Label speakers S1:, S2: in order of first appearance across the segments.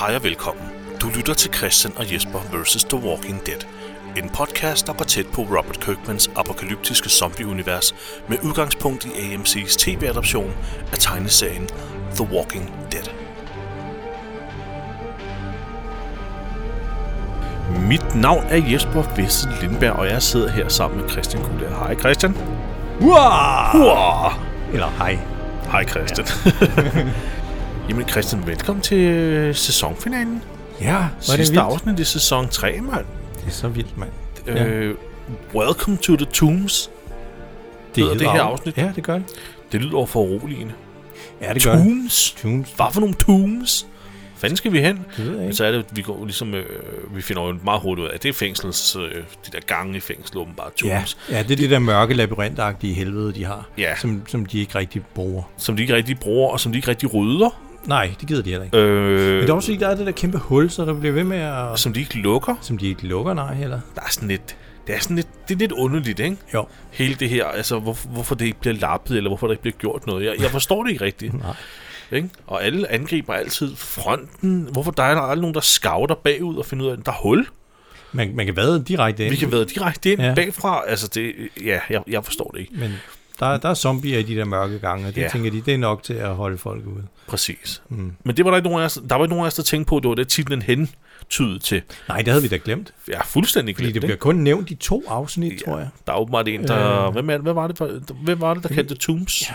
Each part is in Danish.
S1: Hej og velkommen. Du lytter til Christian og Jesper vs. The Walking Dead. En podcast, der går tæt på Robert Kirkmans apokalyptiske zombieunivers med udgangspunkt i AMC's tv-adoption af tegneserien The Walking Dead. Mit navn er Jesper Vessel Lindberg, og jeg sidder her sammen med Christian Kulær. Hej Christian.
S2: Uah!
S1: Uah!
S2: Eller hej.
S1: Hej Christian. Jamen Christian, velkommen til øh, sæsonfinalen.
S2: Ja,
S1: Var Sidste afsnit i sæson 3, mand.
S2: Det er så vildt, mand.
S1: Ja. Øh, welcome to the Tombs. hedder det her
S2: af-
S1: afsnit.
S2: Ja, det gør det.
S1: Det lyder over for uroligende.
S2: Ja, det gør det.
S1: Tombs?
S2: Tunes.
S1: Hvad for nogle tombs? Hvor fanden skal vi hen?
S2: Det ved jeg
S1: Men
S2: ikke.
S1: så er det, at vi går ligesom, øh, vi finder jo meget hurtigt ud af, at det er fængslets, øh, de der gange i fængsel, åbenbart
S2: Ja,
S1: tombs,
S2: ja, det er det der mørke labyrintagtige helvede, de har.
S1: Ja.
S2: Som, som de ikke rigtig bruger.
S1: som de ikke rigtig bruger, og som de ikke rigtig rydder,
S2: Nej, det gider de heller ikke.
S1: øh,
S2: Men det er også fordi, der er det der kæmpe hul, så der bliver ved med at...
S1: som de ikke lukker.
S2: Som de ikke lukker, nej heller.
S1: Der er sådan lidt, det er sådan lidt, det er lidt underligt, ikke?
S2: Jo.
S1: Hele det her, altså hvor, hvorfor det ikke bliver lappet, eller hvorfor der ikke bliver gjort noget. Jeg, jeg forstår det ikke rigtigt.
S2: Nej.
S1: Ikke? Og alle angriber altid fronten. Hvorfor der er der aldrig nogen, der scouter bagud og finder ud af, at der er hul?
S2: Man, man kan vade direkte ind,
S1: Vi kan være direkte ind ja.
S2: Ja.
S1: bagfra. Altså, det, ja, jeg, jeg forstår det ikke.
S2: men der, der er zombier i de der mørke gange, og det
S1: Ja.
S2: ja. tænker de, det er nok til at holde folk ude.
S1: Præcis.
S2: Mm.
S1: Men det var der ikke nogen af os, der var ikke nogen af os, der tænkte på, at det var det, titlen hentydede til.
S2: Nej, det havde vi da glemt,
S1: Jeg er fuldstændig
S2: fordi
S1: glemt
S2: det bliver kun nævnt i to afsnit, ja. tror jeg.
S1: Der er åbenbart en, der...
S2: Øh.
S1: Hvem, er det, hvad var det, for, hvem var det, der kaldte det Tombs? Ja.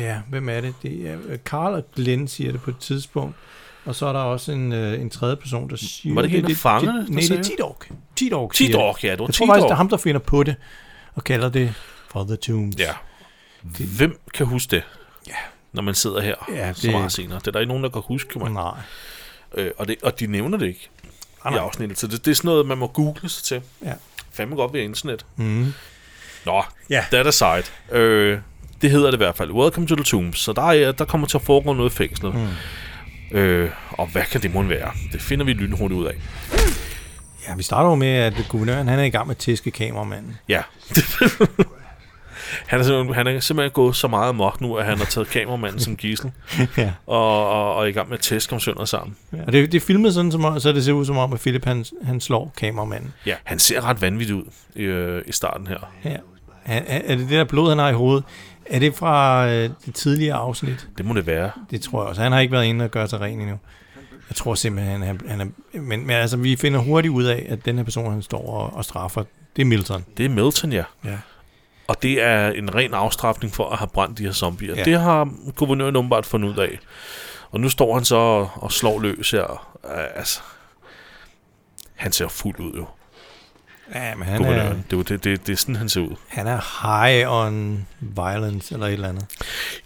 S2: Ja, hvem er det? Det er øh, Carl og Glenn siger det på et tidspunkt. Og så er der også en, øh, en tredje person, der siger...
S1: Var det ikke en af fangerne, der
S2: det, Nej, det
S1: sagde
S2: er
S1: det?
S2: Tidork. Tidork siger det.
S1: Tidork, ja, det var
S2: Jeg tror faktisk, det er
S1: Tidork.
S2: ham, der finder på det og kalder det For the Tombs.
S1: Ja. Hvem kan huske det?
S2: Ja.
S1: Når man sidder her ja,
S2: Ja,
S1: så
S2: det-
S1: meget senere. Det er der ikke nogen, der kan huske, man.
S2: Nej.
S1: Øh, og, det, og de nævner det ikke
S2: Ah,
S1: i
S2: nej.
S1: afsnittet. Så det, det er sådan noget, man må google sig til.
S2: Ja.
S1: Fandme godt ved internet.
S2: Mm.
S1: Nå,
S2: Ja.
S1: that aside. Øh, det hedder det i hvert fald. Welcome to the tomb. Så der, er, der kommer til at foregå noget i fængslet. Mm. Øh, og hvad kan det måtte være? Det finder vi lynhurtigt ud af.
S2: ja, vi starter jo med, at guvernøren han er i gang med at tæske kameramanden.
S1: Ja. han, er simpelthen, han er simpelthen gået så meget mok nu, at han har taget kameramanden som gissel.
S2: ja.
S1: Og, og, og er i gang med at tæske om sønder sammen.
S2: Og det, det er filmet sådan, som, om- så det ser ud som om, at Philip han, han slår kameramanden.
S1: Ja. Han ser ret vanvittig ud i, øh, i starten her.
S2: Ja. Er, er, er det det der blod, han har i hovedet? Er det fra øh, det tidligere afsnit?
S1: Det må det være.
S2: Det tror jeg også. Han har ikke været inde og gøre sig ren endnu. Jeg tror simpelthen, han, han er... Men, men altså, vi finder hurtigt ud af, at den her person, han står og, og straffer, det er Milton.
S1: Det er Milton, ja.
S2: Ja.
S1: Og det er en ren afstraffning for at have brændt de her zombier. Ja.
S2: Ja.
S1: Det har guvernøren åbenbart fundet ud af. Og nu står han så og- og slår løs her. Øh, Altså, han ser fuld ud jo,
S2: Ja, men han
S1: guvernøren.
S2: er,
S1: Det, er jo det, det, det er sådan, han ser ud.
S2: han er high on violence eller et eller andet.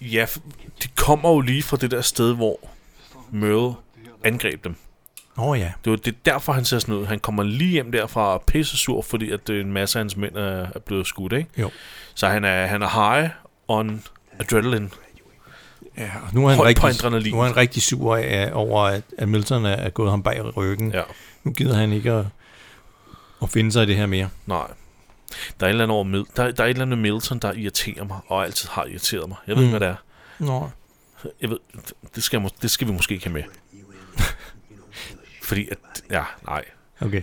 S1: Ja, f- de kommer jo lige fra det der sted, hvor Merle angreb dem.
S2: Åh oh, ja.
S1: Det var det er derfor, han ser sådan ud. Han kommer lige hjem derfra og er pisse sur, fordi at øh, en masse af hans mænd er, er blevet skudt, ikke?
S2: Jo.
S1: Så han er, han er high on adrenaline.
S2: ja og nu er han,
S1: Høj på
S2: rigtig,
S1: adrenalin.
S2: nu er han rigtig sur af, over, at, at Milton er, er gået ham bag ryggen. Ja.
S1: Ja.
S2: Nu gider han ikke at, at finde sig i det her mere.
S1: Nej. Der er, et eller andet over Mil- der, der er et eller andet med Milton, der irriterer mig, og altid har irriteret mig. Jeg ved mm.
S2: Mm.
S1: ikke, hvad det er.
S2: Nå.
S1: Jeg ved, det, skal jeg, mås- det skal vi måske ikke have med. Fordi at, ja, nej.
S2: Okay.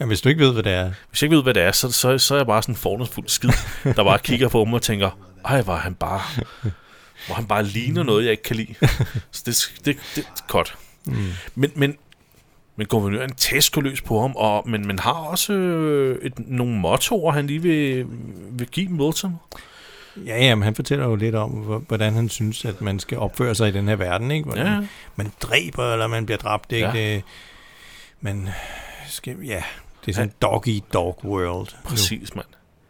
S2: Jamen, hvis du ikke ved, hvad det er...
S1: Hvis jeg ikke ved, hvad det er, så, så, så er jeg bare sådan en fordomsfuld skid, der bare kigger på mig og tænker, ej, hvor er han bare... Hvor han bare ligner noget, jeg ikke kan lide. Så det, det, det er godt.
S2: Mm.
S1: Men, men, men guvernøren tæsker løs på ham, og, men, men har også øh, et, nogle mottoer, han lige vil, vil give Milton.
S2: Ja, jamen, han fortæller jo lidt om, hvor- hvordan han synes, at man skal opføre sig i den her verden, ikke? Hvordan,
S1: Ja,
S2: man dræber, eller man bliver dræbt. Ikke?
S1: Ja.
S2: Ja. Man skal, ja, det er sådan ja. dog eat dog world. nu.
S1: Præcis, mand.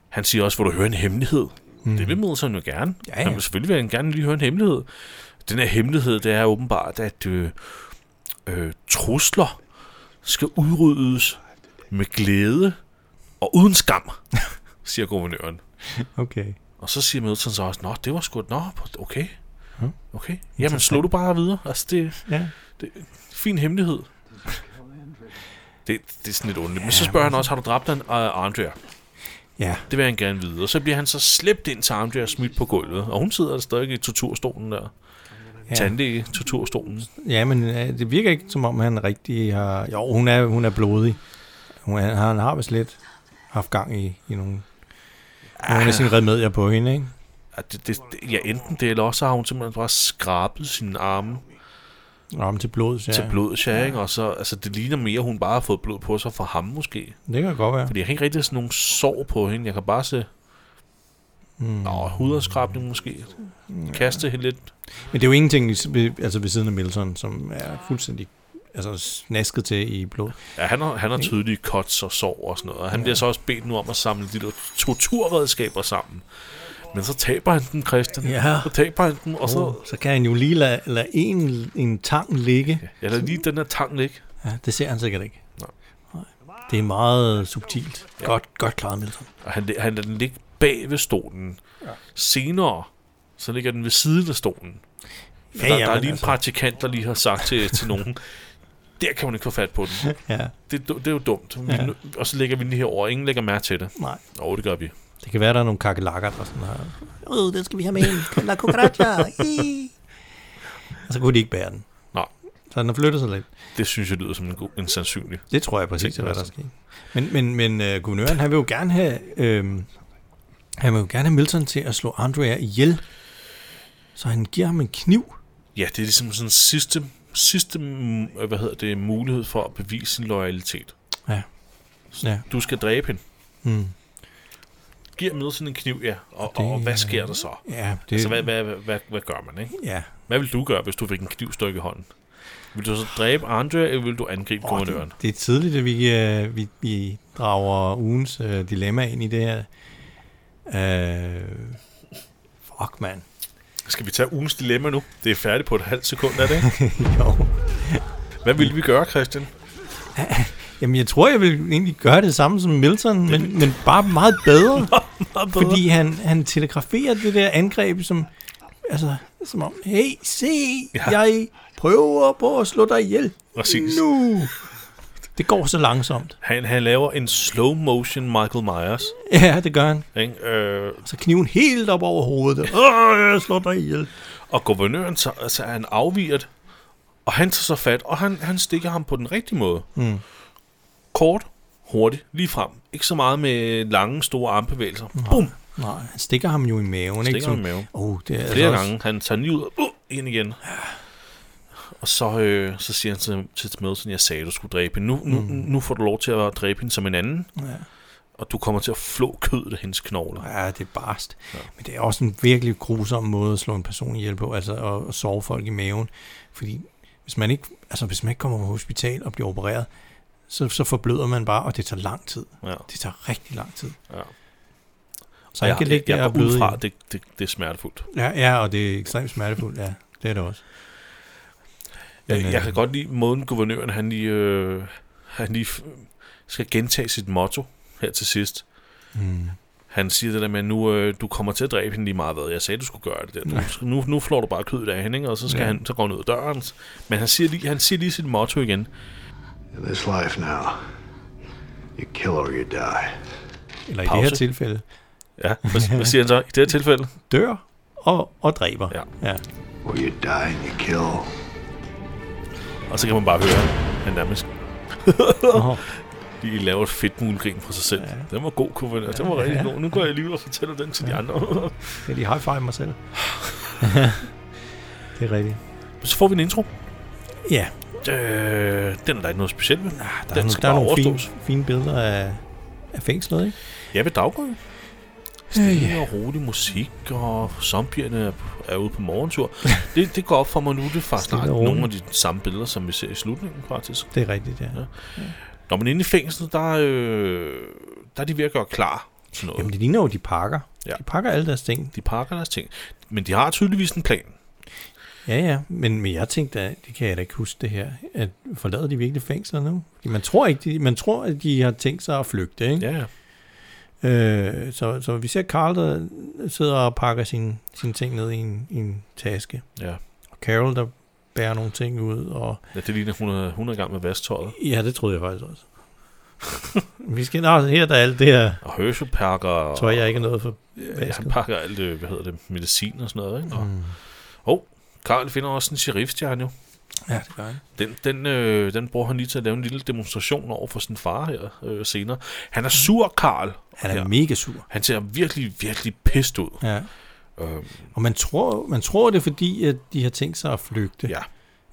S1: Han siger også, hvor du hører en hemmelighed. Mm. Det vil Middleton jo gerne.
S2: Ja,
S1: Han
S2: ja.
S1: vil selvfølgelig vil han gerne lige høre en hemmelighed. Den her hemmelighed, det er åbenbart, at øh, øh, trusler skal udryddes med glæde og uden skam, siger guvernøren.
S2: Okay.
S1: Og så siger Middleton så også, nå, det var sgu, nå, okay.
S2: Ja.
S1: Okay, jamen slå du bare videre. Altså, det er
S2: Ja.
S1: fin hemmelighed. Det, det er sådan lidt ondt. Men så spørger han også, har du dræbt en uh, Andrea?
S2: ja.
S1: Det vil han gerne vide. Og så bliver han så slæbt ind til Andrea og smidt på gulvet. Og hun sidder stadig i torturstolen der. ja. tandlæge-torturstolen.
S2: Ja, men øh, det virker ikke, som om han rigtig har... Jo, hun er, hun er blodig. Hun, han, han har vist lidt haft gang i, i nogle, nogle af
S1: Ah.
S2: sine remedier på hende, ikke?
S1: Ja, det, det, det- ja, enten det, eller også har hun simpelthen bare skrabet sine arme
S2: Om til blods, ja.
S1: ja. til blodet, ja, ikke? Og så, altså, det ligner mere, hun bare har fået blod på sig fra ham måske.
S2: Det kan godt være.
S1: Fordi jeg kan ikke rigtig have sådan nogle sår på hende. Jeg kan bare se
S2: Mm.
S1: Nå, huderskrabning måske. Kaste hende lidt.
S2: Men det er jo ingenting ved- altså ved siden af Milton, som er fuldstændig altså, snasket til i blod.
S1: Ja, han har, han har tydelige cuts og sår og sådan noget. Og han bliver så også bedt nu om at samle de der torturredskaber sammen. Men så taber han den, Christian.
S2: Ja.
S1: Så taber han den, og
S2: Og
S1: så...
S2: så, så kan han jo lige lade, lade en, en tang ligge.
S1: Jeg lader lige den her tang ligge.
S2: Ja, det ser han sikkert ikke.
S1: Nej.
S2: Nej. Det er meget subtilt.
S1: Ja.
S2: Godt, godt klaret, Milton.
S1: Og han, han lader den ligge bag ved stolen. Ja. Senere, så ligger den ved siden af stolen. For ja, der, der er
S2: jamen,
S1: lige en
S2: altså.
S1: praktikant, der lige har sagt til, til nogen, der kan man ikke få fat på den.
S2: Ja,
S1: Det, er du- det er jo dumt. Vi,
S2: Ja.
S1: ja. Og så lægger vi den herover. Ingen lægger mærke til det.
S2: nej.
S1: Nå, det gør vi.
S2: Det kan være, der er nogle kakelakker, der sådan har...
S3: Uh, den skal vi have med ind. La cucaracha. Ih.
S2: Og så kunne de ikke bære den.
S1: Nå.
S2: Så den har flyttet sig lidt.
S1: Det synes jeg lyder som en, god, en sandsynlig.
S2: Det tror jeg altså. præcis,
S1: Tænker
S2: er, hvad der
S1: også.
S2: sker. Men, men, men øh, guvernøren, han vil jo gerne have... Øh, han vil jo gerne have Milton til at slå Andrea ihjel. Så han giver ham en kniv.
S1: Ja, det er ligesom sådan sidste, sidste mm, øh, hvad hedder det, mulighed for at bevise sin loyalitet.
S2: Ja. Ja.
S1: Du skal dræbe hende.
S2: Mm.
S1: Giv med sådan en kniv, ja. Og,
S2: Det
S1: det, og hvad
S2: er-
S1: sker der så?
S2: Ja, det,
S1: Det... Altså, hvad, hvad, hvad, hvad, hvad gør man, ikke?
S2: ja.
S1: Hvad vil du gøre, hvis du fik en knivstykke i hånden? Vil du så dræbe Andrea, eller vil du angribe oh,
S2: Åh,
S1: guvernøren?
S2: det, det er tidligt, at vi, øh, vi, vi drager ugens øh, dilemma ind i det her. Øh, fuck, mand.
S1: Skal vi tage ugens dilemma nu? Det er færdigt på et halvt sekund, er det ikke?
S2: jo.
S1: Hvad ville vi gøre, Christian?
S2: Jamen, jeg tror, jeg vil egentlig gøre det samme som Milton, men, men bare meget bedre. Fordi han, han telegraferer det der angreb, som, altså, som om, hey, se, ja. jeg prøver på at slå dig ihjel
S1: Præcis.
S2: nu. Det går så langsomt.
S1: Han, han laver en slow motion Michael Myers.
S2: Ja, det gør han.
S1: Ikke? Øh,
S2: Så kniven helt op over hovedet. Åh, jeg slår dig ihjel.
S1: og guvernøren, så, så er han afviret, og han tager så fat, og han, han stikker ham på den rigtige måde.
S2: Mm.
S1: Kort, hurtigt, lige frem. Ikke så meget med lange, store armbevægelser. Bum!
S2: Nej, han stikker ham jo i maven, ikke?
S1: Stikker ham i maven.
S2: Oh, det er altså
S1: Flere
S2: også-
S1: gange. Han tager den lige ud og uh, ind igen. Og så, øh, så siger han til, til Smedsen, jeg sagde, du skulle dræbe hende. Nu,
S2: Mm.
S1: nu, nu får du lov til at dræbe hende som en anden.
S2: Ja.
S1: Og du kommer til at flå kødet af hendes knogler.
S2: Ja, det er barst. Ja. Men det er også en virkelig grusom måde at slå en person ihjel på, altså at, at sove folk i maven. Fordi hvis man ikke, altså hvis man ikke kommer på hospital og bliver opereret, så, så forbløder man bare, og det tager lang tid.
S1: Ja,
S2: Det tager rigtig lang tid.
S1: ja.
S2: Så han
S1: jeg,
S2: kan ligge
S1: jeg,
S2: der
S1: jeg
S2: og
S1: går
S2: bløde.
S1: ud
S2: i-
S1: fra, det, det, det er smertefuldt.
S2: Ja, ja, og det er ekstremt smertefuldt, ja. Det er det også.
S1: Jeg,
S2: Men,
S1: jeg
S2: øh,
S1: kan godt lide måden, guvernøren han lige, øh, han lige f- skal gentage sit motto her til sidst.
S2: Mm.
S1: Han siger det der med, nu øh, du kommer til at dræbe hende lige meget hvad. Jeg sagde, du skulle gøre det der. Nu, nu, nu flår du bare kødet af hende, ikke? og så, skal
S2: Ja.
S1: ja. han, så går han ud af døren. Men han siger, lige, han siger lige sit motto igen.
S4: In this life now, you kill or you die.
S2: Eller i
S1: Pause.
S2: det her tilfælde,
S1: Ja, hvad, hvad siger han så? I det her tilfælde?
S2: dør og, og dræber.
S1: Ja.
S2: ja.
S4: Or you die and you kill.
S1: Og så kan man bare høre, han nærmest
S2: Nå,
S1: lige laver et fedt mulgrin fra sig selv. Ja. Den var god, guvernør. Den var rigtig
S2: Ja.
S1: god. Nu går jeg lige ud og fortæller den til de andre.
S2: jeg lige high five mig selv. det er rigtigt.
S1: så får vi en intro.
S2: Ja,
S1: Øh, den er der ikke noget specielt ved.
S2: Ah, der
S1: Den
S2: er, nogle-
S1: skal
S2: der er
S1: bare
S2: nogle fine,
S1: overstås.
S2: fine billeder af, af fængslet, ikke?
S1: Ja, ved daggry.
S2: Øh,
S1: Stille og rolig musik, og zombierne er, er ude på morgentur. Det, det går op for mig nu, det er faktisk
S2: Stille og
S1: snart
S2: roligt.
S1: nogle af de samme billeder, som vi ser i slutningen faktisk.
S2: Det er rigtigt, ja.
S1: Ja. Når man er inde i fængslet, der, øh, der er de ved at gøre klar. Sådan noget.
S2: Jamen, det ligner jo, de pakker.
S1: Ja.
S2: De pakker alle deres ting.
S1: De pakker deres ting. Men de har tydeligvis en plan.
S2: Ja, ja. Men, men jeg tænkte, at det kan jeg da ikke huske det her, at forlader de virkelig fængsler nu? Fordi man tror, ikke, de, man tror, at de har tænkt sig at flygte, ikke?
S1: Ja, ja.
S2: Ja. Øh, så, så vi ser Carl, der sidder og pakker sine, sine ting ned i en, i en taske.
S1: ja.
S2: Og Carol, der bærer nogle ting ud, og...
S1: ja det ligner 100, 100 gange med vasktøjet.
S2: Ja, det troede jeg faktisk også. vi skal... Nå, her der er alt det her.
S1: Og Herschel pakker... og-
S2: Tror jeg ikke er noget for
S1: Ja, han pakker alt, øh, hvad hedder det, medicin og sådan noget, ikke? Og, mm.
S2: Mm.
S1: oh, Karl finder også en sheriffstjerne jo.
S2: Ja, det gør han.
S1: Den, den, øh, den bruger han lige til at lave en lille demonstration over for sin far her øh, senere. Han er sur, Karl.
S2: Han er
S1: her.
S2: mega sur.
S1: Han ser virkelig, virkelig pist ud.
S2: Ja.
S1: Øhm,
S2: Og man tror, man tror det er fordi, at de har tænkt sig at flygte.
S1: ja.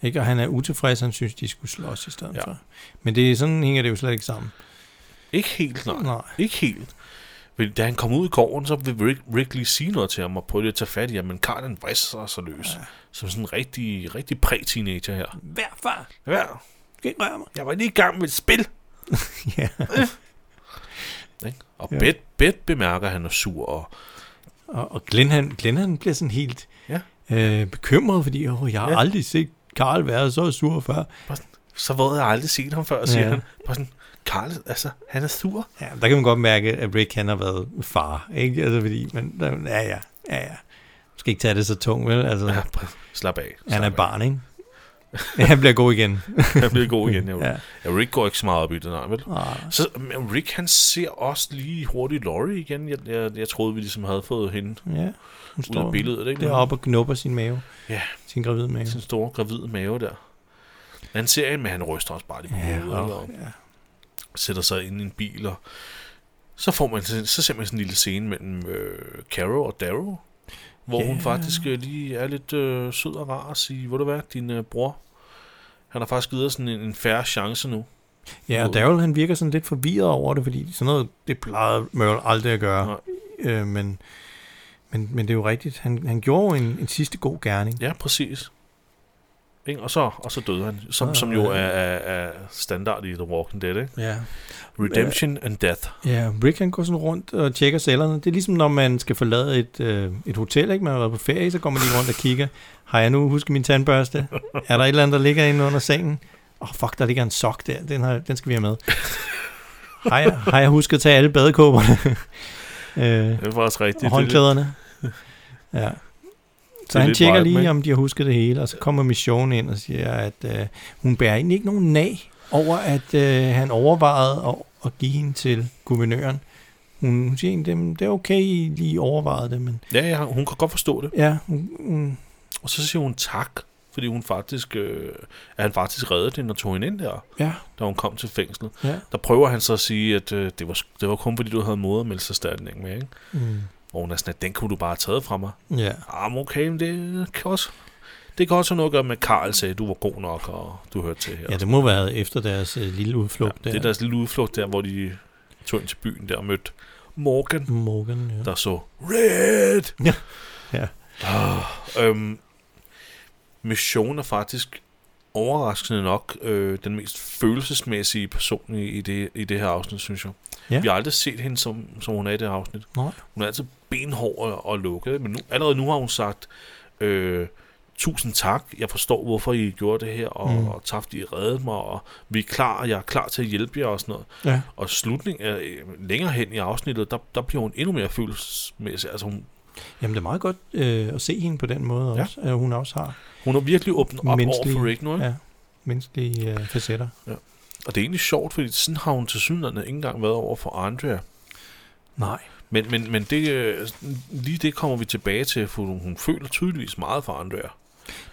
S2: Ikke? Og han er utilfreds, han synes, de skulle slås i stedet
S1: Ja.
S2: ja. for. Men det, er- sådan hænger det jo slet ikke sammen.
S1: Ikke helt, nej.
S2: Nej.
S1: Ikke helt. Men da han kom ud i gården, så vil Rick, Rick lige sige noget til ham og prøve lige at tage fat i ham, men Karl han vrister sig så løs. Ja. Som sådan en rigtig, rigtig præ-teenager her.
S2: Hver far,
S1: Ja,
S2: du kan ikke røre mig.
S1: jeg var lige i gang med et spil.
S2: ja.
S1: Ikke? Og ja.
S2: Ja.
S1: Bed, Bed bemærker, at han er sur, og
S2: Og, og Glenn, han, Glenn, han bliver sådan helt
S1: Ja.
S2: øh, bekymret, fordi åh, jeg har
S1: Ja.
S2: ja. aldrig set Karl være så sur før.
S1: bare sådan, så ved jeg aldrig set ham før, siger
S2: Ja.
S1: han. Bare sådan, Karl, altså, han er sur.
S2: Ja, der kan man godt mærke, at Rick han har været far, ikke? Altså fordi, man, der, ja, ja, ja, ja. Du skal ikke tage det så tungt, vel? Altså,
S1: Ja,
S2: ja,
S1: præ- slap af. Slap
S2: han er
S1: af.
S2: barn, ikke? Ja, han bliver god igen.
S1: Han bliver god igen, jo. ja.
S2: Ja.
S1: ja. Rick går ikke så meget op i det, nej, vel?
S2: Ah,
S1: Så men Rick, han ser også lige hurtigt Laurie igen. Jeg, jeg, jeg troede, vi ligesom havde fået hende
S2: ja, hun
S1: ud af
S2: står
S1: billedet, ikke? Men-
S2: deroppe og knupper sin mave,
S1: Ja,
S2: sin gravide mave.
S1: sin store gravide mave der. Men Han ser en, men han ryster også bare lidt på
S2: Ja,
S1: hovedet, eller-
S2: og, ja.
S1: sætter sig ind i en bil, og så, får man, sådan- så ser man sådan en lille scene mellem øh, Caro og Darrow, hvor yeah. hun
S2: Ja.
S1: faktisk øh, lige er lidt øh, sød og rar og siger, hvor du hvad, din øh, bror, han har faktisk givet os sådan en, en færre chance nu.
S2: ja, og Daryl han virker sådan lidt forvirret over det, fordi sådan noget, det plejede Merle aldrig at gøre. Øh, men, men, men det er jo rigtigt. Han, han gjorde jo en, en sidste god gerning.
S1: Ja, præcis. Ikke? Og, så, og så døde han, som, som jo er,
S2: Ah.
S1: er, er standard i The Walking Dead. Ikke?
S2: Ja.
S1: Redemption and Death.
S2: Ja, Rick han går sådan rundt og tjekker cellerne. Det er ligesom, når man skal forlade et, øh, et hotel, ikke? Man har været på ferie, så går man lige rundt og kigger. Har jeg nu husket min tandbørste? Er der et eller andet, der ligger inde under sengen? Åh, oh, fuck, der ligger en sok der. Den, har, den skal vi have med. Har jeg, har jeg husket at tage alle badekåberne? øh,
S1: Det var også rigtigt. Det-
S2: og
S1: det-
S2: håndklæderne? Ja.
S1: er
S2: Så han
S1: lidt
S2: tjekker
S1: vibe, ikke?
S2: lige, om de har husket det hele, og så kommer missionen ind og siger, at øh, hun bærer egentlig ikke nogen nag over, at øh, han overvejede at, at give hende til guvernøren. Hun, hun siger egentlig, "Dem- det er okay, I lige overvejede det, men
S1: Ja, ja, hun kan godt forstå det.
S2: ja, hun, hun,
S1: Og så siger hun tak, fordi hun faktisk, øh, at han faktisk reddede hende og tog hende ind der,
S2: ja,
S1: da hun kom til fængslet.
S2: ja.
S1: Der prøver han så at sige, at øh, det, var, sk- det var kun fordi, du havde modermeldelseserstatning med, ikke?
S2: Mm,
S1: Hvor hun er sådan, at den kunne du bare have taget fra mig.
S2: ja.
S1: Ah, men okay, men det kan også... Det kan også have noget at gøre med, at Karl sagde, at du var god nok, og du hørte til her.
S2: ja, det må være efter deres øh, lille udflugt
S1: det
S2: der.
S1: er deres lille udflugt der, hvor de tog ind til byen der og mødte Morgan,
S2: Morgan, ja.
S1: der så Red!
S2: Ja. Ja.
S1: Ah, øhm, Mission er faktisk overraskende nok øh, den mest følelsesmæssige person i, i, det, i det her afsnit, synes jeg.
S2: Ja.
S1: Vi har aldrig set hende, som, som hun er i det her afsnit.
S2: Nej.
S1: Hun er altid benhård og, og lukket, men nu, allerede nu har hun sagt, øh, tusind tak, jeg forstår, hvorfor I gjorde det her, og, mm.
S2: Mm.
S1: og tak, fordi I reddede mig, og vi er klar, og jeg er klar til at hjælpe jer og sådan noget.
S2: ja.
S1: Og slutning af, øh, længere hen i afsnittet, der, der bliver hun endnu mere følelsesmæssig. Altså hun,
S2: Jamen, det er meget godt øh, at se hende på den måde
S1: Ja.
S2: også, ja. hun også har.
S1: hun har virkelig åbnet op over
S2: Menneskelig.
S1: for Rick nu, ikke? Ja.
S2: Ja, menneskelige øh, facetter.
S1: Og det er egentlig sjovt, fordi sådan har hun til synligheden ikke engang været over for Andrea.
S2: Nej.
S1: Men, men, men det, øh, lige det kommer vi tilbage til, for hun, hun føler tydeligvis meget for Andrea.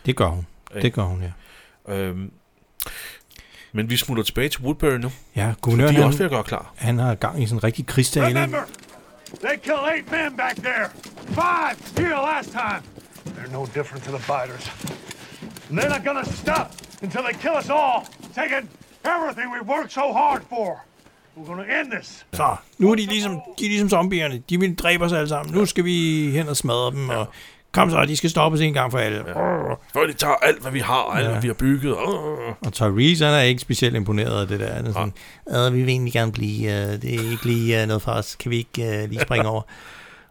S2: Det gør hun.
S1: Ikke?
S2: Det gør hun, ja.
S1: Øhm, men vi smutter tilbage til Woodbury nu.
S2: Ja,
S1: De
S2: guvernøren,
S1: er også ved
S2: han,
S1: at gøre klar.
S2: han har gang i sådan en rigtig krigstale.
S5: Remember, they killed eight men back there. Five here last time. They're no different to the biters. And they're not gonna stop until they kill us all, taking everything we worked so hard for. We're gonna end this.
S2: Så, nu er de ligesom, de er ligesom zombierne. De vil dræbe os alle sammen. Nu skal vi hen og smadre dem, og kom så, de skal stoppes en gang for alle.
S1: Før de tager alt, hvad vi har, og alt,
S2: Ja.
S1: hvad vi har bygget. Åh.
S2: Og Tyrese, han er ikke specielt imponeret af det der. Han er sådan, ja. vi vil egentlig gerne blive, øh, det er ikke lige øh, noget for os. Kan vi ikke øh, lige springe over?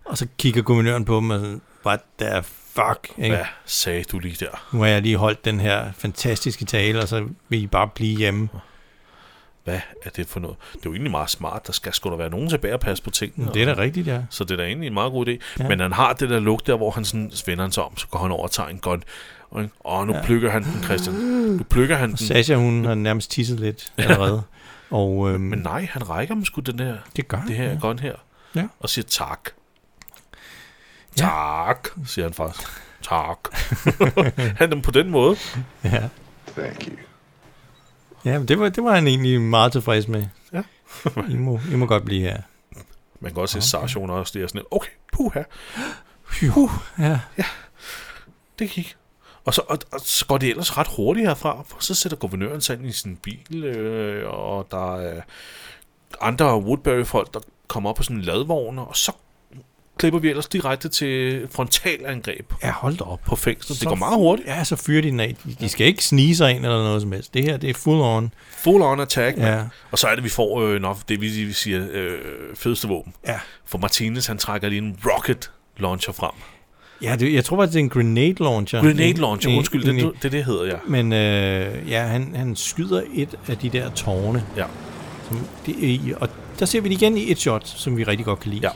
S2: Og så kigger guvernøren på dem og sådan, what the fuck? Ikke?
S1: Hvad sagde du lige der?
S2: Nu har jeg lige holdt den her fantastiske tale, og så vil I bare blive hjemme.
S1: Hvad er det for noget? Det er jo egentlig meget smart. Der skal sgu da være nogen tilbage at passe på tingene.
S2: Det er da rigtigt, ja.
S1: Så det er da egentlig en meget god idé. Ja.
S2: Ja.
S1: Men han har det der lugt der, hvor han sådan vender han sig om, så går han over og tager en gun. Og åh, nu ja. plukker han den, Christian. Nu plukker han den.
S2: Sasha, hun har nærmest tisset lidt allerede. Og øhm,
S1: Men nej, han rækker mig sgu den her,
S2: det gør
S1: det her
S2: Ah, ja.
S1: gun her.
S2: Ja.
S1: Og siger tak.
S2: Ja.
S1: Tak, siger han faktisk. Tak. han er på den måde.
S2: Ja.
S4: Thank you.
S2: Ja, men det var, det var han egentlig meget tilfreds med.
S1: Ja.
S2: I må, I må godt blive her.
S1: Man kan også
S2: Ah,
S1: se Sarsion også, det er sådan lidt, okay, puha,
S2: Puh, ja.
S1: det gik. Og så, og, og så går det ellers ret hurtigt herfra, for så sætter guvernøren sig ind i sin bil, øh, og der er andre Woodbury-folk, der kommer op på sådan en ladvogn, og så klipper vi ellers direkte til frontalangreb
S2: Ja, hold da op.
S1: på fængslet. Det
S2: Så-
S1: går meget hurtigt.
S2: Ja, så fyrer de den af. De- De skal ikke snige sig ind eller noget som helst. Det her, det er full on.
S1: Full on attack, ja.
S2: Ja.
S1: Og så er det, vi får øh, nok det, vi vi siger, øh, fedeste våben.
S2: Ja.
S1: For Martinez, han trækker lige en rocket launcher frem.
S2: Ja, det, jeg tror faktisk, det er en grenade launcher.
S1: Grenade launcher,
S2: En-
S1: undskyld,
S2: en-
S1: det, det, det hedder jeg.
S2: Men øh, ja, han, han skyder et af de der tårne.
S1: Ja.
S2: Som det er i, og der ser vi det igen i et shot, som vi rigtig godt kan lide.
S1: Ja,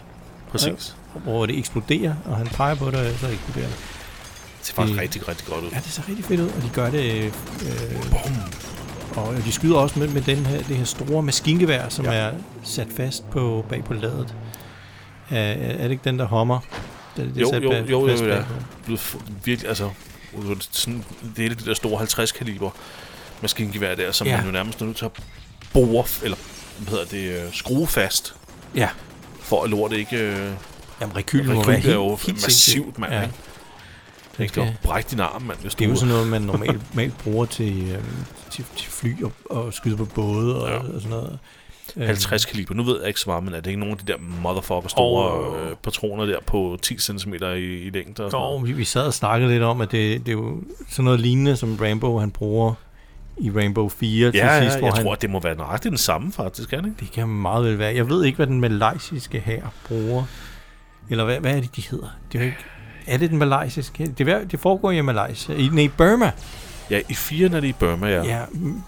S1: præcis.
S2: Hvor det eksploderer, og han peger på det, og så eksploderer det.
S1: Det ser faktisk
S2: Det-
S1: rigtig, rigtig godt ud.
S2: Ja, det ser rigtig fedt ud, og de gør det... Øh, og øh, de skyder også med, med den her, det her store maskingevær, som ja. er sat fast på bag på ladet. Er, er det ikke den, der hommer? Det, det er
S1: Jo,
S2: sat
S1: jo,
S2: bag-
S1: jo, jo,
S2: fast
S1: jo, ja.
S2: bagpå.
S1: blevet fu- virkelig, altså, sådan, det er det der store 50 kaliber maskingevær der, som
S2: Ja.
S1: man jo nærmest er nødt til at bore, f- eller hvad hedder det, øh, skrue fast,
S2: ja.
S1: for at lortet ikke... Øh,
S2: Jamen, rekylen må
S1: rekylen
S2: være helt,
S1: er jo
S2: helt sindssygt.
S1: massivt, mand.
S2: Ja.
S1: Ja. Den skal jo brække din arm, mand, hvis
S2: Det er jo
S1: du...
S2: sådan noget, man normalt, normalt bruger til, øh, til, til fly og, og skyde på både og,
S1: Ja.
S2: ja. og sådan noget. Øhm,
S1: 50 kaliber. Nu ved jeg ikke så meget, men er det ikke nogen af de der motherfucker store
S2: Åh.
S1: øh, patroner der på 10 cm i, i længde? Og sådan
S2: Nå,
S1: noget?
S2: vi, vi sad og snakkede lidt om, at det, det er jo sådan noget lignende, som Rambo han bruger i Rainbow 4 til
S1: Ja, ja,
S2: sidst, hvor
S1: jeg
S2: han...
S1: tror, at det må være nøjagtigt den samme, faktisk, er det ikke?
S2: Det kan meget vel være. Jeg ved ikke, hvad den malaysiske her bruger. Eller hvad, hvad er det, de hedder? Det er, jo ikke, er det den malaysiske? hær? Det, er hver- det foregår i Malaysia. I, nej, Burma.
S1: Ja, i 4 er det i Burma, ja.
S2: Ja, mm,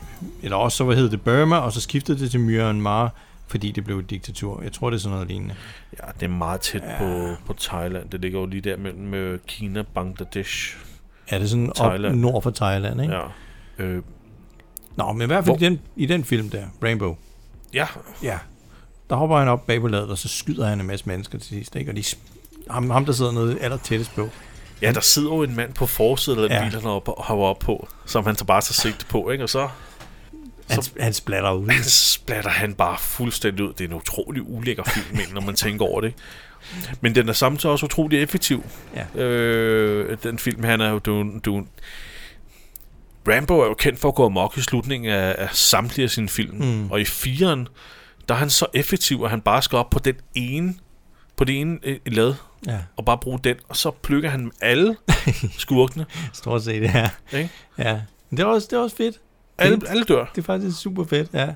S2: eller også så hvad hed det Burma, og så skiftede det til Myanmar, fordi det blev et diktatur. Jeg tror, det er sådan noget lignende.
S1: Ja, det er meget tæt ja. på, på Thailand. Det ligger jo lige der mellem øh, Kina, Bangladesh.
S2: Er det sådan
S1: Thailand.
S2: op nord for Thailand, ikke? Ja.
S1: Ja. Øh,
S2: Nå, men i hvert fald i
S1: Hvor-
S2: den, i den film der, Rainbow,
S1: ja,
S2: ja, der hopper han op bag på ladet, og så skyder han en masse mennesker til sidst, ikke? Og de, sp- ham, ham, der sidder nede aller tættest på.
S1: ja, der sidder jo en mand på forsiden af den
S2: Ja.
S1: ja. bil, han hopper, hopper op på, som han så bare tager sigte på, ikke? Og så
S2: Han, han splatter ud.
S1: splatter han bare fuldstændig ud. Det er en utrolig ulækker film, egentlig, når man tænker over det. Men den er samtidig også utrolig effektiv.
S2: Ja.
S1: Øh, den film, han er jo... Du, du, Rambo er jo kendt for at gå amok i slutningen af, af samtlige af sine film. Mm. Og i firen, der er han så effektiv, at han bare skal op på den ene på det ene øh, lad,
S2: Ja,
S1: og bare bruge den, og så plukker han alle skurkene.
S2: stort set, ja.
S1: Ikke?
S2: ja. Men det er, også, det er også fedt.
S1: Alle, alle dør.
S2: Det er faktisk super fedt, ja.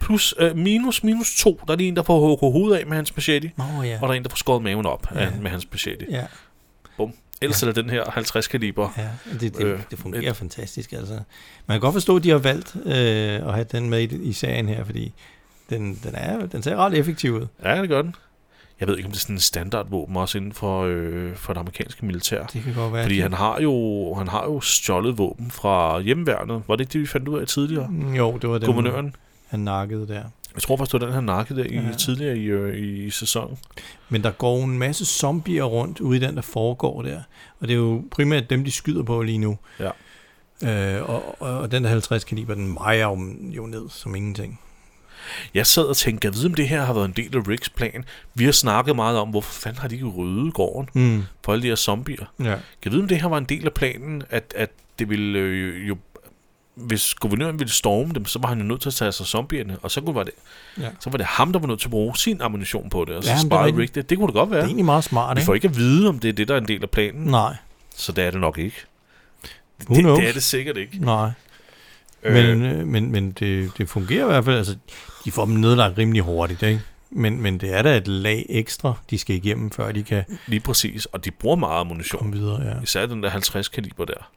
S1: Plus, øh, minus, minus to, der er lige en, der får hugget hovedet af med hans machete.
S2: Nå ja.
S1: Og der er en, der får skåret maven op ja. med hans machete. Ja.
S2: Ja,
S1: Bum. Ellers ja. er der den her 50 kaliber. Ja.
S2: ja. Det, det,
S1: Øh,
S2: øh, det fungerer øh. fantastisk, altså. Man kan godt forstå, at de har valgt øh, at have den med i, i serien her, fordi den, den, er, den ser ret effektiv ud.
S1: ja, det gør den. Jeg ved ikke, om det er sådan en standardvåben også inden for, øh, for det amerikanske militær.
S2: Det kan godt være.
S1: Fordi han har, jo, han har jo stjålet våben fra hjemmeværnet. Var det ikke det, vi fandt ud af tidligere?
S2: Jo, Mm, det var den,
S1: Guvernøren.
S2: han nakkede der.
S1: Jeg tror faktisk, det var den, han nakkede der i,
S2: Ja.
S1: tidligere i, øh, i sæsonen.
S2: Men der går en masse zombier rundt ude i den, der foregår der. Og det er jo primært dem, de skyder på lige nu.
S1: Ja.
S2: Øh, og, og, og den der 50 kaliber, den vejer jo, jo ned som ingenting.
S1: Jeg sad og tænkte, jeg ved, om det her har været en del af Ricks plan. Vi har snakket meget om, hvorfor fanden har de ikke ryddet gården
S2: Mm.
S1: for alle de her zombier.
S2: Ja.
S1: Jeg ved, om det her var en del af planen, at, at det ville øh, jo... Hvis guvernøren ville storme dem, så var han jo nødt til at tage sig af zombierne, og så, kunne var det,
S2: Ja.
S1: så var det ham, der var nødt til at bruge sin ammunition på det, og så
S2: Ja,
S1: ja,
S2: men det er
S1: sparede
S2: rigtigt.
S1: Rick det. Det kunne det godt
S2: Det
S1: være.
S2: er egentlig meget Mm. smart,
S1: Vi
S2: ikke?
S1: får ikke at vide, om det er det, der er en del af planen,
S2: Nej,
S1: så det er det nok ikke. Det,
S2: Who
S1: det,
S2: knows?
S1: det er det sikkert ikke.
S2: nej.
S1: Øh,
S2: Men, øh, men, men det, det fungerer i hvert fald. Altså, de får dem nedlagt rimelig hurtigt, ikke? Men, men det er da et lag ekstra, de skal igennem, før de kan
S1: lige præcis, og de bruger meget ammunition.
S2: komme videre. Ja.
S1: Især den der 50 kaliber der.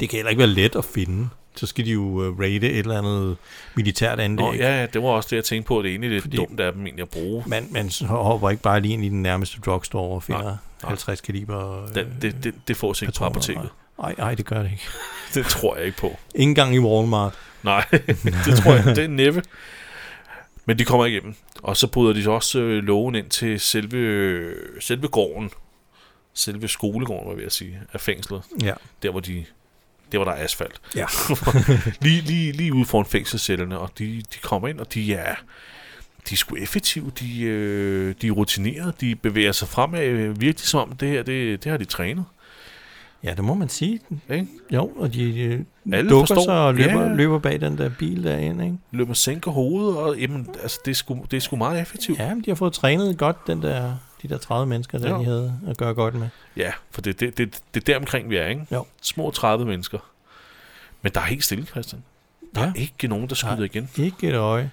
S2: Det kan heller ikke være let at finde. Så skal de jo øh, raide et eller andet militært anlæg.
S1: Nå, ja, ja, det var også det, jeg tænkte på. Det er egentlig lidt
S2: Fordi-
S1: dumt af dem egentlig at bruge.
S2: Man, man så hopper ikke bare lige ind i den nærmeste drugstore og finder
S1: Nej,
S2: nej,
S1: nej.
S2: 50 kaliber øh,
S1: Det, det, det, det fås ikke på
S2: patroner.
S1: apoteket.
S2: Nej, nej, det gør det ikke.
S1: Det tror jeg ikke på.
S2: Ikke engang i Walmart.
S1: Nej, det tror jeg, det er næppe. Men de kommer igennem. Og så bryder de så også øh, loven ind til selve, øh, selve gården, selve skolegården, var jeg ved at sige, af fængslet.
S2: Ja.
S1: Der, hvor de der var der er asfalt.
S2: Ja.
S1: lige, lige, lige ude foran fængselscellerne, og de, de kommer ind, og de er, de er sgu effektive, de, øh, de er rutinerede, de bevæger sig fremad, øh, virkelig som om det her, det, det har de trænet.
S2: ja, det må man sige.
S1: Ikke?
S2: Jo, og de, de
S1: Alle
S2: dukker
S1: forstår.
S2: sig og løber,
S1: Ja.
S2: ja. løber bag den der bil derinde, ikke?
S1: Løber sænker hovedet, og jamen, altså, det, er sgu, det er sgu meget effektivt.
S2: Ja, men de har fået trænet godt, den der, de der 30 mennesker, der
S1: Jo.
S2: de havde at gøre godt med.
S1: Ja, for det, det, det, det er der omkring, vi er, ikke?
S2: Jo.
S1: Små 30 mennesker. Men der er helt stille, Christian. Der er
S2: Ja.
S1: ikke nogen, der skyder
S2: Nej.
S1: igen.
S2: Ikke et øje.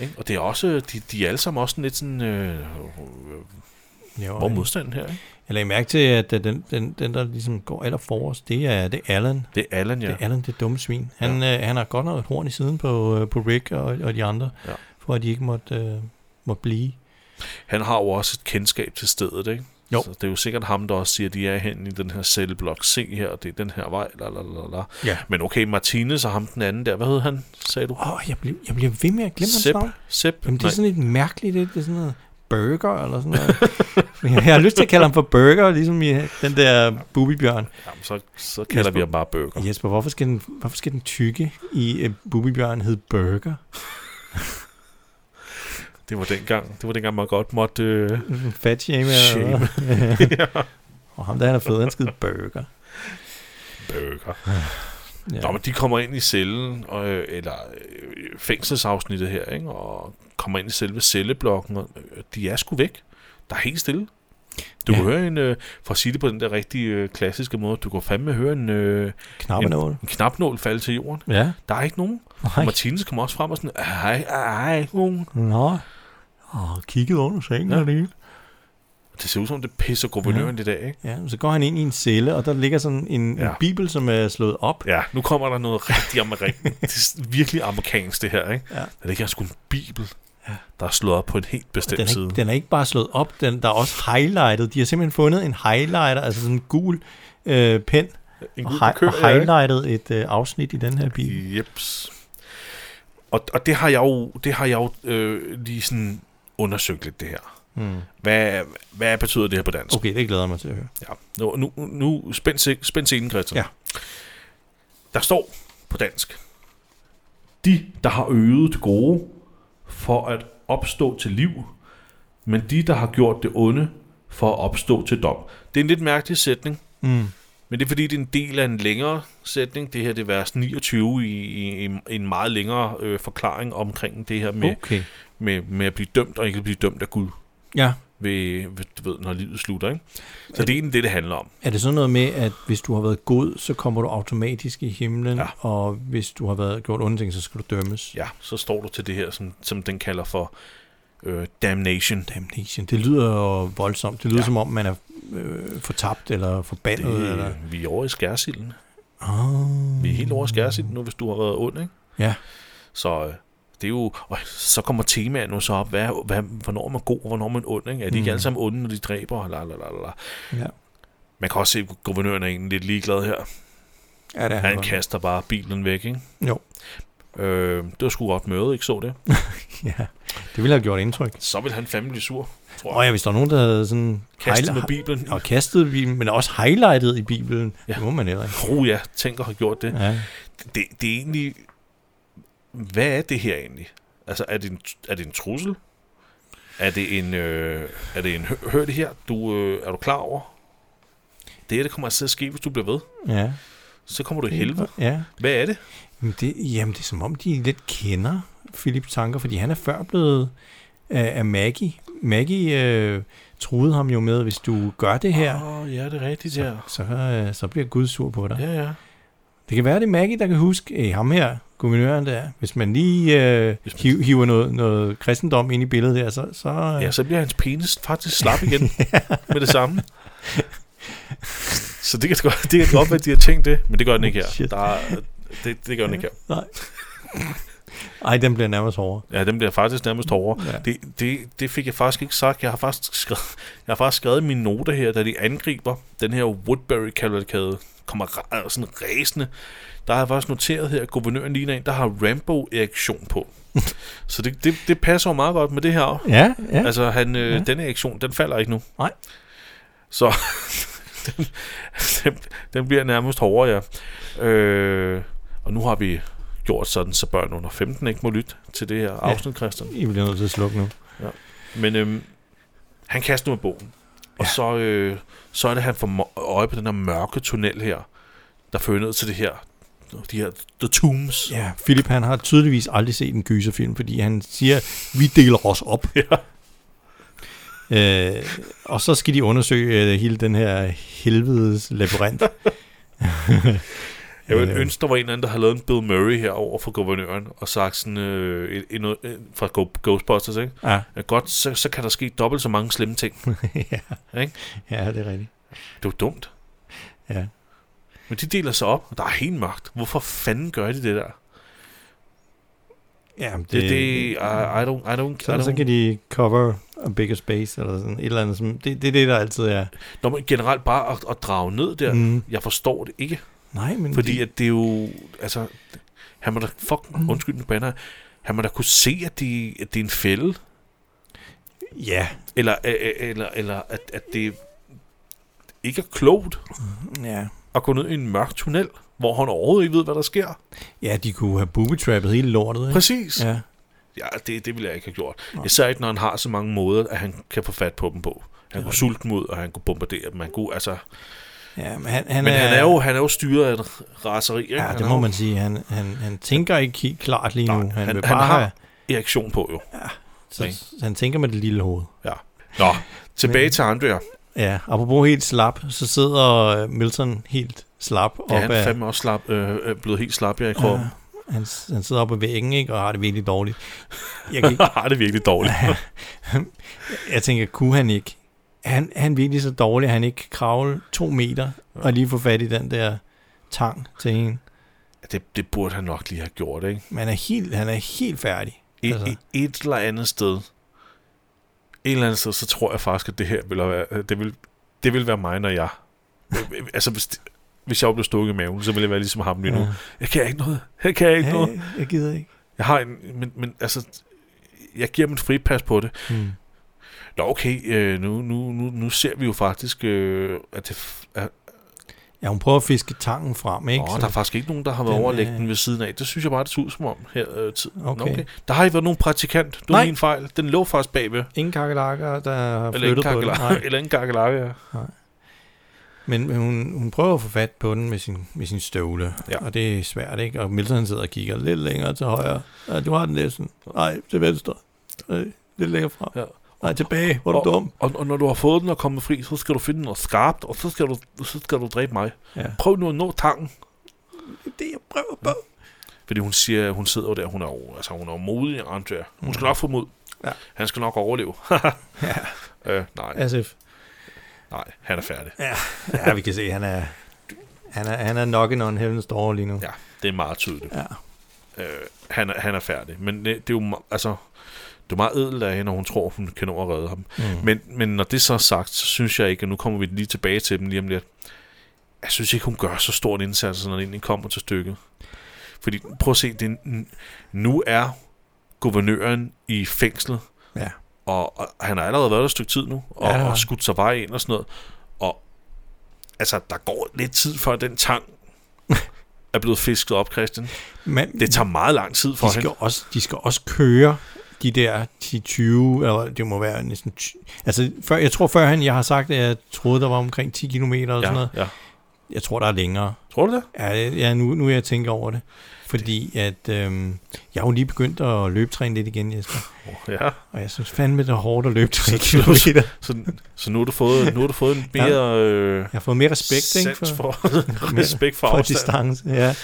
S1: Ikke? Og det er også, de, de er alle sammen også sådan lidt sådan, øh,
S2: Jo,
S1: hvor er
S2: ikke?
S1: modstanden her, ikke?
S2: Jeg lagde mærke til, at øh, den, den, den der ligesom går aller forrest, det er, det er Allen.
S1: Det er Allan, ja.
S2: Det er Allen, det dumme svin. Han, ja. øh, han har godt nok et horn i siden på, øh, på Rick og, og de andre,
S1: Ja.
S2: ja. for at de ikke måtte, øh, måtte blive.
S1: Han har jo også et kendskab til stedet, ikke?
S2: Jo.
S1: Så det er jo sikkert ham, der også siger, at de er hen i den her celleblok C her, og det er den her vej, la, la, la, la.
S2: Ja.
S1: Men okay, Martinez og ham den anden der, hvad hed han, sagde du?
S2: Åh, oh, jeg, blev, jeg bliver ved med at glemme hans
S1: Sepp.
S2: navn.
S1: Sepp?
S2: Jamen, det
S1: Nej.
S2: er sådan et mærkeligt, det, det er sådan noget burger eller sådan noget. jeg har lyst til at kalde ham for burger, ligesom i den der bubibjørn.
S1: Jamen, så, så kalder vi
S2: Jesper.
S1: ham bare Burger.
S2: Jesper, hvorfor skal den, hvorfor skal den tykke i øh, bubibjørn hedde burger?
S1: Det var dengang, det var dengang, man godt måtte... Øh,
S2: Fat shame
S1: Shame.
S2: eller noget. Og ham der, han er fed, han skide burger.
S1: burger.
S2: Ja.
S1: Nå, men de kommer ind i cellen, og, øh, eller øh, fængselsafsnittet her, ikke? og kommer ind i selve celleblokken, og øh, de er sgu væk. Der er helt stille. Du
S2: Ja.
S1: kan høre en, øh, for at sige det på den der rigtige øh, klassiske måde, du kan fandme høre en, øh,
S2: Knappenål.
S1: en knapnål falde til jorden.
S2: Ja.
S1: Der er ikke nogen.
S2: Nej.
S1: Og Martinez kommer også frem og sådan, ej, ej, ej, ikke nogen.
S2: Nå. Og kigget under sengen
S1: Ja.
S2: og det hele.
S1: Det ser ud som, det pisser guvernøren i dag, ikke?
S2: Ja, så går han ind i en celle, og der ligger sådan en, ja.
S1: Ja.
S2: en bibel, som er slået op.
S1: Ja, nu kommer der noget rigtig amerikansk. det er virkelig amerikansk, det her, ikke?
S2: Ja.
S1: Det er ikke sgu en bibel, der er slået op på en helt
S2: Den
S1: bestemt
S2: er, ikke,
S1: side.
S2: den er ikke bare slået op, den, der er også highlightet. De har simpelthen fundet en highlighter, altså sådan en gul øh, pen,
S1: En
S2: og,
S1: gul
S2: hi-
S1: kø-
S2: og
S1: ja, ikke?
S2: highlightet et øh, afsnit i den her bil.
S1: Jeps. Og, og det har jeg jo, det har jeg jo øh, lige sådan undersøgt lidt det her.
S2: Mm.
S1: Hvad, hvad betyder det her på dansk?
S2: Okay, det glæder jeg mig til at høre.
S1: Ja. Nu, nu, nu spænd, se- spænd scenen, Christian.
S2: Ja.
S1: Der står på dansk. De, der har øget det gode for at opstå til liv, men de, der har gjort det onde for at opstå til dom. Det er en lidt mærkelig sætning,
S2: Mm.
S1: men det er fordi, det er en del af en længere sætning. Det her det er vers 29 i, i, i en meget længere øh, forklaring omkring det her med,
S2: Okay.
S1: med, med at blive dømt og ikke blive dømt af Gud,
S2: Ja,
S1: ved, ved, du ved, når livet slutter. Ikke? Så det er egentlig det, det handler om.
S2: er det sådan noget med, at hvis du har været god, så kommer du automatisk i himlen,
S1: Ja.
S2: ja. og hvis du har været gjort onde ting, så skal du dømmes?
S1: Ja, så står du til det her, som, som den kalder for øh, damnation.
S2: Damnation. Det lyder jo voldsomt. Det lyder ja. som om, man er øh, fortabt eller forbandet. Det... Eller...
S1: Det, vi er over i skærsilden.
S2: Oh.
S1: Vi er helt over i skærsilden nu, hvis du har været ond, ikke?
S2: Ja.
S1: Så øh, det er jo... Og så kommer temaet nu så op. Hvad, er- hvad, hvornår er man god, og hvornår er man ond, ikke? Er de mm.
S2: Mm.
S1: ikke alle sammen onde, når de dræber? La, la, la, la. la.
S2: ja.
S1: Man kan også se, at guvernøren er egentlig lidt ligeglad her.
S2: Ja, det er
S1: Han
S2: godt.
S1: kaster bare bilen væk, ikke?
S2: Jo.
S1: Øh, det var sgu godt møde, ikke så det?
S2: Ja. Det ville have gjort indtryk.
S1: Så vil han fandme blive sur, tror jeg.
S2: Og ja, hvis der er nogen, der havde sådan...
S1: Kastet med
S2: highli-
S1: Bibelen.
S2: Og kastet i Bibelen, men også highlightet i Bibelen.
S1: Ja.
S2: Ja. Det må man heller ikke.
S1: Oh ja, tænker har gjort det.
S2: Ja.
S1: det, det er egentlig... Hvad er det her egentlig? Altså, er det en, er det en trussel? Er det en... Øh, er det en hør, hør det her, du, øh, er du klar over? Det her, det kommer altså til at ske, hvis du bliver ved.
S2: Ja.
S1: Så kommer du i helvede.
S2: Ja.
S1: Hvad er det?
S2: Jamen det, jamen, det er som om, de lidt kender Philips tanker, fordi han er før blevet øh, af Maggie. Maggie øh, troede ham jo med, hvis du gør det her,
S1: Åh, oh, ja, det er rigtigt, ja.
S2: så, øh, så bliver Gud sur på dig.
S1: Ja, ja.
S2: Det kan være, det er Maggie, der kan huske hey, ham her, guvernøren der. Hvis man lige øh, hiv, hiver noget, noget kristendom ind i billedet der, så... så øh,
S1: Ja, så bliver hans penis faktisk slap igen med det samme. Så det kan godt, det kan godt være, at de har tænkt det, men det gør den ikke her.
S2: Shit.
S1: Der er, det, det gør den ikke her.
S2: Nej. Ej, den bliver nærmest hårdere.
S1: Ja, dem bliver faktisk nærmest over. Ja.
S2: Ja.
S1: Det, det, det fik jeg faktisk ikke sagt. Jeg har faktisk skrevet, jeg har faktisk skrevet mine noter her, da de angriber den her Woodbury-kavalkade kommer ra- øh, sådan ræsende. Der har jeg faktisk noteret her, at guvernøren ligner en, der har Rambo-erektion på. Så det, det, det passer jo meget godt med det her.
S2: Ja, ja.
S1: Altså, han, øh, ja. denne erektion, den falder ikke nu.
S2: Nej.
S1: Så den, den, den bliver nærmest hårdere, ja. Øh, og nu har vi gjort sådan, så børn under 15 ikke må lytte til det her afsnit, Christian.
S2: I bliver nødt til at slukke nu.
S1: Men øhm, han kaster nu med bogen. Og ja. så, øh, så er det, han får mo- øje på den her mørke tunnel her, der fører ned til det her, de her The Tombs.
S2: Ja, Philip han har tydeligvis aldrig set en gyserfilm, fordi han siger, vi deler os op. Ja. Øh, og så skal de undersøge øh, hele den her helvedes labyrint.
S1: Jeg ville
S2: Øh.
S1: ønske, der var en eller anden, der havde lavet en Bill Murray her over for guvernøren, og sagt sådan, øh, en, en, en, fra Go- Ghostbusters, ikke?
S2: ja.
S1: Ja, godt, så, så kan der ske dobbelt så mange slemme ting.
S2: ja.
S1: Ikke?
S2: ja, det er rigtigt.
S1: Det er jo dumt.
S2: Ja.
S1: Men de deler sig op, og der er helt mørkt. Hvorfor fanden gør de det der?
S2: Ja, det,
S1: Det, det, I, I don't, I don't, I
S2: så,
S1: don't.
S2: så kan de cover a bigger space, eller sådan et eller andet. Som, det, det er det, der altid er.
S1: Nå, men generelt bare at, at drage ned der,
S2: Mm.
S1: mm. jeg forstår det ikke.
S2: Nej, men
S1: Fordi
S2: de,
S1: at det er jo, altså, han må da, fuck,
S2: Mm.
S1: undskyld nu banner, han må da kunne se, at, de, at det er en fælde,
S2: ja,
S1: eller, øh, øh, eller, eller at, at det ikke er klogt
S2: ja,
S1: at gå ned i en mørk tunnel, hvor han overhovedet ikke ved, hvad der sker.
S2: ja, de kunne have booby-trappet hele lortet. Ikke?
S1: Præcis.
S2: Mm. Ja.
S1: Ja, det, det ville jeg ikke have gjort. Nej. Især ikke, når han har så mange måder, at han kan få fat på dem på. Han kunne sulte dem ud, og han kunne bombardere dem. Han kunne, altså,
S2: ja, men han, han
S1: men
S2: er,
S1: han er, jo, han er jo styret af et raseri. Ikke?
S2: Ja,
S1: han
S2: det
S1: er jo-
S2: må man sige. Han, han, han tænker ikke helt klart lige nu. han,
S1: han,
S2: vil
S1: han
S2: bare
S1: har
S2: have,
S1: erektion på jo. ikke?
S2: så, han tænker med det lille hoved.
S1: Ja. Nå, tilbage til Andrea.
S2: Ja, apropos helt slap, så sidder øh, Milton helt slap op
S1: Ja, han er
S2: af,
S1: fandme også slap, øh, øh, blevet helt slap her i kroppen.
S2: han, han sidder op ad væggen, ikke, og har det virkelig dårligt. Jeg, kan, ikke-
S1: Har Ah, det er virkelig dårligt.
S2: jeg tænker, kunne han ikke? Er Han, er han virkelig så dårlig, at han ikke kan kravle to meter og lige få fat i den der tang til hende.
S1: det, det burde han nok lige have gjort, ikke?
S2: Man er helt, han er helt færdig.
S1: Et,
S2: Altså.
S1: altså. et eller andet sted, et eller andet sted, så tror jeg faktisk, at det her ville være, øh, det vil, det vil være mig, når jeg... altså, hvis, det- hvis jeg blev stukket i maven, så ville jeg være ligesom ham lige nu.
S2: Ja.
S1: Jeg kan ikke noget. Jeg kan ikke noget.
S2: Ja, jeg gider ikke.
S1: Jeg har en... Men, men altså, jeg giver dem et fripas på det.
S2: Hmm.
S1: Nå, okay, øh, nu, nu, nu, nu ser vi jo faktisk, øh, at det... f- er-
S2: Ja, hun prøver at fiske tangen frem, ikke?
S1: Åh,
S2: Så-
S1: der er faktisk ikke nogen, der har været
S2: Den,
S1: over at lægge
S2: øh,
S1: den ved siden af. Det synes jeg bare, det ser ud som om her. Øh, tid. Nå,
S2: Okay.
S1: Der har I været nogen praktikant. Det
S2: Nej.
S1: var min fejl. Den lå faktisk bagved.
S2: Ingen kakelakker, der har
S1: Eller en
S2: flyttet på den.
S1: kakelakke.
S2: Nej.
S1: Eller en kakelakke, ja.
S2: Men, men hun, hun prøver at få fat på den med sin, med sin støvle, ja.
S1: Ja.
S2: og det er svært, ikke? Og Milton han sidder og kigger lidt længere til højre. Ja, du har den næsten. Nej, til venstre. Øh, lidt længere frem.
S1: Ja.
S2: Nej, tilbage. Hvor er
S1: Og,
S2: du dum?
S1: og, og, når du har fået den og kommet fri, så skal du finde noget skarpt, og så skal du, så skal du dræbe mig.
S2: Ja.
S1: Prøv nu at nå tangen.
S2: Det er det, jeg prøver på.
S1: Fordi hun siger, hun sidder jo der, hun er jo, altså, hun er jo modig, Andrea. Hun skal nok få mod.
S2: Mm. Ja.
S1: Han skal nok overleve. ja. øh, nej,
S2: Asif.
S1: nej, han er færdig.
S2: Ja. ja, vi kan se, han er... Han er, han er knocking on heaven's door lige nu.
S1: Ja, det er meget tydeligt.
S2: Ja.
S1: Øh, han, er, han er færdig. Men det, det er jo me- altså, det er meget ædelt af hende, og hun tror, hun kan nå at redde ham. Mm. Men, men når det så er sagt, så synes jeg ikke, og nu kommer vi lige tilbage til dem lige om lidt, jeg synes ikke, hun gør så stor en indsats, når det egentlig kommer til stykket. Fordi prøv at se, det, er n- nu er guvernøren i fængslet,
S2: ja.
S1: og, og han har allerede været der et stykke tid nu, og,
S2: Ja, det
S1: ja,
S2: har
S1: og
S2: han.
S1: skudt sig vej ind og sådan noget. Og altså, der går lidt tid før den tang er blevet fisket op, Christian.
S2: Men,
S1: Det tager meget lang tid for
S2: de
S1: hende.
S2: skal, også, de skal også køre de der 10-20, eller det må være næsten... 20, altså, før, jeg tror førhen, jeg har sagt, at jeg troede, der var omkring 10 km og sådan noget.
S1: ja.
S2: Jeg tror, der er længere.
S1: Tror du det?
S2: Ja, det- ja nu, nu er jeg tænker over det. Fordi at øhm, jeg har jo lige begyndt at løbetræne lidt igen, Jesper.
S1: Ja.
S2: Og jeg synes fandme, det er hårdt at løbe 3 km.
S1: Så, så nu, har du fået, nu har du fået en mere øh,
S2: Jeg har fået mere respekt, ikke?
S1: sans for, respekt for,
S2: for
S1: afstand.
S2: distance. Ja.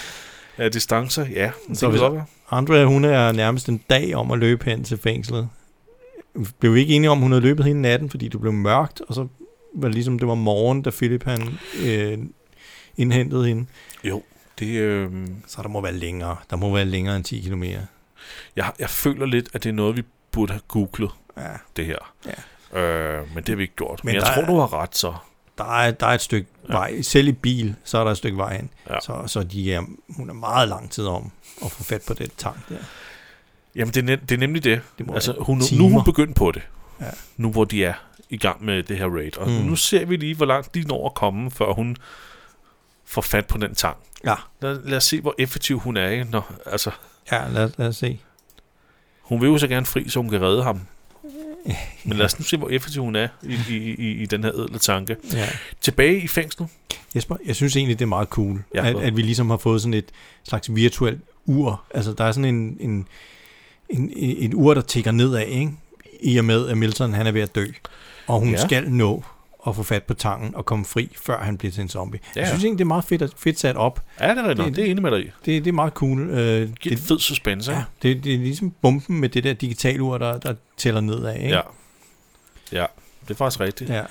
S1: ja, distancer, ja. Det
S2: Så
S1: kan
S2: hvis-
S1: godt være.
S2: Andrea, hun er nærmest en dag om at løbe hen til fængslet. Vi blev ikke enige om, hun havde løbet hele natten, fordi det blev mørkt, og så var det ligesom, det var morgen, da Philip han øh, indhentede hende.
S1: Jo, det, øh,
S2: Så der må være længere. Der må være længere end 10 km.
S1: jeg, jeg føler lidt, at det er noget, vi burde have googlet,
S2: Ja,
S1: det her.
S2: Ja.
S1: Øh, men det har vi ikke gjort. Men,
S2: Men
S1: jeg
S2: der
S1: tror,
S2: er-
S1: du har ret, så.
S2: der er, der er et stykke ja. vej. Selv i bil, så er der et stykke vej hen.
S1: Ja.
S2: Så, så de er, hun er meget lang tid om at få fat på den tang der.
S1: Jamen, det er, nem, det er nemlig det.
S2: Det må
S1: altså,
S2: være
S1: hun, nu
S2: timer.
S1: er hun begyndt på det.
S2: Ja.
S1: Nu hvor de er i gang med det her raid. Og mm. nu ser vi lige, hvor langt de når at komme, før hun får fat på den tang.
S2: Ja,
S1: Lad, lad os se, hvor effektiv hun er. ikke? Når, altså,
S2: ja lad, lad os se.
S1: hun vil jo så gerne fri, så hun kan redde ham. Men lad os nu se, hvor effektiv hun er i, i, i, i den her edle tanke.
S2: Ja.
S1: Tilbage i fængslet.
S2: Jesper, jeg synes egentlig, det er meget cool,
S1: Ja.
S2: ja, at, at vi ligesom har fået sådan et slags virtuelt ur. Altså, der er sådan en, en, en, en et ur, der tigger nedad, ikke? I og med, at Milton han er ved at dø, og hun
S1: Ja.
S2: ja. skal nå at få fat på tangen og komme fri, før han bliver til en zombie. Ja.
S1: Ja.
S2: Jeg synes egentlig, det er meget fedt, at- fedt sat op.
S1: Ja, det er rigtigt. nok.
S2: Det-
S1: Det er enig med dig i.
S2: Det, det er meget cool. Øh,
S1: Giv det,
S2: det,
S1: fed suspense.
S2: ja,
S1: Ja.
S2: det, det er ligesom bomben med det der digitale ur, der, der tæller nedad, ikke?
S1: ja. Ja, det er faktisk rigtigt.
S2: ja.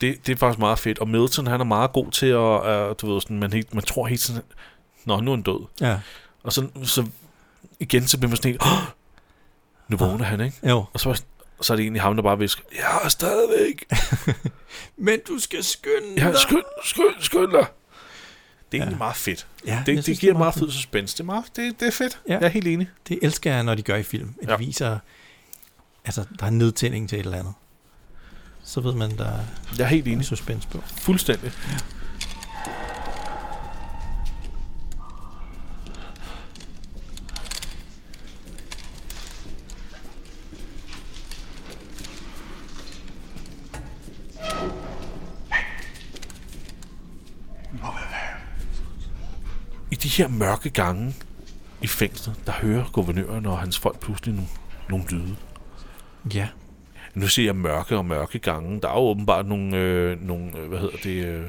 S1: det, det er faktisk meget fedt. Og Milton, han er meget god til at, uh, du ved, sådan, man, helt, man tror helt sådan, nå, nu er han død.
S2: ja.
S1: Og så, så igen, så bliver man sådan helt, oh! nu vågner han, ikke?
S2: Jo.
S1: Og så, så er det egentlig ham, der bare visker, jeg er stadigvæk,
S2: Men du skal skynde
S1: jeg
S2: dig.
S1: er skynd, skynd, skynd dig. Det er egentlig meget fedt.
S2: Ja, jeg
S1: Det,
S2: synes,
S1: det giver
S2: er
S1: meget
S2: fedt.
S1: fed suspense. Det er, meget, det, det er fedt. Ja.
S2: Ja.
S1: Jeg er helt enig.
S2: Det elsker jeg, når de gør i film. At
S1: Ja.
S2: ja. de viser, altså, der er nedtænding til et eller andet. Så ved man, der er
S1: Jeg er helt
S2: en
S1: enig.
S2: suspense på.
S1: Fuldstændig. I de her mørke gange i fængslet, der hører guvernøren og hans folk pludselig nogle, nogle lyde.
S2: Ja.
S1: Nu siger jeg mørke og mørke gange. Der er jo åbenbart nogle, øh, nogle øh, hvad hedder det, øh,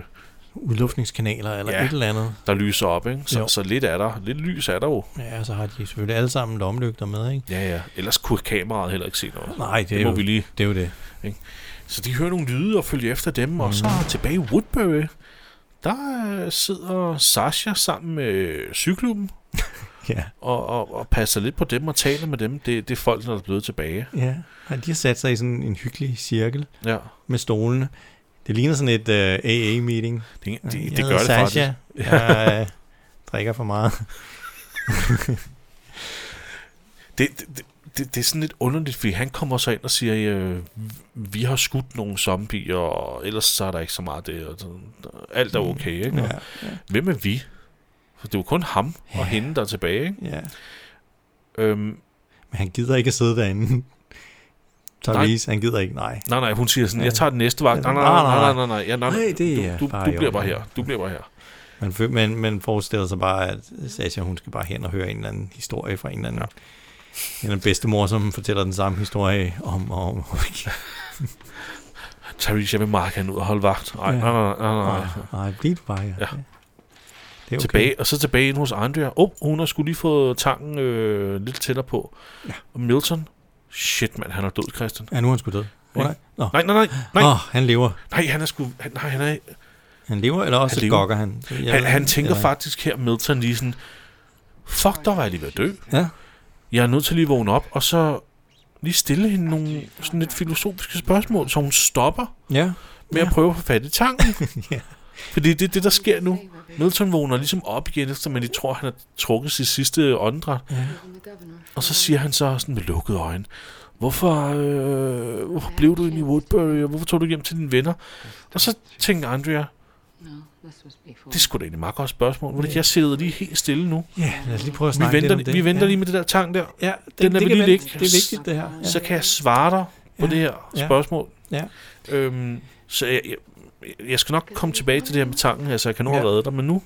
S2: Udluftningskanaler eller
S1: Ja.
S2: ja. et eller andet.
S1: der lyser op, ikke? Så,
S2: Jo.
S1: så lidt er der. Lidt lys er der jo.
S2: Ja, så har de selvfølgelig alle sammen lommelygter med, ikke?
S1: Ja, ja. Ellers kunne kameraet heller ikke se noget.
S2: Nej, det,
S1: Det
S2: er
S1: må
S2: jo,
S1: vi lige.
S2: det er jo det.
S1: Så de hører nogle lyde og følger efter dem, og så
S2: Mm.
S1: tilbage i Woodbury, der øh, sidder Sasha sammen med cyklubben
S2: Ja.
S1: og, og, og passer lidt på dem og taler med dem. Det, det er folk, der er blevet tilbage.
S2: ja. Og de har sat sig i sådan en hyggelig cirkel
S1: Ja.
S2: med stolene. Det ligner sådan et uh, AA-meeting.
S1: Det, det, det,
S2: Jeg
S1: det
S2: hedder
S1: gør det
S2: Sasha.
S1: faktisk.
S2: Jeg øh, drikker for meget.
S1: det, det, det, det er sådan lidt underligt, fordi han kommer så ind og siger, øh, vi har skudt nogle zombier, og ellers så er der ikke så meget af det. Og sådan. Alt er okay, ikke? Ja.
S2: Mm. Ja.
S1: Hvem er vi? For det er jo kun ham og ja. hende, der er tilbage, ikke?
S2: ja.
S1: Øhm,
S2: Men han gider ikke at sidde derinde. Therese, han gider ikke, nej.
S1: nej, nej, hun siger sådan, jeg tager den næste vagt. Nej, nej, nej, nej, nej, nej, nej, ja, nej, nej
S2: Nej, det er
S1: du, du,
S2: bare
S1: du
S2: i
S1: bliver bare
S2: orden.
S1: her, du bliver bare her.
S2: Man, fø- man, man forestiller sig bare, at Sasha, hun skal bare hen og høre en eller anden historie fra en eller anden, ja. en eller anden bedstemor, som fortæller den samme historie om og om. og om igen.
S1: Therese, jeg vil meget gerne ud og holde vagt. Nej,
S2: Ja.
S1: nej, nej, nej, nej.
S2: Nej, bliv du bare her.
S1: Ja.
S2: Det er okay.
S1: Tilbage, og så tilbage ind hos Andrea. Åh, oh, hun har skulle lige fået tangen øh, lidt tættere på. Ja. Og Milton, shit mand, han er død, Christian.
S2: Ja, nu er han sgu død. Oh, nej. Nå.
S1: Nej, nej, nej, nej.
S2: Nej. Oh, han lever.
S1: Nej, han er sgu... Han, nej, han, er,
S2: Han lever, eller også
S1: Han
S2: han
S1: lever.
S2: gokker han. Jeg
S1: han,
S2: ved-
S1: han tænker
S2: eller-
S1: faktisk her, Milton, lige sådan... Fuck, der var jeg lige ved at dø.
S2: Ja,
S1: Jeg er nødt til lige at vågne op, og så lige stille hende nogle sådan lidt filosofiske spørgsmål, så hun stopper
S2: ja.
S1: med at prøve at få fat i tanken.
S2: Ja.
S1: Fordi det er det, der sker nu. Milton vågner ligesom op igen, efter man lige tror, han har trukket sit sidste åndedræt. Og så siger han så sådan med lukkede øjne, hvorfor, øh, hvorfor blev du inde i Woodbury, og hvorfor tog du hjem til dine venner? Og så tænker Andrea, Mm. Det er sgu da egentlig et meget godt spørgsmål. Hvordan jeg sidder lige helt stille nu.
S2: ja, lad os lige prøve at
S1: Vi
S2: snakke
S1: venter,
S2: lidt om det.
S1: vi venter
S2: ja.
S1: lige med det der tang der.
S2: Ja,
S1: Den er vi
S2: kan
S1: lige
S2: vente.
S1: ligge.
S2: Det er vigtigt, det her. Ja.
S1: Så kan jeg svare dig på
S2: Ja.
S1: det her
S2: Ja.
S1: spørgsmål.
S2: Ja.
S1: Øhm, så jeg, jeg, jeg skal nok komme tilbage til det her med tanken. Altså, jeg kan nu have
S2: Ja.
S1: reddet dig, men nu...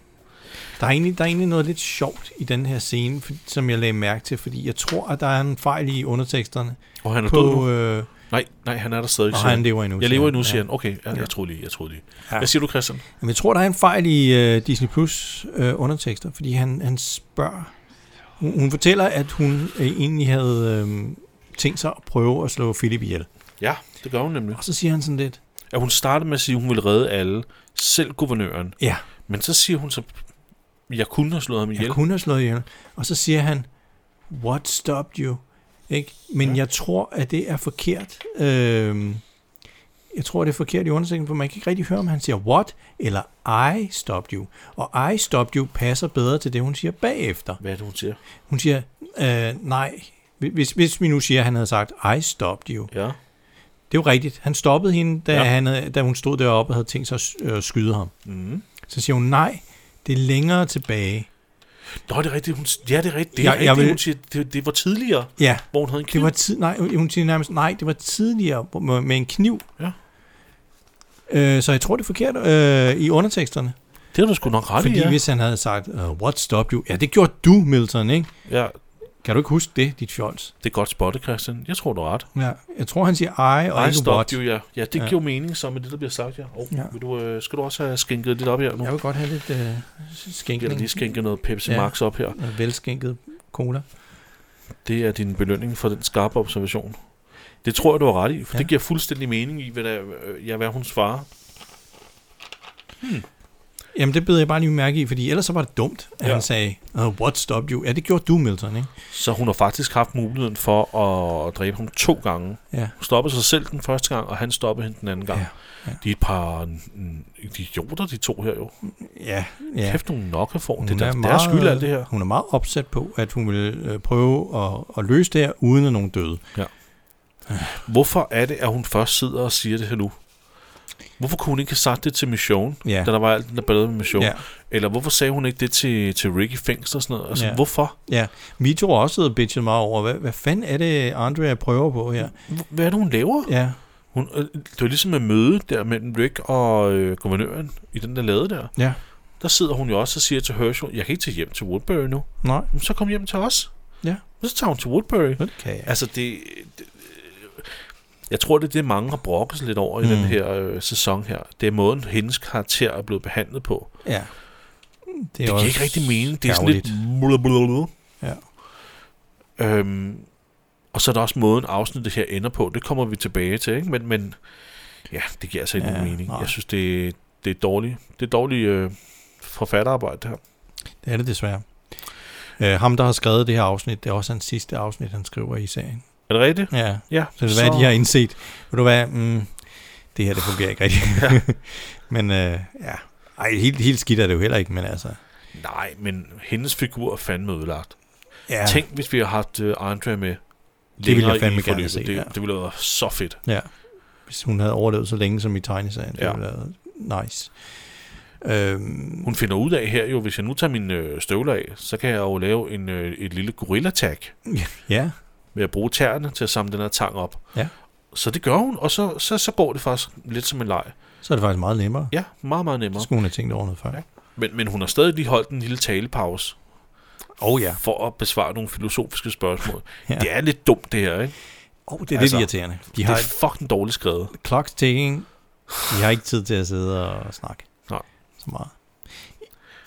S2: Der er, egentlig, der er egentlig noget lidt sjovt i den her scene, for, som jeg lagde mærke til, fordi jeg tror, at der er en fejl i underteksterne.
S1: Og han er død
S2: På,
S1: nu.
S2: øh,
S1: Nej, nej, han er der stadig.
S2: og
S1: siger
S2: han lever endnu.
S1: Jeg
S2: siger
S1: lever
S2: han.
S1: endnu, siger
S2: Ja.
S1: han. Okay, jeg, jeg troede lige, jeg troede lige.
S2: Ja.
S1: Hvad siger du, Christian?
S2: Jamen, jeg tror, der er en fejl i øh, Disney Plus øh, undertekster, fordi han, han spørger... Hun, hun fortæller, at hun øh, egentlig havde øh, tænkt sig at prøve at slå Philip ihjel.
S1: Ja, det gør hun nemlig.
S2: Og så siger han sådan lidt...
S1: At hun startede med at sige, at hun ville redde alle. Selv guvernøren.
S2: Ja,
S1: Men så siger hun så... Jeg kunne have slået ham ihjel.
S2: jeg kunne have slået ihjel. Og så siger han, what stopped you? Ikke? Men ja. jeg tror, at det er forkert. Øhm, jeg tror, det er forkert i undersøgelsen, for man kan ikke rigtig høre, om han siger what eller I stopped you. Og I stopped you passer bedre til det, hun siger bagefter.
S1: Hvad er det, hun siger?
S2: Hun siger, øh, nej, hvis, hvis vi nu siger, at han havde sagt I stopped you,
S1: Ja.
S2: det Det er jo rigtigt. Han stoppede hende, da,
S1: Ja.
S2: ja. han, havde- da hun stod deroppe og havde tænkt sig at s- øh, skyde ham. Mm. Så siger hun, nej, det er længere tilbage.
S1: Nå, det er rigtigt. Hun, ja, det er rigtigt. Det, er
S2: Jeg-
S1: rigtigt.
S2: jeg vil-
S1: Hun siger, det, det var tidligere,
S2: Ja,
S1: hvor hun havde en kniv.
S2: det var tid, nej, hun siger nærmest, nej, det var tidligere hvor- med, med en kniv.
S1: Ja.
S2: Øh, så jeg tror, det er forkert øh, i underteksterne.
S1: det var du sgu nok ret
S2: Fordi
S1: i, ja.
S2: hvis han havde sagt, uh, what stopped you? Ja, det gjorde du, Milton, ikke?
S1: ja.
S2: Kan du ikke huske det, dit fjols?
S1: Det er godt spottet, Christian. Jeg tror, du har ret.
S2: Ja. Jeg tror, han siger I og
S1: Nej,
S2: ikke
S1: stop
S2: what.
S1: jo, ja. Ja, det ja.
S2: Ja.
S1: giver jo mening så med det, der bliver sagt, ja. Oh, ja.
S2: Ja.
S1: Vil du, øh, skal du også have skænket lidt op her nu?
S2: Jeg vil godt have lidt øh,
S1: Jeg vil
S2: skænkning.
S1: lige skænke noget Pepsi ja.
S2: Ja.
S1: Max op her.
S2: Noget Velskænket øh, cola.
S1: Det er din belønning for den skarpe observation. Det tror jeg, du har ret i, for ja. det
S2: Ja.
S1: giver fuldstændig mening i, hvad, der, øh, ja, hvad hun svarer.
S2: Jamen, det beder jeg bare lige mærke i, fordi ellers så var det dumt, at
S1: Ja.
S2: ja. han sagde, uh, what stopped you? Ja, det gjorde du, Milton, ikke?
S1: Så hun har faktisk haft muligheden for at dræbe ham to gange.
S2: Ja.
S1: Hun stoppede sig selv den første gang, og han stoppede hende den anden gang. Ja.
S2: Ja,
S1: Ja.
S2: ja.
S1: De er et par mm, idioter, de to her jo.
S2: Ja, ja.
S1: Kæft, nogle nokke får. Det er der, meget... deres skyld, alt det her.
S2: Hun er meget opsat på, at hun vil øh, prøve at, at løse det her, uden at nogen døde.
S1: Hvorfor er det, at hun først sidder og siger det her nu? Hvorfor kunne hun ikke have sagt det til Mission,
S2: Ja.
S1: da der var alt den der ballade med Mission?
S2: Ja.
S1: Eller hvorfor sagde hun ikke det til, til Ricky Fængsel og sådan noget? Altså, ja.
S2: Ja.
S1: hvorfor?
S2: Ja, vi to har også siddet og bitchet meget over, hvad, hvad fanden er det, Andrea prøver på her?
S1: H- Hvad er det, hun laver?
S2: Ja,
S1: Hun, øh, det var ligesom et møde der mellem Rick og øh, guvernøren i den der lade der.
S2: ja.
S1: Der sidder hun jo også og siger til Herschel, jeg kan ikke tage hjem til Woodbury nu.
S2: Nej,
S1: "Men Så kom hjem til os.
S2: ja.
S1: Så tager hun til Woodbury.
S2: Nå, Det kan jeg.
S1: Altså, det... det jeg tror, det er det, mange har brokket sig lidt over i mm.
S2: Mm.
S1: den her øh, sæson her. Det er måden, hendes karakter er blevet behandlet på.
S2: Ja. Det,
S1: Det giver
S2: også
S1: ikke rigtig mening. Det er sådan
S2: ærgerligt.
S1: lidt... Blablabla.
S2: Ja.
S1: Øhm, og så er der også måden, afsnittet her ender på. Det kommer vi tilbage til, ikke? Men, men ja, det giver altså ikke
S2: Ja,
S1: ja, mening. Nej.
S2: nej.
S1: Jeg synes, det, er- det er dårligt. Det er dårligt øh, forfatterarbejde, det her.
S2: Det er det desværre. Øh, ham, der har skrevet det her afsnit, det er også hans sidste afsnit, han skriver i serien.
S1: Er det rigtigt?
S2: Ja,
S1: Ja.
S2: så det er, hvad de har indset. Ved du hvad, mm, det her, det fungerer ikke rigtigt. men øh, ja, Ej, helt, helt skidt er det jo heller ikke, men altså...
S1: Nej, men hendes figur er fandme ødelagt.
S2: Ja,
S1: Ja. Tænk, hvis vi har haft øh, Andrea med
S2: Det ville jeg
S1: længere i
S2: fandme gerne
S1: forløbet.
S2: have set,
S1: det,
S2: ja.
S1: det ville have været så fedt.
S2: ja. Hvis hun havde overlevet så længe som i tegneserien,
S1: Ja.
S2: det ville have været nice. Øhm,
S1: Hun finder ud af her jo, hvis jeg nu tager mine øh, støvler af, så kan jeg jo lave en, øh, et lille gorilla-tag
S2: ja,
S1: med at bruge tæerne til at samle den her tang op.
S2: Ja.
S1: Så det gør hun, og så, så, så går det faktisk lidt som en leg.
S2: så er det faktisk meget nemmere.
S1: Ja, meget, meget nemmere.
S2: Så skulle hun have tænkt over noget før. Åh
S1: Men, men hun har stadig lige holdt en lille talepause
S2: oh, ja.
S1: for at besvare nogle filosofiske spørgsmål. ja.
S2: Ja.
S1: Det er lidt dumt, det her, ikke?
S2: Oh, det er
S1: Altså,
S2: altså, lidt irriterende. De
S1: Det
S2: har
S1: er fucking dårligt skrevet.
S2: clock's ticking. De har ikke tid til at sidde og snakke
S1: Nej.
S2: så meget.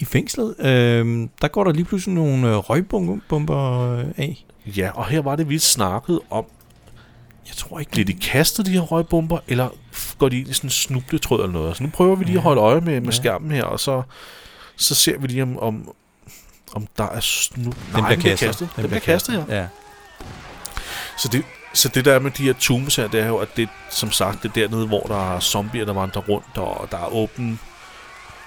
S2: I fængslet, øh, der går der lige pludselig nogle øh, røgbomber øh, af.
S1: Ja, og her var det, vi snakkede om,
S2: Jeg tror ikke,
S1: bliver de kastet, de her røgbomber, eller f- går de ind i sådan en snubletråd eller noget? Så nu prøver vi lige at holde øje med, med
S2: Ja.
S1: skærmen her, og så, så ser vi lige, om, om, om der er snub...
S2: den
S1: Nej,
S2: bliver kastet.
S1: Den, bliver kastet, ja.
S2: ja.
S1: Så det, så det der er med de her tombs her, det er jo, at det som sagt, det er dernede, hvor der er zombier, der vandrer rundt, og der er åben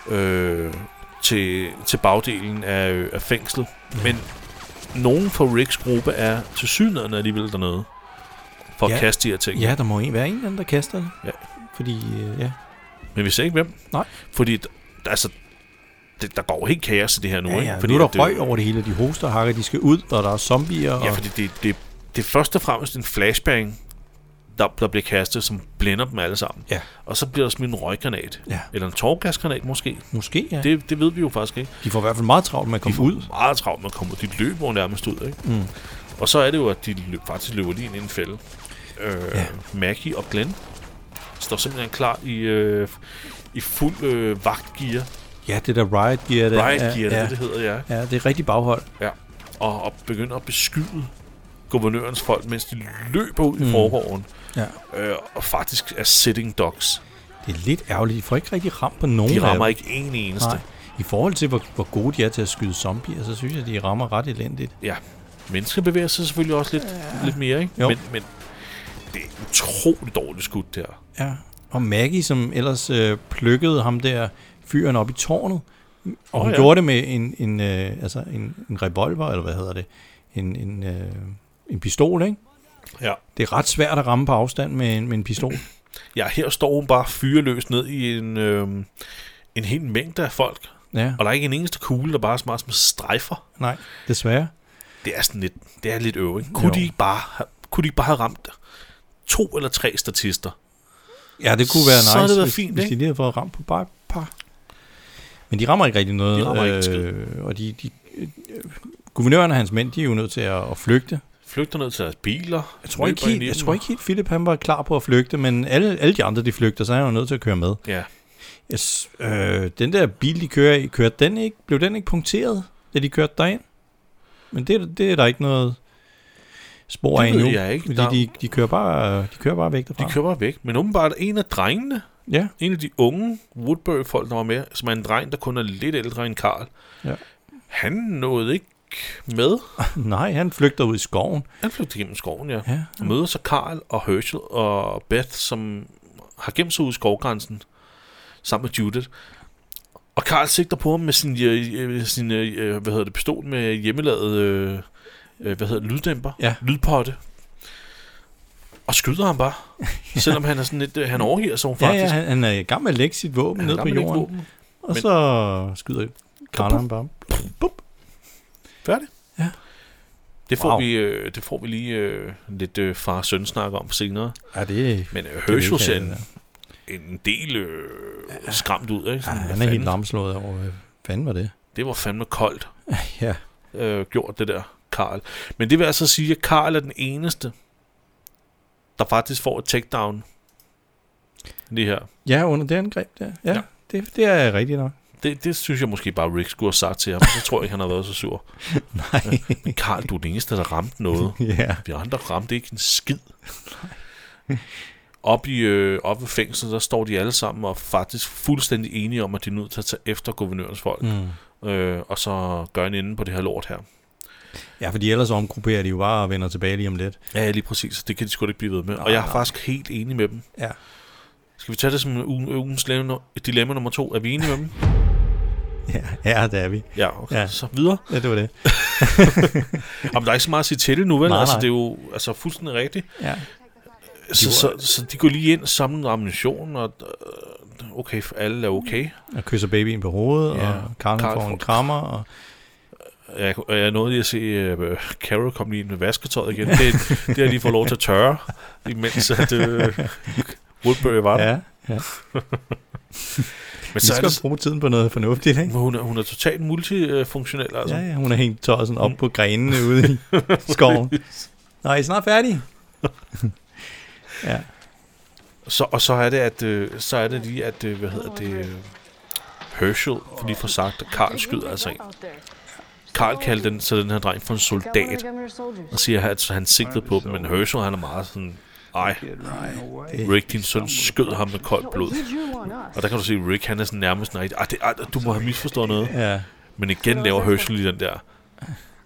S1: øh, til, til bagdelen af, af fængslet. Men nogen fra Ricks gruppe er til synligheden alligevel dernede for ja.
S2: Ja.
S1: at kaste de her ting.
S2: ja, der må en, være en eller anden, der kaster det.
S1: Ja.
S2: Fordi, øh, ja.
S1: Men vi ser ikke hvem.
S2: Nej.
S1: Fordi, d- altså, det, der går jo helt kaos i det her nu,
S2: ja,
S1: ikke?
S2: ja. Fordi nu er
S1: at
S2: der røg over det hele, de hoster og hakker, de skal ud, og der er zombier.
S1: Ja,
S2: og,
S1: fordi det, det, det er først og fremmest en flashbang, der, der bliver kastet, som blænder dem alle sammen.
S2: Ja.
S1: Og så bliver der smidt en røggranat.
S2: Ja.
S1: Eller en tårgasgranat måske.
S2: Måske, ja.
S1: Det, det ved vi jo faktisk ikke.
S2: De får i hvert fald meget travlt med at komme ud.
S1: Meget travlt, man kommer. De løber jo nærmest ud, ikke? Mm. Og så er det jo, at de løb, faktisk løber lige ind i en fælde. Øh, ja.
S2: Ja.
S1: Maggie og Glenn står simpelthen klar i, øh, i fuld øh, vagtgear.
S2: Ja, det der riot gear. der-
S1: Riot gear, ja,
S2: ja,
S1: det, det hedder, ja.
S2: ja, det er rigtig baghold.
S1: ja. Og, og begynder at beskyde guvernørens folk, mens de løber ud mm. i forgården.
S2: Ja.
S1: øh, og faktisk er sitting dogs.
S2: Det er lidt ærgerligt. De får ikke rigtig ramt på nogen
S1: De
S2: af
S1: rammer
S2: dem.
S1: ikke en eneste.
S2: Nej. I forhold til, hvor, hvor gode de er til at skyde zombier, så synes jeg, de rammer ret elendigt.
S1: Ja. Mennesker bevæger sig selvfølgelig også lidt, ja. lidt mere, ikke?
S2: Jo.
S1: Men, men det er utroligt dårligt skudt der.
S2: Ja. Og Maggie, som ellers øh, plukkede ham der fyren op i tårnet, og
S1: Åh,
S2: hun
S1: ja.
S2: ja. gjorde det med en, en, øh, altså en, en revolver, eller hvad hedder det? En, en, øh, en pistol, ikke?
S1: Ja.
S2: Det er ret svært at ramme på afstand med en, med en pistol.
S1: ja, her står hun bare fyreløs ned i en, øh, en hel mængde af folk.
S2: Ja,
S1: Og der er ikke en eneste kugle, der bare er så meget som strejfer.
S2: nej, desværre.
S1: Det er sådan lidt, det er lidt øvrig. Kunne,
S2: Jo.
S1: de ikke bare, have- kunne de ikke bare have ramt to eller tre statister?
S2: Ja, det kunne være
S1: Så
S2: nice,
S1: havde det været
S2: hvis,
S1: fint,
S2: hvis
S1: ikke?
S2: de lige havde fået ramt på bare et par. Men de rammer ikke rigtig noget.
S1: De rammer ikke en skid.
S2: øh, og de, de, øh, guvernøren og hans mænd, de er jo nødt til at, at flygte.
S1: Flygter ned til deres biler.
S2: Jeg tror, ikke
S1: løber ind
S2: helt,
S1: i
S2: jeg
S1: dem.
S2: tror ikke helt, Philip han var klar på at flygte, men alle, alle de andre, de flygter, så er han jo nødt til at køre med.
S1: Ja,
S2: Yes, øh, den der bil, de kører i, kørte den ikke, blev den ikke punkteret, da de kørte derind? Men det, det er der ikke noget spor
S1: Det
S2: af
S1: ved
S2: endnu.
S1: jeg ikke.
S2: Fordi
S1: Der-
S2: de, de, kører bare, de kører bare væk derfra.
S1: de kører bare væk. Men åbenbart en af drengene,
S2: Ja,
S1: en af de unge Woodbury-folk, der var med, som er en dreng, der kun er lidt ældre end Karl.
S2: Ja.
S1: Han nåede ikke med.
S2: nej, han flygter ud i skoven.
S1: Han flygtede gennem skoven, ja.
S2: Ja.
S1: Og møder så Karl og Herschel og Beth, som har gemt sig ud i skovgrænsen sammen med Judith. Og Karl sigter på ham med sin, øh, øh, sin øh, hvad hedder det, pistol med hjemmelavet øh, øh, hvad hedder det, lyddæmper,
S2: Ja.
S1: lydpotte. Og skyder ham bare. Selvom han er sådan lidt, øh, han overgiver sig
S2: Ja,
S1: faktisk.
S2: ja, han, han er i gang med at lægge sit våben
S1: Han
S2: ned
S1: rammer
S2: på
S1: lidt
S2: jorden,
S1: våben.
S2: og
S1: men-
S2: så skyder Karl ham bare. Bup.
S1: Færdig.
S2: Ja.
S1: Det får,
S2: Wow.
S1: vi, øh, det får vi lige øh, lidt øh, far-søn-snak om senere.
S2: Ja, det er...
S1: Men øh,
S2: Det er
S1: Herschel
S2: ikke,
S1: ser
S2: øh,
S1: en, en del øh, skræmt ud, ikke?
S2: Ja,
S1: Sådan, hvad
S2: han er helt
S1: fanden?
S2: lamslået over, hvad fanden var det?
S1: Det var fandme koldt
S2: Ja.
S1: øh, gjort, det der, Karl. Men det vil altså sige, at Karl er den eneste, der faktisk får et takedown. Det her.
S2: ja, under det angreb der. Ja,
S1: Ja.
S2: ja. Det, det er rigtigt nok.
S1: Det, det synes jeg måske bare, Rick skulle have sagt til ham. Så tror jeg ikke, han har været så sur.
S2: Nej.
S1: Men Karl, du er den eneste, der ramte noget.
S2: ja.
S1: Vi andre ramte ikke en skid. Op i øh, op ved fængslet, der står de alle sammen og er faktisk fuldstændig enige om, at de er nødt til at tage efter guvernørens folk.
S2: Mm.
S1: øh, og så gør en ende på det her lort her.
S2: Ja, fordi ellers omgrupperer de jo bare og vender tilbage lige om lidt.
S1: Ja, lige præcis. Det kan de sgu da ikke blive ved med. og jeg er
S2: nej.
S1: faktisk helt enig med dem.
S2: Ja.
S1: Skal vi tage det som u- ugens lemme- dilemma nummer to? Er vi enige med dem?
S2: Ja, ja det er vi.
S1: Ja, okay. Ja.
S2: Ja.
S1: Så videre.
S2: Ja, det var det.
S1: Jamen, der er ikke så meget at sige til det nu, vel?
S2: Nej,
S1: altså,
S2: nej.
S1: det er jo altså, fuldstændig rigtigt.
S2: Ja.
S1: Så, så, så de går lige ind og samler noget ammunition, og øh, okay, for alle er okay.
S2: Og kysser babyen på hovedet,
S1: Ja.
S2: ja. og Karl
S1: Karl
S2: han får
S1: får-
S2: en krammer. Og...
S1: Jeg, jeg nåede lige at se øh, Carol komme lige ind med vasketøjet igen. Det, det har jeg lige fået lov til at tørre, imens at øh, Woodbury var der. Ja,
S2: Ja, ja.
S1: Men
S2: Vi
S1: så er
S2: skal
S1: det,
S2: også bruge tiden på noget fornuftigt, ikke?
S1: Men Hun er, hun er totalt multifunktionel, altså.
S2: Ja, ja, hun har hængt tøjet sådan op på grenene ude i skoven. Nå, er I snart færdige? ja.
S1: Så, og så er det, at, øh, så er det lige, at, øh, hvad hedder det, øh, Herschel lige får sagt, at Karl skyder altså en. Karl kaldte den, så den her dreng for en soldat, og siger, at han sigtede på dem, men Herschel, han er meget sådan, ej, Rick, din søn skød ham med koldt blod. Og der kan du se, Rick, han er sådan nærmest, nej, ej, det, ej, du må have misforstået noget.
S2: Ja.
S1: Men igen laver Herschel lige den der,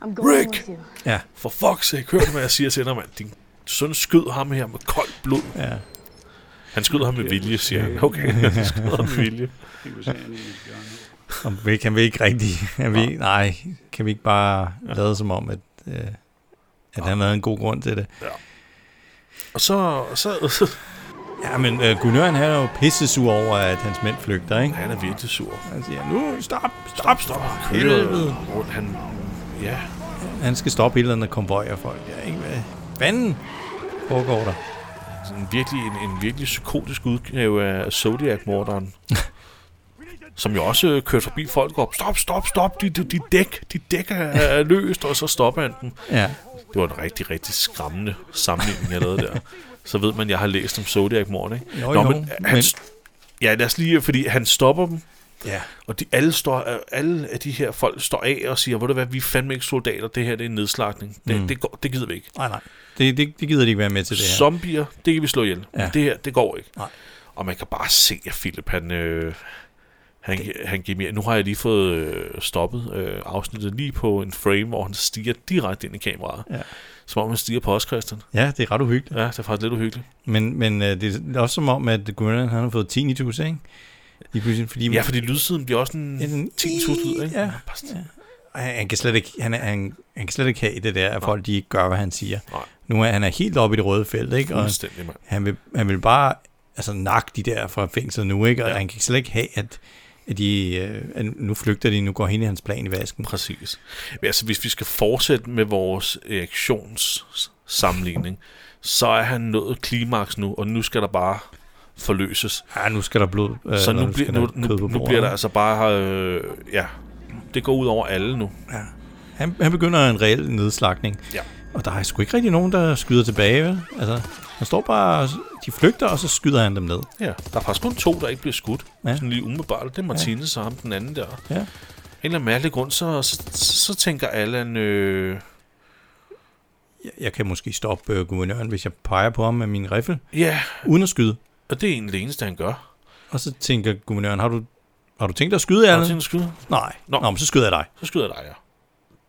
S1: Rick!
S6: Rick!
S2: Ja.
S1: for fuck's sake, hør du, hvad jeg siger til dig, mand, din søn skød ham her med koldt blod.
S2: ja.
S1: Han skyder ham med vilje, siger han. Okay, han skyder ham med vilje.
S2: Og vi- kan vi ikke rigtig... Kan vi, nej, kan vi ikke bare lade som om, at, øh, at han havde en god grund til det?
S1: Og så, så, så
S2: Ja, men øh, Gunnøren, han er jo pissesur over, at hans mænd flygter, ikke?
S1: han er virkelig sur.
S2: Han siger, nu stop, stop, stop.
S1: Han kører
S2: Helvede.
S1: rundt. Han, ja,
S2: Han skal stoppe hele den der konvoj af folk. Ja, ikke? Hvad fanden foregår der?
S1: sådan virkelig, en, en virkelig psykotisk udgave af Zodiac-morderen. som jo også øh, kørte forbi folk op. Stop, stop, stop, de, de, de dæk, de dæk er, er løst, og så stopper han den.
S2: Ja.
S1: Det var en rigtig, rigtig skræmmende sammenligning, jeg lavede der. Så ved man, jeg har læst om Zodiac-morden, ikke?
S2: Jo, jo,
S1: øh,
S2: men-
S1: han, st- Ja, lad os lige, fordi han stopper dem,
S2: Ja.
S1: Og de, alle, står, øh, alle af de her folk står af og siger, hvor det hvad, vi er fandme ikke soldater, det her det er en nedslagning. Det, mm. det, går, det gider vi ikke.
S2: Nej, nej. Det, det, det gider de ikke være med til, det her.
S1: Zombier, det kan vi slå ihjel. Ja.
S2: Ja.
S1: Men det her, det går ikke.
S2: Nej.
S1: Og man kan bare se, at Philip, han, øh, han, det. han giver mere. Nu har jeg lige fået øh, stoppet øh, afsnittet lige på en frame, hvor han stiger direkte ind i kameraet.
S2: Ja.
S1: Som om han stiger på os, Christian.
S2: Ja, det er ret uhyggeligt.
S1: Ja, det er faktisk lidt uhyggeligt.
S2: Men, men øh, det er også som om, at Gwynneren han har fået tinnitus, ikke? Lige pludselig, fordi...
S1: Ja, fordi lydsiden bliver også en
S2: Ja, den-
S1: 10.000 lyd, ikke?
S2: Ja.
S1: Bare sådan-
S2: Ja. han, han kan slet ikke, han, er- han, han kan slet ikke have det der, at folk de ikke gør, hvad han siger.
S1: Nej.
S2: Nu er han er helt oppe i det røde felt, ikke? Og
S1: Fuldstændig, mand.
S2: han vil, han vil bare altså, nakke de der fra fængslet nu, ikke? Og
S1: Ja.
S2: ja. han kan slet ikke have, at, at, de, øh, at nu flygter de, nu går hende hans plan i vasken.
S1: Præcis. Men altså, hvis vi skal fortsætte med vores reaktionssammenligning, så er han nået klimaks nu, og nu skal der bare forløses.
S2: Ja, nu skal der blod. Øh,
S1: Så nu,
S2: eller
S1: bliver,
S2: skal
S1: nu,
S2: der
S1: nu,
S2: kød
S1: nu
S2: på bordet.
S1: bliver der altså bare... Øh, ja, det går ud over alle nu.
S2: Han, han begynder en reel nedslagning.
S1: Ja.
S2: Og der er sgu ikke rigtig nogen, der skyder tilbage, vel? Altså, han står bare, og s- de flygter, og så skyder han dem ned.
S1: Ja, der er faktisk kun to, der ikke bliver skudt. Ja.
S2: Ja.
S1: Sådan lige umiddelbart. Det er Martinez ja. og ham den anden der. Af en
S2: Ja.
S1: eller anden mærkelig grund, så, så, så tænker Allan... Øh,
S2: Jeg, jeg kan måske stoppe øh, guvernøren, hvis jeg peger på ham med min riffel,
S1: ja,
S2: uden at skyde.
S1: og det er egentlig det eneste, han gør.
S2: Og så tænker guvernøren, har du, har du tænkt dig at skyde
S1: Ja,
S2: Allan?
S1: Martinez skyder,
S2: Nej.
S1: Nå.
S2: Nå. Nå, men så skyder jeg dig.
S1: så skyder jeg dig, ja.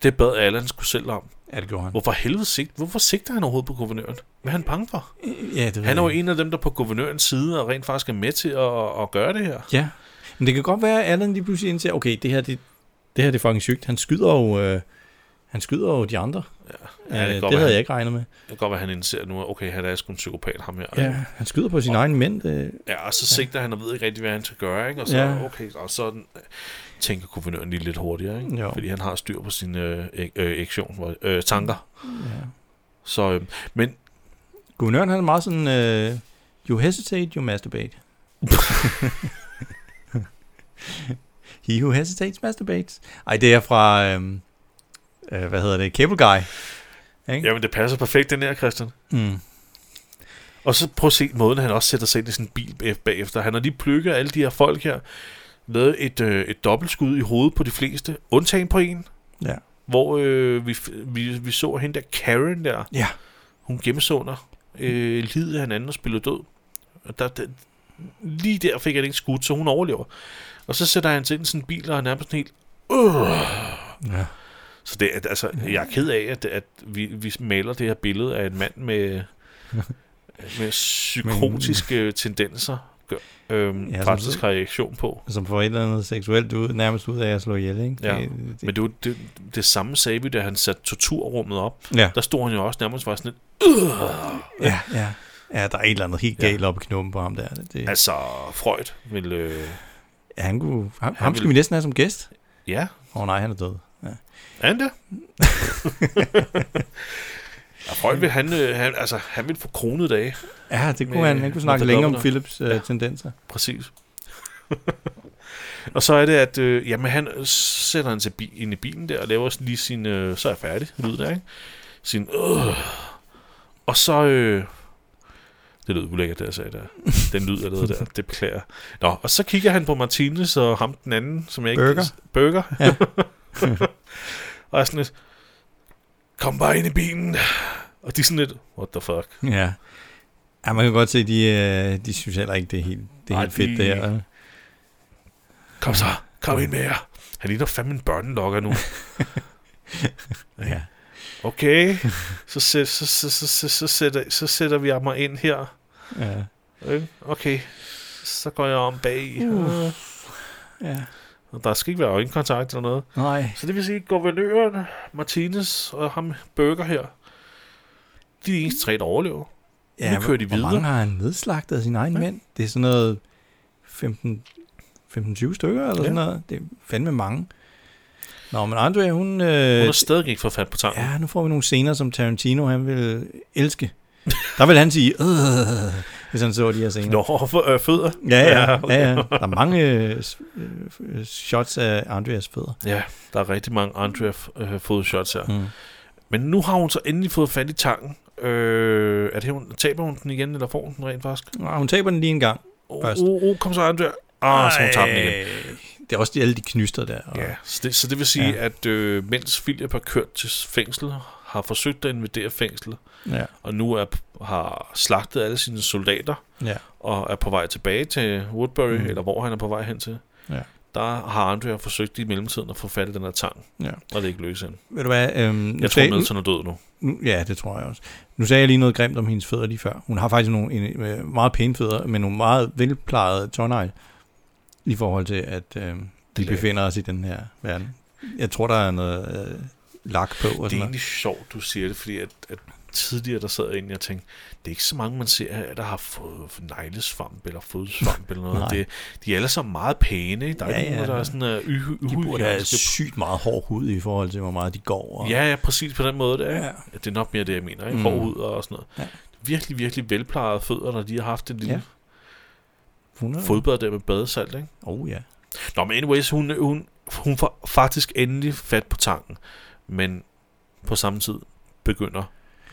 S1: Det bad Allan skulle selv om.
S2: Ja, det gjorde han.
S1: Hvorfor helvede sigt? Hvorfor sigter han overhovedet på guvernøren? Hvad er han bange for?
S2: Mm. Ja, det ved
S1: Han er
S2: jeg
S1: jo
S2: ikke.
S1: en af dem, der på guvernørens side og rent faktisk er med til at, at gøre det her.
S2: Ja. Men det kan godt være, at Allan lige pludselig indser, okay, det her, det, det her det er fucking sygt. Han skyder jo, øh, han skyder jo de andre. Ja,
S1: det kan
S2: det,
S1: godt
S2: det havde
S1: være.
S2: jeg ikke regnet med.
S1: Det kan godt være, han indser nu, at okay, han er sgu en psykopat, ham her.
S2: Ja, han skyder på sin egen mænd. Øh,
S1: Ja, og så sigter han og ved ikke rigtig, hvad han skal gøre, ikke? Og så,
S2: Ja.
S1: okay, og så den- tænker guvernøren lige lidt hurtigere, ikke?
S2: Jo.
S1: Fordi han har styr på sine øh, ek- øh, aktion, hvor- øh, tanker. Ja. Så, øh, men
S2: Guvernøren han er meget sådan, øh, you hesitate, you masturbate. He who hesitates, masturbates. Ej, det er fra, øhm, øh, hvad hedder det, Cable Guy. Ikke?
S1: jamen, det passer perfekt, den her, Christian.
S2: Mm.
S1: Og så prøv at se måden, han også sætter sig ind i sin bil bag- bagefter. Han har lige plukket alle de her folk her, lavet et, øh, et dobbeltskud i hovedet på de fleste, undtagen på en,
S2: Ja.
S1: hvor øh, vi, f- vi, vi så hende der Karen der,
S2: ja.
S1: hun gemmesunder, øh, lidede af hinanden og spillede død. Og der, der, lige der fik jeg det ikke skudt, så hun overlever. Og så sætter han sig ind i sin bil, og han er nærmest sådan helt... Øh.
S2: Ja.
S1: Så det, er- altså, jeg er ked af, at, at vi, vi maler det her billede af en mand med, med psykotiske Men, tendenser, gør, øhm,
S2: Ja,
S1: ja,
S2: som
S1: praktisk
S2: så-
S1: reaktion på.
S2: Som får et eller andet seksuelt ud, nærmest ud af at slå ihjel, ikke?
S1: Ja,
S2: Det, det,
S1: Men det, var- det, det samme sagde vi, da han satte torturrummet op.
S2: ja.
S1: Der stod han jo også nærmest var sådan lidt,
S2: ja, ja. Ja, der er et eller andet helt
S1: Ja.
S2: galt ja. oppe i knoppen på ham der. Det, det,
S1: altså Freud vil, øh,
S2: ja, han kunne, ham, ham skal
S1: ville-
S2: vi næsten have som gæst.
S1: ja,
S2: Åh oh, nej, han er død. Ja.
S1: Er han det? ja, Freud vil, han, øh, han, altså, han vil få kronet dage.
S2: Ja, det kunne
S1: Med-
S2: han. Han
S1: med
S2: kunne snakke længere om
S1: fordommene.
S2: Philips øh, tendenser.
S1: Præcis. og så er det, at øh, jamen, han øh, sætter han til bi- ind i bilen der og laver sådan lige sin, øh, så er jeg færdig, lyd der, ikke? Sin, øh. Og så, øh, det lød ulækkert, det jeg sagde der. Den lyd, jeg lavede der, det beklager jeg. Nå, og så kigger han på Martinez og ham den anden, som jeg ikke...
S2: Burger.
S1: Burger.
S2: Ja.
S1: og er sådan lidt, kom bare ind i bilen. Og de er sådan lidt, what the fuck.
S2: Ja. ja, man kan godt se, de, øh, de synes heller ikke, det er helt, det er
S1: Nej,
S2: helt fedt,
S1: de-
S2: det her.
S1: Kom så, kom ind med jer. Han ligner fandme en børnelokker nu.
S2: Ja.
S1: Okay, så, sæt, så, så, så, så, så, sætter, så sætter vi mig ind her.
S2: Ja.
S1: ikke? Okay, så går jeg om bag. Uh.
S2: ja. Mm.
S1: Og der skal ikke være øjenkontakt eller noget.
S2: Nej.
S1: Så det vil sige, at guvernøren, Martinez og ham Burger her, de er de eneste tre, der overlever.
S2: Ja,
S1: Nu kører de
S2: hvor-
S1: videre.
S2: Hvor mange har han nedslagtet af sine egne ja. mænd? Det er sådan noget 15, 15-20 stykker eller ja. sådan noget. Det er fandme mange. Nå, men Andrea, hun... Øh,
S1: Hun er stadig ikke fået fat på tanken.
S2: Ja, nu får vi nogle scener, som Tarantino, han vil elske. Der vil han sige, øh, hvis han så de her scener.
S1: Nå, for, øh, fødder.
S2: Ja, ja,
S1: okay.
S2: ja, ja. Der er mange øh, s- øh, f- shots af Andreas fødder.
S1: Ja, der er rigtig mange andre øh, fodshots her.
S2: Mm.
S1: Men nu har hun så endelig fået fat i tanken. Øh, er det hun, taber hun den igen, eller får hun den rent faktisk?
S2: Nå, hun taber den lige en gang.
S1: Åh,
S2: Først.
S1: oh, oh, kom så, Andrea. Ah, så hun tager den igen.
S2: Det er også de, alle de knyster der. Og,
S1: Ja, så det, så det vil sige, ja.
S2: Ja.
S1: at øh, mens Philip har kørt til fængslet, har forsøgt at invadere fængslet,
S2: ja.
S1: og nu er, har slagtet alle sine soldater,
S2: ja.
S1: og er på vej tilbage til Woodbury, mm. eller hvor han er på vej hen til,
S2: Ja.
S1: der har Andrea forsøgt i mellemtiden at få fat i den her tang,
S2: Ja.
S1: og det er ikke lykkes hende.
S2: Ved du hvad? Øhm, nu
S1: Jeg
S2: sagde-
S1: tror, Milton er død nu.
S2: nu, ja, det tror jeg også. Nu sagde jeg lige noget grimt om hendes fødder lige før. Hun har faktisk nogle en, øh, meget pæne fødder, men nogle meget velplejede tårnegle i forhold til, at øh, vi
S1: lækkert.
S2: befinder os i den her verden. Jeg tror, der er noget øh, lak på.
S1: Det
S2: Og
S1: er
S2: sådan noget.
S1: egentlig sjovt, du siger det, fordi at, at tidligere der sad jeg egentlig og tænkte, det er ikke så mange, man ser, der har fået neglesvamp eller fodsvamp eller noget.
S2: Nej.
S1: Det, de er alle sammen meget pæne. ikke? Der er
S2: Ja,
S1: ja, ikke nogen,
S2: ja.
S1: der er sådan uh,
S2: De burde have
S1: uhygieniske.
S2: sygt meget hård hud i forhold til, hvor meget de går. Og,
S1: Ja, ja, præcis på den måde, det er.
S2: Ja. Mm.
S1: Ja. Det er nok mere det, jeg mener. Ikke? Hård hud og sådan noget.
S2: Ja.
S1: Ja. Virkelig, virkelig velplejede fødder, når de har haft en lille
S2: Ja. Mm.
S1: ja.
S2: 100.
S1: fodbad der med badesalt. Ikke?
S2: Oh ja.
S1: Nå, men anyways, hun, hun, hun får faktisk endelig fat på tanken, men på samme tid begynder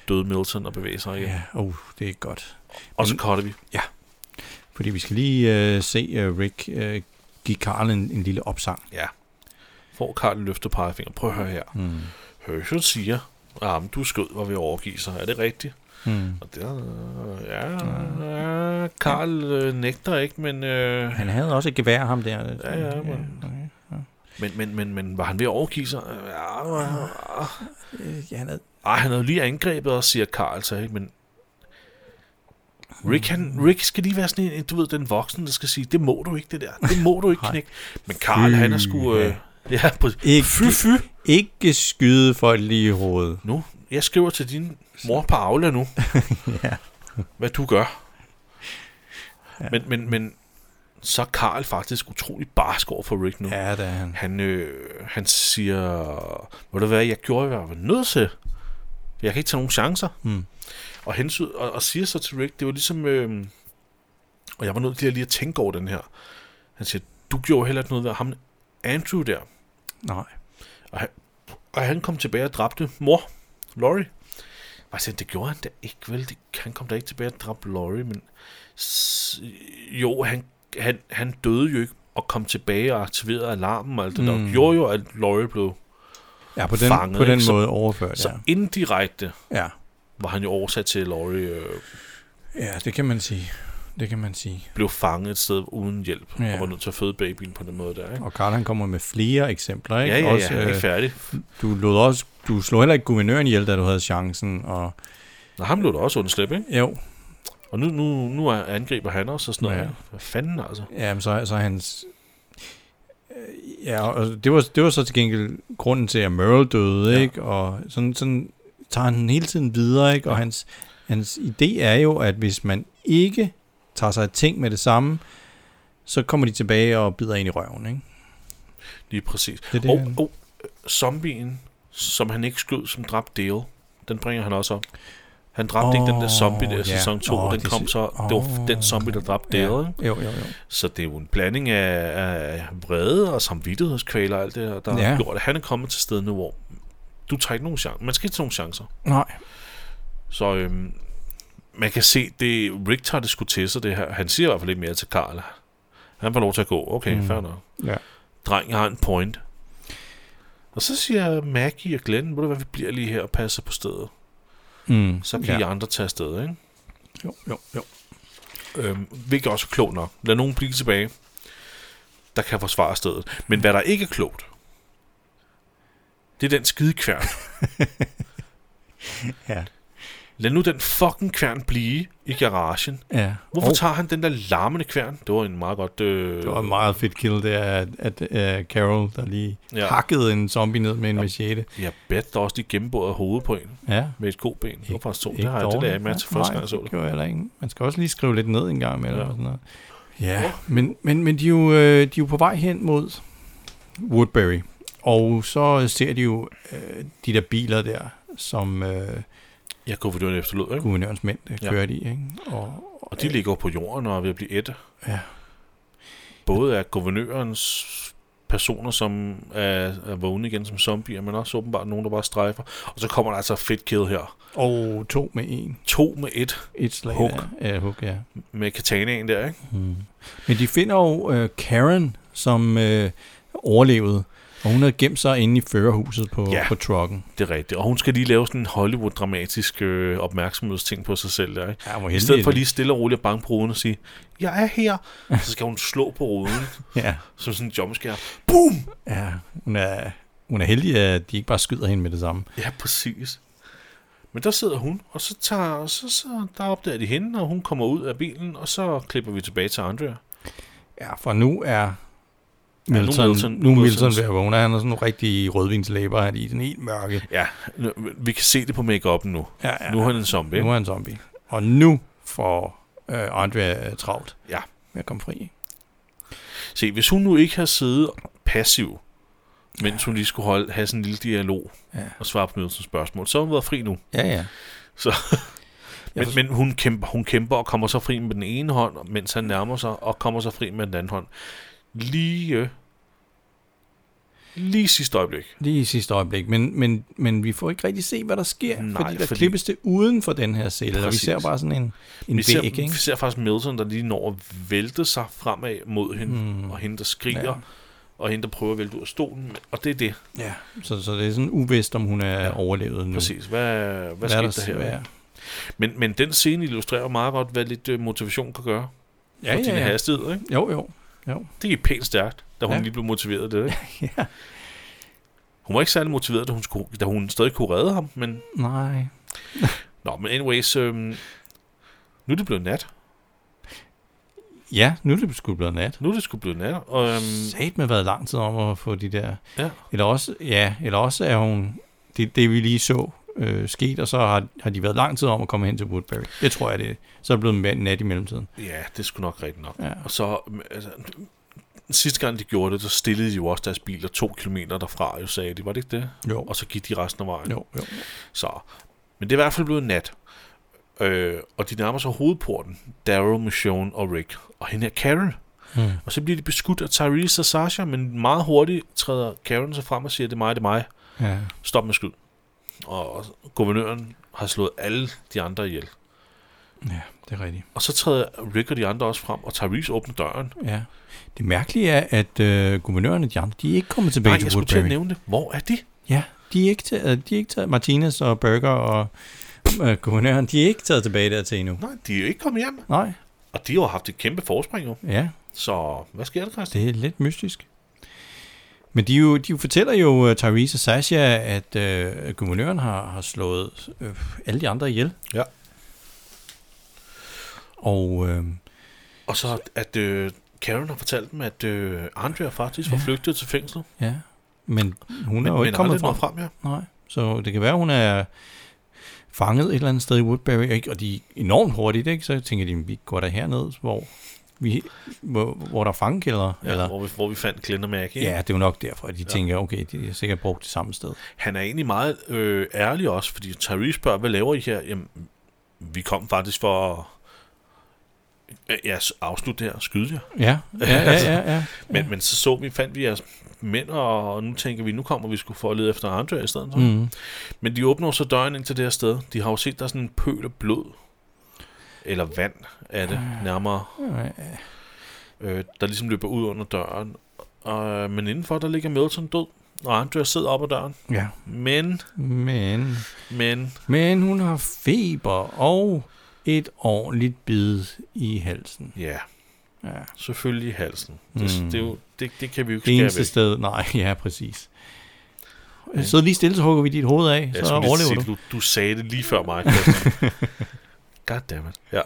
S1: døde Milton at bevæge sig igen. Ja.
S2: Ja, oh, det er godt.
S1: Og så cutter vi.
S2: Fordi vi skal lige øh, se uh, Rick øh, give Carl en, en lille opsang.
S1: Ja. Får Karl en løftet pegefinger. Prøv at høre her. Mm.
S2: Hmm.
S1: Herschel siger, at ah, du skød, var ved at overgive sig. Er det rigtigt?
S2: Hmm.
S1: Og det er, ja, ja, Karl øh, nægter ikke, men, øh,
S2: Han havde også et gevær, ham der.
S1: Ja, ja, men-
S2: okay.
S1: men, men, men, men var han ved at overgive sig? Ja, øh,
S2: Øh, ja, han havde,
S1: Ej, han havde jo lige angrebet os, siger Karl så, ikke? Men Rick, han, Rick skal lige være sådan en, du ved, den voksne, der skal sige, det må du ikke, det der. Det må du ikke
S2: Nej.
S1: knække. Men Karl, han er sgu... Øh, ja, præ-
S2: Ikke-
S1: fy, fy.
S2: ikke skyde folk lige i hovedet.
S1: Nu, jeg skriver til din mor på Aula nu,
S2: Ja.
S1: hvad du gør. Men, men, men så er Karl faktisk utrolig barsk over for Rick nu.
S2: Ja, det er han.
S1: Han, øh, han siger, må du være, jeg gjorde, hvad jeg var nødt til. Jeg kan ikke tage nogen chancer.
S2: Mm.
S1: Og, hensyn, og, og siger så til Rick, det var ligesom, øh, og jeg var nødt til lige at tænke over den her. Han siger, du gjorde heller ikke noget ved ham, Andrew der.
S2: Nej.
S1: Og han, og han kom tilbage og dræbte mor, Laurie. Og jeg sagde, det gjorde han da ikke, vel? Det, han kom da ikke tilbage og dræbte Laurie, men... S- jo, han, han, han døde jo ikke og kom tilbage og aktiverede alarmen og alt det mm. der. Gjorde jo, at Laurie blev...
S2: Ja, på den,
S1: Fanget,
S2: på den
S1: ikke? Så-
S2: måde overført,
S1: Så
S2: ja.
S1: indirekte
S2: ja.
S1: var han jo oversat til, at Laurie øh,
S2: Ja, det kan man sige. Det kan man sige.
S1: blev fanget et sted uden hjælp,
S2: Ja.
S1: ja. og var nødt til at føde babyen på den måde der, ikke?
S2: Og Karl han kommer med flere eksempler, ikke?
S1: Ja, ja, ja,
S2: også, øh,
S1: han er ikke færdig.
S2: du lod også, du slog heller ikke guvernøren ihjel, da du havde chancen, og
S1: Nå, ham blev der også undslæb, ikke?
S2: jo,
S1: Og nu, nu, nu er- angriber han også og sådan noget.
S2: Ja.
S1: Ja. Hvad fanden altså?
S2: ja, men så, så hans, øh, ja, og det var, det var så til gengæld grunden til, at Merle døde,
S1: Ja.
S2: ikke, og sådan, sådan tager han den hele tiden videre, ikke, og hans, hans idé er jo, at hvis man ikke tager sig af ting med det samme, så kommer de tilbage og bider ind i røven, ikke?
S1: Lige præcis.
S2: er det,
S1: og,
S2: han-
S1: og øh, zombien, som han ikke skød, som dræbte Dale, den bringer han også op. Han dræbte oh, ikke den der zombie der i
S2: Åh, ja.
S1: sæson 2,
S2: Åh,
S1: oh, den
S2: det
S1: kom
S2: si-
S1: så, oh, det var
S2: Åh,
S1: den zombie, der dræbte Dale. ikke?
S2: Jo, jo, jo.
S1: Så det er jo en blanding af, af vrede og samvittighedskvaler og alt det her, der
S2: Ja.
S1: har gjort, at han er kommet til sted nu, hvor du tager ikke nogen chancer. Man skal ikke tage nogen chancer.
S2: Nej,
S1: Så øhm, man kan se, det Rick tager det sgu til sig, det her. Han siger i hvert fald ikke mere til Karl. Han får lov til at gå. Okay, mm. fair nok.
S2: ja.
S1: Drengen har en point. Og så siger Maggie og Glenn, ved du hvad, vi bliver lige her og passer på stedet.
S2: Mm.
S1: Så kan
S2: ja.
S1: ja. I andre tage afsted, ikke?
S2: Jo, jo, jo.
S1: Øhm, hvilket også er klogt nok. Lad nogen blive tilbage, der kan forsvare stedet. Men hvad der ikke er klogt, det er den skide kværn.
S2: Ja.
S1: Lad nu den fucking kværn blive i garagen.
S2: ja.
S1: Hvorfor
S2: Og-
S1: oh. tager han den der larmende kværn? Det var en meget godt... Øh,
S2: Det var en meget fedt kill, det er, at, at uh, Carol, der lige ja.
S1: Ja.
S2: hakkede en zombie ned med en ja. machete.
S1: Jeg bedt der også lige gennembordet hovedet på en
S2: Ja.
S1: med et god ben. Hvorfor to?
S2: Ikke
S1: Det har jeg det
S2: dårligt.
S1: der jeg med til første
S2: Nej,
S1: gang, jeg så
S2: det.
S1: det.
S2: gjorde jeg heller ikke. Man skal også lige skrive lidt ned en gang med, ja. eller
S1: Ja.
S2: sådan noget. Ja, men, men, men de, er jo, øh, de er jo på vej hen mod Woodbury, og så ser de jo øh, de der biler der, som øh,
S1: Jeg kunne vurdere det efterlod, ikke?
S2: guvernørens mænd øh,
S1: Ja.
S2: kørte i, ikke? Og,
S1: Og de ligger jo på jorden og er ved at blive et.
S2: Ja.
S1: Både af guvernørens personer, som er, er vågne igen som zombier, men også åbenbart nogen, der bare strejfer. Og så kommer der altså fedt kæde her.
S2: og to med en.
S1: To med et
S2: Et slag.
S1: Hug.
S2: der. Ja, hook, ja.
S1: med katanaen der, ikke?
S2: Men de finder jo øh, Karen, som øh, overlevede, og hun havde gemt sig inde i førerhuset på, ja.
S1: Ja.
S2: på trucken.
S1: Det er rigtigt. Og hun skal lige lave sådan en Hollywood-dramatisk øh, opmærksomhedsting på sig selv der, ikke?
S2: Ja, hvor
S1: I stedet for lige stille og roligt at banke på ruden og sige, jeg er her, så skal hun slå på ruden,
S2: Ja,
S1: som sådan en jumpscare.
S2: ja hun, er, hun er heldig, at de ikke bare skyder hende med det samme.
S1: Ja, præcis. Men der sidder hun, og så, tager, og så, så der opdager de hende, og hun kommer ud af bilen, og så klipper vi tilbage til Andrea.
S2: Ja, for nu er
S1: nu er
S2: Milton, ja, nu, Milton, nu er Milton
S1: Wilsons-
S2: ved at vågne. Han har sådan nogle rigtige rødvinslæber han er i den helt mørke.
S1: Ja, nu- vi kan se det på make nu.
S2: Ja, ja.
S1: Nu er han en zombie.
S2: Nu
S1: ikke?
S2: er han zombie. Og nu får øh, Andrea øh, travlt
S1: Ja.
S2: med at komme fri.
S1: Se, hvis hun nu ikke har siddet passiv, mens hun lige skulle holde, have sådan en lille dialog
S2: Ja.
S1: og svare på Miltons spørgsmål, så har hun været fri nu.
S2: Ja, ja.
S1: Så, men
S2: forstår-
S1: men hun, kæmper, hun kæmper og kommer så fri med den ene hånd, mens han nærmer sig, og kommer så fri med den anden hånd. Lige, øh, lige sidste øjeblik.
S2: Lige i sidste øjeblik. Men, men, men vi får ikke rigtig se, hvad der sker,
S1: Nej,
S2: Nej, fordi der
S1: fordi-
S2: fordi... klippes det uden for den her celle. Og vi
S1: Præcis.
S2: ser bare sådan en, en
S1: vi,
S2: væg,
S1: ser,
S2: ikke?
S1: vi ser faktisk Milton, der lige når at vælte sig fremad mod hende, mm. og hende, der skriger, ja.
S2: Ja. Mm.
S1: og hende, der prøver at vælte ud af stolen. men- Og det er det,
S2: Ja. Så, så det er sådan uvist, om hun er ja. overlevet nu.
S1: præcis. Hvad, hvad, hvad
S2: Hvad er der,
S1: skete der her?
S2: hvad er-
S1: Men, men den scene illustrerer meget godt, hvad lidt øh, motivation kan gøre.
S2: Ja,
S1: og dine
S2: ja, ja.
S1: hastigheder, ikke?
S2: Jo, jo. jo.
S1: Det gik pænt stærkt, da hun ja.
S2: Ja.
S1: lige blev motiveret af det, ikke?
S2: ja.
S1: Hun var ikke særlig motiveret, da hun, skulle, da hun stadig kunne redde ham, men...
S2: Nej.
S1: Nå, men anyways, øhm, nu er det blevet nat.
S2: Ja, nu er det sgu blevet nat.
S1: Nu er det sgu blevet nat, og... Øhm,
S2: Sat med været lang tid om at få de der...
S1: ja,
S2: Eller også, ja, eller også er hun... Det, det vi lige så øh, sket, og så har, har de været lang tid om at komme hen til Woodbury. Det tror jeg, det er. Så er det blevet mand- nat i mellemtiden.
S1: ja, det er sgu nok rigtigt nok.
S2: Ja.
S1: Og så... øhm, Altså, sidste gang de gjorde det, så stillede de jo også deres biler to kilometer derfra, jo sagde de, var det ikke det?
S2: Jo.
S1: Og så gik de resten af vejen.
S2: Jo, jo.
S1: Så. Men det er i hvert fald blevet nat. Øh, og de nærmer sig hovedporten. Daryl, Michonne og Rick. Og hende er Karen. Mm. Og så bliver de beskudt af Tyrese og Sasha, men meget hurtigt træder Karen sig frem og siger, det er mig, det er mig.
S2: Ja.
S1: Stop med skyd. Og guvernøren har slået alle de andre ihjel.
S2: ja, det er rigtigt.
S1: Og så træder Rick og de andre også frem, og Tyrese åbner døren.
S2: Ja. Det mærkelige er, at øh, guvernøren og de andre, de er ikke kommet tilbage
S1: Nej, jeg
S2: til
S1: skulle til at
S2: Woodbury.
S1: nævne det. Hvor er de?
S2: Ja, de er ikke taget, de er ikke taget, Martinez og Burger og øh, guvernøren, de er ikke taget tilbage dertil endnu.
S1: Nej, de er jo ikke kommet hjem.
S2: Nej,
S1: Og de har jo haft et kæmpe forspring jo.
S2: ja,
S1: Så hvad sker der, Christian?
S2: det er lidt mystisk. Men de, jo, de jo fortæller jo uh, Tyrese og Sasha, at øh, guvernøren har, har slået øh, alle de andre ihjel.
S1: Ja.
S2: Og øh,
S1: Og så at øh, Karen har fortalt dem, at øh, Andrea faktisk var flygtet til fængslet.
S2: ja, men hun er
S1: Men,
S2: jo
S1: men
S2: ikke kommet
S1: aldrig
S2: frem.
S1: nået frem, ja.
S2: Nej, så det kan være, hun er fanget et eller andet sted i Woodbury, ikke? og de er enormt hurtigt, ikke? så tænker de, vi går der herned, hvor, vi, hvor, hvor der er fangekælder. Ja,
S1: ja
S2: eller,
S1: hvor, vi, hvor vi fandt Glendermærke.
S2: ja, det er jo nok derfor, at de ja. tænker, okay, de er sikkert brugt det samme sted.
S1: Han er egentlig meget øh, ærlig også, fordi Tyrese spørger, hvad laver I her? Jamen, vi kom faktisk for at øh, ja, s- afslutte det her og skyde jer.
S2: Ja, ja, ja, ja. ja.
S1: Men, men så så vi, fandt vi jeres mænd, og nu tænker vi, nu kommer vi skulle for at lede efter Andrea i stedet. for.
S2: Mm.
S1: Men de åbner jo så døren ind til det her sted. De har jo set, der er sådan en pøl af blod. Eller vand er det,
S2: Ah.
S1: nærmere. øh, der ligesom løber ud under døren. Og, øh, men indenfor, der ligger Milton død, og Andrea sidder op ad døren.
S2: ja.
S1: Men,
S2: Men,
S1: men,
S2: men hun har feber og et ordentligt bid i halsen.
S1: ja,
S2: Ja.
S1: selvfølgelig i halsen. Det, mm. det, er jo, det, det kan vi jo
S2: Det
S1: ikke
S2: eneste
S1: skære væk.
S2: sted, nej, ja, præcis. Så lige stille, så hugger vi dit hoved af,
S1: Jeg
S2: så
S1: skulle lige
S2: overlever du.
S1: sige, du. Du sagde det lige før mig, Christian. Goddammit. Ja.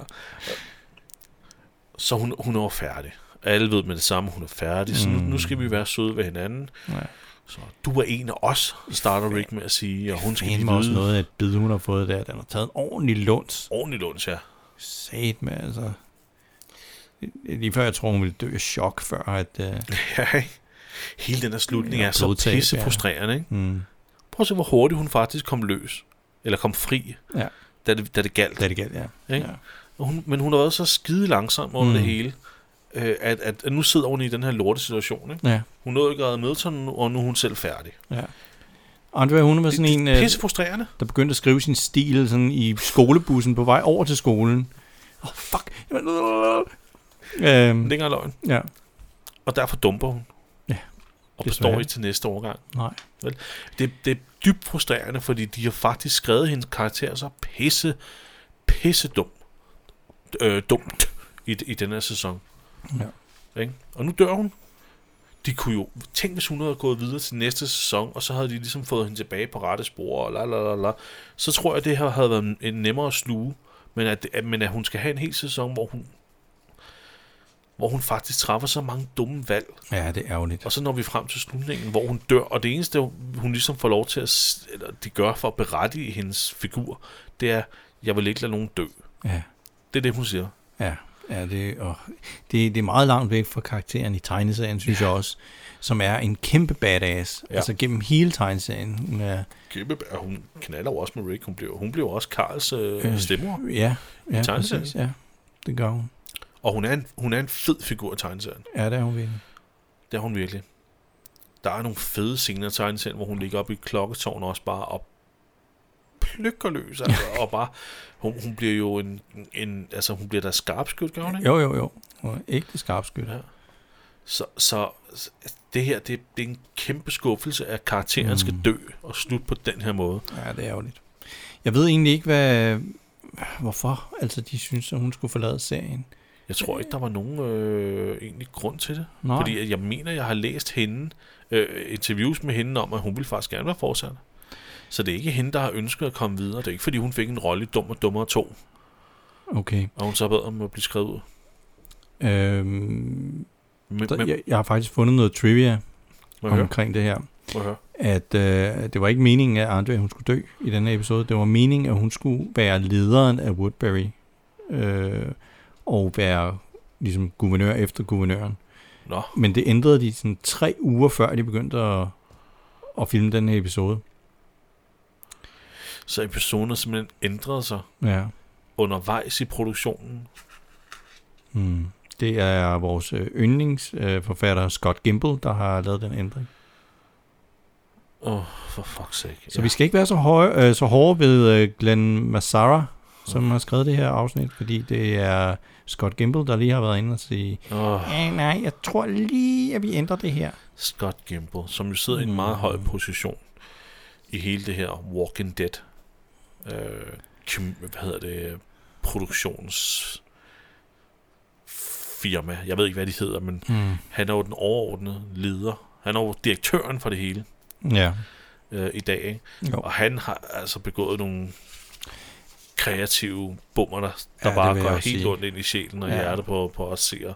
S1: Så hun, hun er jo færdig. Alle ved med det samme, hun er færdig. Så nu, nu
S2: Mm.
S1: skal vi være søde ved hinanden. Ja. Så du er en af os, starter Rick med at sige, og hun skal
S2: Det
S1: lige
S2: er også
S1: lyde
S2: noget af et bid, hun har fået der. Den har taget en ordentlig lunds.
S1: ordentligt lunds, ja.
S2: Sat med, altså. Lige før jeg tror, hun ville dø af chok, før at... Øh,
S1: Ja, ikke? Hele den her slutning
S2: Ja,
S1: er så
S2: blodtab,
S1: pisse
S2: ja.
S1: frustrerende, ikke? Mm.
S2: hmm,
S1: Prøv at se, hvor hurtigt hun faktisk kom løs. Eller kom fri,
S2: ja,
S1: da det, da det galt.
S2: det er det galt, ja.
S1: ikke? Og Hun, men hun har været så skide langsom under mm. det hele, øh, at, at, at nu sidder hun i den her lorte situation. Ikke?
S2: Ja,
S1: Hun nåede ikke at redde Milton, og nu er hun selv færdig.
S2: ja. Andrea, hun var sådan en,
S1: det er
S2: øh,
S1: pisse frustrerende.
S2: der begyndte at skrive sin stil sådan i skolebussen på vej over til skolen. Åh, oh, fuck.
S1: Men
S2: Øhm,
S1: det er ikke engang løgn.
S2: ja,
S1: Og derfor dumper hun.
S2: Ja,
S1: Og
S2: desværre.
S1: består ikke til næste årgang.
S2: nej.
S1: Vel? Det, det er dybt frustrerende, fordi de har faktisk skrevet hendes karakter så pisse, pisse dum. Øh, dumt i, i den her sæson. Ja. Ikke? Og nu dør hun. De kunne jo, tænk hvis hun havde gået videre til næste sæson, og så havde de ligesom fået hende tilbage på rette spor, og la, la, la, la. så tror jeg, det her havde været en- en nemmere at sluge. Men at, at, men at hun skal have en hel sæson, hvor hun hvor hun faktisk træffer så mange dumme valg.
S2: Ja, det er ærgerligt.
S1: Og så når vi frem til slutningen, hvor hun dør, og det eneste, hun ligesom får lov til at, s- eller de gør for at berettige hendes figur, det er, jeg vil ikke lade nogen dø.
S2: Ja,
S1: Det er det, hun siger.
S2: ja, ja det, og det, det er meget langt væk fra karakteren i tegneserien, synes jeg også, som er en kæmpe badass, ja. altså gennem hele tegneserien. Hun er,
S1: Kæmpe, og hun knaller jo også med Rick. Hun bliver, hun bliver jo også Karls øh,
S2: Øh,
S1: stemmer.
S2: ja, ja,
S1: tegneserien?
S2: præcis, ja, det gør hun.
S1: Og hun er, en, hun er en fed figur i tegneserien.
S2: Ja, det er hun virkelig.
S1: Det er hun virkelig. Der er nogle fede scener i tegneserien, hvor hun ligger oppe i klokketårn også bare og plukker løs. Altså, og bare, hun, hun bliver jo en, en, altså hun bliver da skarpskyt, gør hun ikke?
S2: Jo, jo, jo. Hun er ægte skarpskytte.
S1: Ja. Så, så så det her, det, det er en kæmpe skuffelse, at karakteren mm. skal dø og slutte på den her måde.
S2: Ja, det er ærgerligt. Jeg ved egentlig ikke, hvad, hvorfor altså, de synes, at hun skulle forlade serien.
S1: Jeg tror ikke, der var nogen øh, egentlig grund til det.
S2: Nej.
S1: Fordi at jeg mener, jeg har læst hende, øh, interviews med hende om, at hun ville faktisk gerne være fortsat. Så det er ikke hende, der har ønsket at komme videre. Det er ikke, fordi hun fik en rolle i Dum og Dummere 2,
S2: Okay.
S1: og hun så bad om at blive skrevet ud.
S2: Øhm,
S1: Men,
S2: der,
S1: men,
S2: jeg, jeg har faktisk fundet noget trivia
S1: må jeg høre?
S2: omkring det her.
S1: Må jeg høre?
S2: At øh, det var ikke meningen, at Andrea hun skulle dø i den her episode. Det var meningen, at hun skulle være lederen af Woodbury. Øh, og være ligesom guvernør efter guvernøren.
S1: Nå,
S2: Men det ændrede de sådan tre uger før, de begyndte at, at filme den her episode.
S1: så episoden simpelthen ændrede sig
S2: Ja.
S1: undervejs i produktionen.
S2: Mm. Det er vores øh, yndlingsforfatter Scott Gimple, der har lavet den ændring.
S1: Åh, oh, for fuck's sake.
S2: Så ja. vi skal ikke være så, høje, øh, så hårde ved øh, Glenn Massara, som har skrevet det her afsnit, fordi det er Scott Gimple, der lige har været inde og sige,
S1: Åh,
S2: ja, nej, jeg tror lige, at vi ændrer det her.
S1: Scott Gimple, som jo sidder i
S2: Mm.
S1: en meget høj position i hele det her Walking Dead, øh, kim- hvad hedder det, produktions firma. Jeg ved ikke, hvad de hedder, men
S2: Mm.
S1: han er jo den overordnede leder. Han er jo direktøren for det hele
S2: Ja.
S1: øh, i dag, ikke?
S2: Jo.
S1: og han har altså begået nogle kreative bummer, der, der
S2: Ja, det
S1: bare
S2: vil
S1: går
S2: jeg
S1: helt
S2: også sige.
S1: ondt ind i sjælen og ja.
S2: Ja.
S1: hjertet på, på os seere.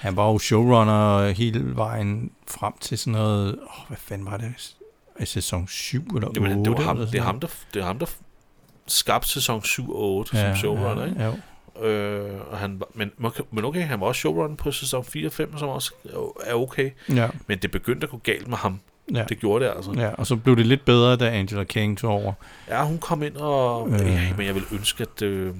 S2: Han var jo showrunner hele vejen frem til sådan noget, oh, hvad fanden var det, i sæson 7 eller 8?
S1: Jamen, det, var ham,
S2: eller sådan
S1: det, er ham,
S2: noget.
S1: der, det er ham, der skabte sæson 7 og 8 ja, som showrunner, ja. ikke?
S2: Ja, jo.
S1: Øh, og han, var- men, men okay, han var også showrunner på sæson 4 og 5, som også er okay.
S2: ja.
S1: Men det begyndte at gå galt med ham.
S2: ja.
S1: Det gjorde det altså. Ja,
S2: Ja, og så blev det lidt bedre, da Angela King tog over.
S1: ja hun kom ind og... Øh.
S2: Øh.
S1: Ja, men jeg vil ønske, at... Øh,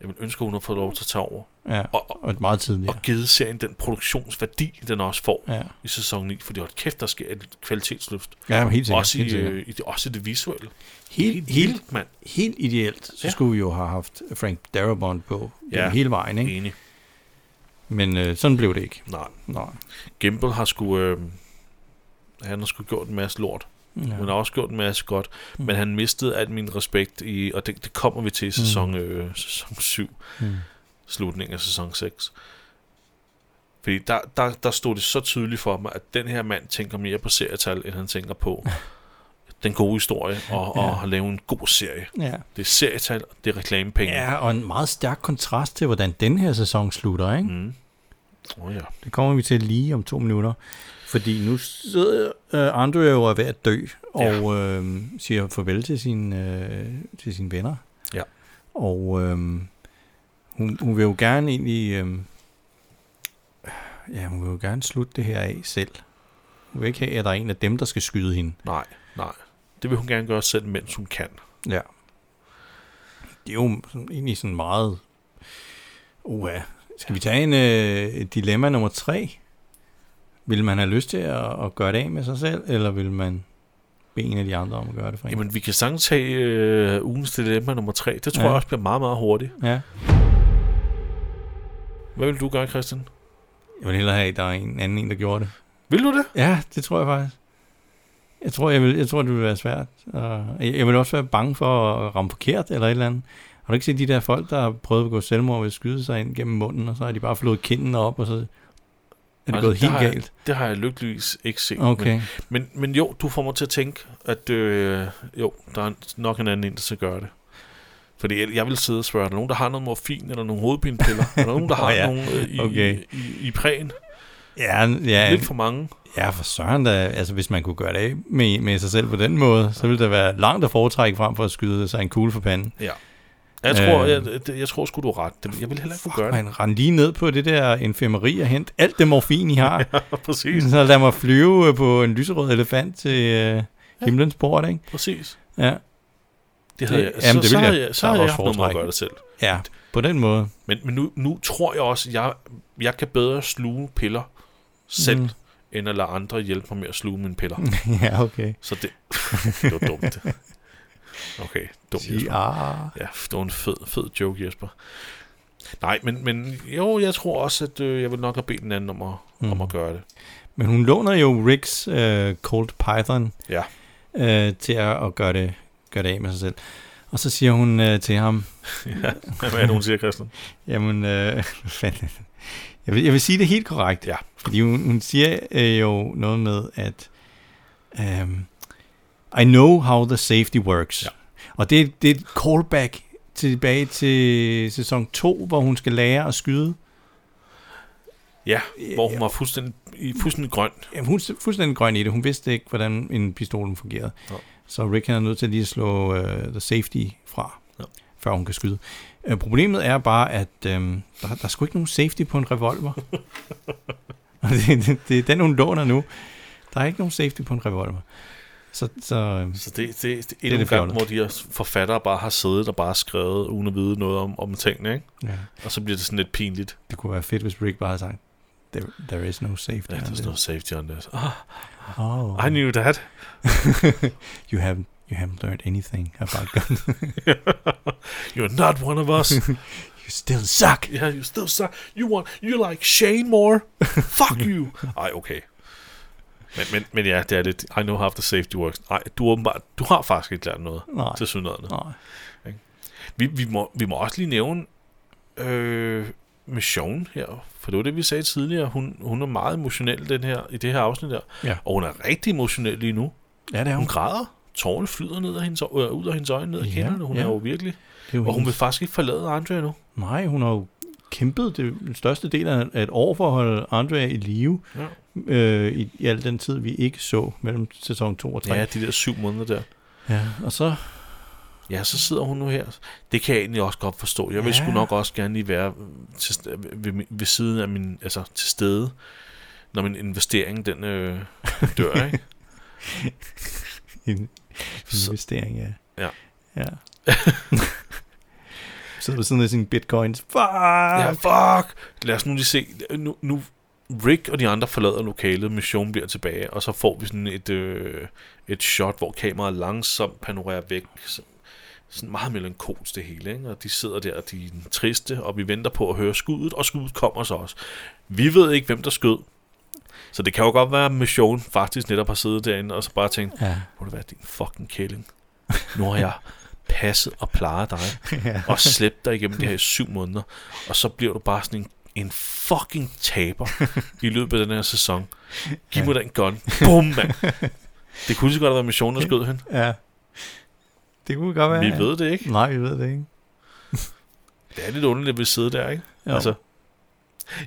S1: jeg vil ønske, at hun har fået lov til at tage over.
S2: Ja,
S1: Og, og,
S2: og meget tidligere.
S1: og givet serien den produktionsværdi, den også får ja.
S2: Ja,
S1: i sæson 9. Fordi hold kæft, der sker et kvalitetsløft.
S2: ja helt sikkert.
S1: Også i,
S2: helt, sikkert.
S1: øh, i, det, også i det visuelle.
S2: helt, helt,
S1: vildt, mand.
S2: helt ideelt, så
S1: Ja.
S2: ja. skulle vi jo have haft Frank Darabont på
S1: Ja.
S2: ja. hele vejen, ikke?
S1: Enig.
S2: Men øh, sådan blev det ikke.
S1: Nej.
S2: Nej.
S1: Gimble har sgu... Øh, han har sgu gjort en masse lort. Ja. Hun har også gjort en masse godt, mm. men han mistede alt min respekt i, og det, det kommer vi til i sæson, mm. øh, sæson 7,
S2: Mm.
S1: slutningen af sæson 6. Fordi der, der, der stod det så tydeligt for mig, at den her mand tænker mere på serietal, end han tænker på den gode historie, og, og at lave en god serie.
S2: Ja.
S1: Det er serietal, og det er reklamepenge.
S2: ja, og en meget stærk kontrast til, hvordan den her sæson slutter, ikke? Mm.
S1: Mm. Oh, ja.
S2: Det kommer vi til lige om to minutter. Fordi nu sidder øh, Andrew jo og er ved at dø, og øh, siger farvel til sine, øh, til sine venner.
S1: Ja.
S2: Og øh, hun, hun vil jo gerne egentlig... Øh, ja, hun vil jo gerne slutte det her af selv. Hun vil ikke have, at der er en af dem, der skal skyde hende.
S1: Nej, nej. Det vil hun gerne gøre selv, mens hun kan.
S2: Ja. Det er jo sådan, egentlig sådan meget... Uha. Skal vi tage en øh, dilemma nummer tre? Vil man have lyst til at, at gøre det af med sig selv, eller vil man bede en af de andre om at gøre det for en?
S1: Jamen, vi kan sagtens tage øh, ugens dilemma nummer 3. Det tror ja.
S2: Ja.
S1: jeg også bliver meget, meget hurtigt.
S2: Ja.
S1: Hvad vil du gøre, Christian?
S2: Jeg vil hellere have, at der er en anden en, der gjorde det.
S1: Vil du det?
S2: Ja, det tror jeg faktisk. Jeg tror, jeg vil, jeg tror det vil være svært. Og jeg jeg vil også være bange for at ramme forkert eller et eller andet. Har du ikke set de der folk, der har prøvet at begå selvmord ved at skyde sig ind gennem munden, og så har de bare flået kinden op, og så er det
S1: Nej,
S2: gået helt
S1: har jeg-
S2: galt?
S1: Det har jeg lykkeligvis ikke set.
S2: Okay.
S1: Men, men, men jo, du får mig til at tænke, at øh, jo, der er nok en anden en, der skal gøre det. Fordi jeg, jeg vil sidde og spørge, er der nogen, der har noget morfin eller nogle hovedpinepiller? er der nogen, der har
S2: Nå ja,
S1: ja. nogle øh, i,
S2: okay.
S1: i, i, i prægen?
S2: Ja, ja,
S1: Lidt for mange.
S2: ja, for søren da. Altså, hvis man kunne gøre det af med, med sig selv på den måde, så ville der være langt at foretrække frem for at skyde sig en kugle for panden.
S1: Ja. Jeg tror,
S2: Øh.
S1: jeg, det- jeg tror sgu, du har ret. Det- Jeg vil heller ikke kunne gøre det.
S2: Man rend lige ned på det der infirmeri og hent alt det morfin, I har.
S1: præcis,
S2: Så lad mig flyve øh, på en lyserød elefant til øh, himlens port, ikke?
S1: præcis.
S2: Ja.
S1: Det havde
S2: Det-
S1: jeg.
S2: jamen,
S1: så,
S2: det
S1: så,
S2: ville
S1: havde
S2: jeg-
S1: jeg,
S2: der
S1: så havde
S2: var
S1: jeg
S2: også
S1: haft noget med at
S2: foretrækken.
S1: gøre det selv.
S2: ja, på den måde.
S1: Men, men nu, nu tror jeg også, at jeg, jeg kan bedre sluge piller selv, mm. end at lade andre hjælpe mig med at sluge mine piller.
S2: ja, okay.
S1: Så det, det var dumt. Okay, dumt Jesper.
S2: Ja.
S1: Ja, det var en fed, fed joke, Jesper. Nej, men, men jo, jeg tror også, at øh, jeg vil nok have bedt den anden om at, mm. om at gøre det.
S2: Men hun låner jo Ricks øh, Cold Python
S1: Ja,
S2: øh, til at, at gøre, det, gøre det af med sig selv. Og så siger hun øh, til ham,
S1: hvad er det, hun siger, Christian?
S2: jamen, øh, hvad fanden er det? jeg, vil, jeg vil sige det helt korrekt.
S1: Ja.
S2: Fordi hun, hun siger øh, jo noget med, at øh, I know how the safety works.
S1: Ja.
S2: Og det, det er et callback tilbage til sæson 2, hvor hun skal lære at skyde.
S1: Ja, hvor hun var fuldstændig, i- fuldstændig grøn.
S2: Jamen, hun er fuldstændig grøn i det. Hun vidste ikke, hvordan en pistol fungerede.
S1: Nå.
S2: Så Rick han er nødt til lige at slå uh, the safety fra,
S1: Ja.
S2: før hun kan skyde. Uh, problemet er bare, at um, der, der er sgu ikke nogen safety på en revolver. Og det, det, det er den, hun låner nu. Der er ikke nogen safety på en revolver. Så, så øhm,
S1: Så det, det, det, det er
S2: er
S1: endnu en gang,
S2: det fjollet.
S1: hvor de her forfattere bare har siddet og bare skrevet, uden at vide noget om, om tingene, ikke?
S2: ja,
S1: Og så bliver det sådan lidt pinligt.
S2: det kunne være fedt, hvis Rick bare havde sagt, there, there is no safety.
S1: Ja,
S2: on
S1: there's
S2: this."
S1: no safety on this. Ah,
S2: oh,
S1: I knew that.
S2: you, haven't, you haven't learned anything about guns.
S1: You're not one of us.
S2: you still suck.
S1: Yeah, you still suck. You want, you're like Shane Moore. Fuck you. Ej, okay. Men, men, men ja, det er lidt, I know how the safety works. Ej, du, er åbenbart, du har faktisk ikke lært noget.
S2: Nej.
S1: Til synligheden.
S2: Nej.
S1: Vi, vi, må, vi må også lige nævne øh, Mission her, for det var det, vi sagde tidligere. Hun, hun er meget emotionel den her, i det her afsnit der,
S2: Ja.
S1: og hun er rigtig emotionel lige nu.
S2: Ja, det er
S1: Hun
S2: hun.
S1: græder, tårerne flyder ned af hendes, øh, ud af hendes øjne, ned af
S2: Ja,
S1: kinderne. Hun
S2: ja.
S1: er jo virkelig,
S2: Det er jo
S1: og hun
S2: hendes-
S1: vil faktisk ikke forlade Andre endnu.
S2: Nej, hun har jo kæmpet det den største del af af et år for at holde Andrea i live
S1: Ja.
S2: øh, i, i al den tid, vi ikke så mellem sæson 2 og 3.
S1: Ja, de der syv måneder der.
S2: ja og så,
S1: Ja, så sidder hun nu her. Det kan jeg egentlig også godt forstå. Jeg vil
S2: Ja.
S1: ja. sgu nok også gerne lige være øh, til, st- ved, ved, ved siden af min, altså til stede, når min investering, den øh, dør, ikke?
S2: en investering, ja.
S1: Ja.
S2: ja. Sidder ved siden af sine bitcoins. Fuck!
S1: Ja, fuck! Lad os nu lige se. Nu, nu Rick og de andre forlader lokalet, Mission bliver tilbage, og så får vi sådan et, øh, et shot, hvor kameraet langsomt panorerer væk. Så- Sådan meget melankolsk det hele, ikke? Og de sidder der, og de er triste, og vi venter på at høre skuddet, og skuddet kommer så også. Vi ved ikke, hvem der skød. Så det kan jo godt være, at Mission faktisk netop har siddet derinde, og så bare tænkt,
S2: Ja.
S1: må det være din fucking kælling. Nu har jeg passet og plejet dig, og slæbt dig igennem de her syv måneder, og så bliver du bare sådan en, en fucking taber i løbet af den her sæson. Giv mig den gun. Bum, mand. Det kunne lige så godt have været missionen, der skød hende.
S2: ja. Det kunne godt være.
S1: Vi
S2: ja.
S1: ved det ikke.
S2: Nej, vi ved det ikke.
S1: Det er lidt underligt, at vi sidder der, ikke?
S2: Jo.
S1: Altså,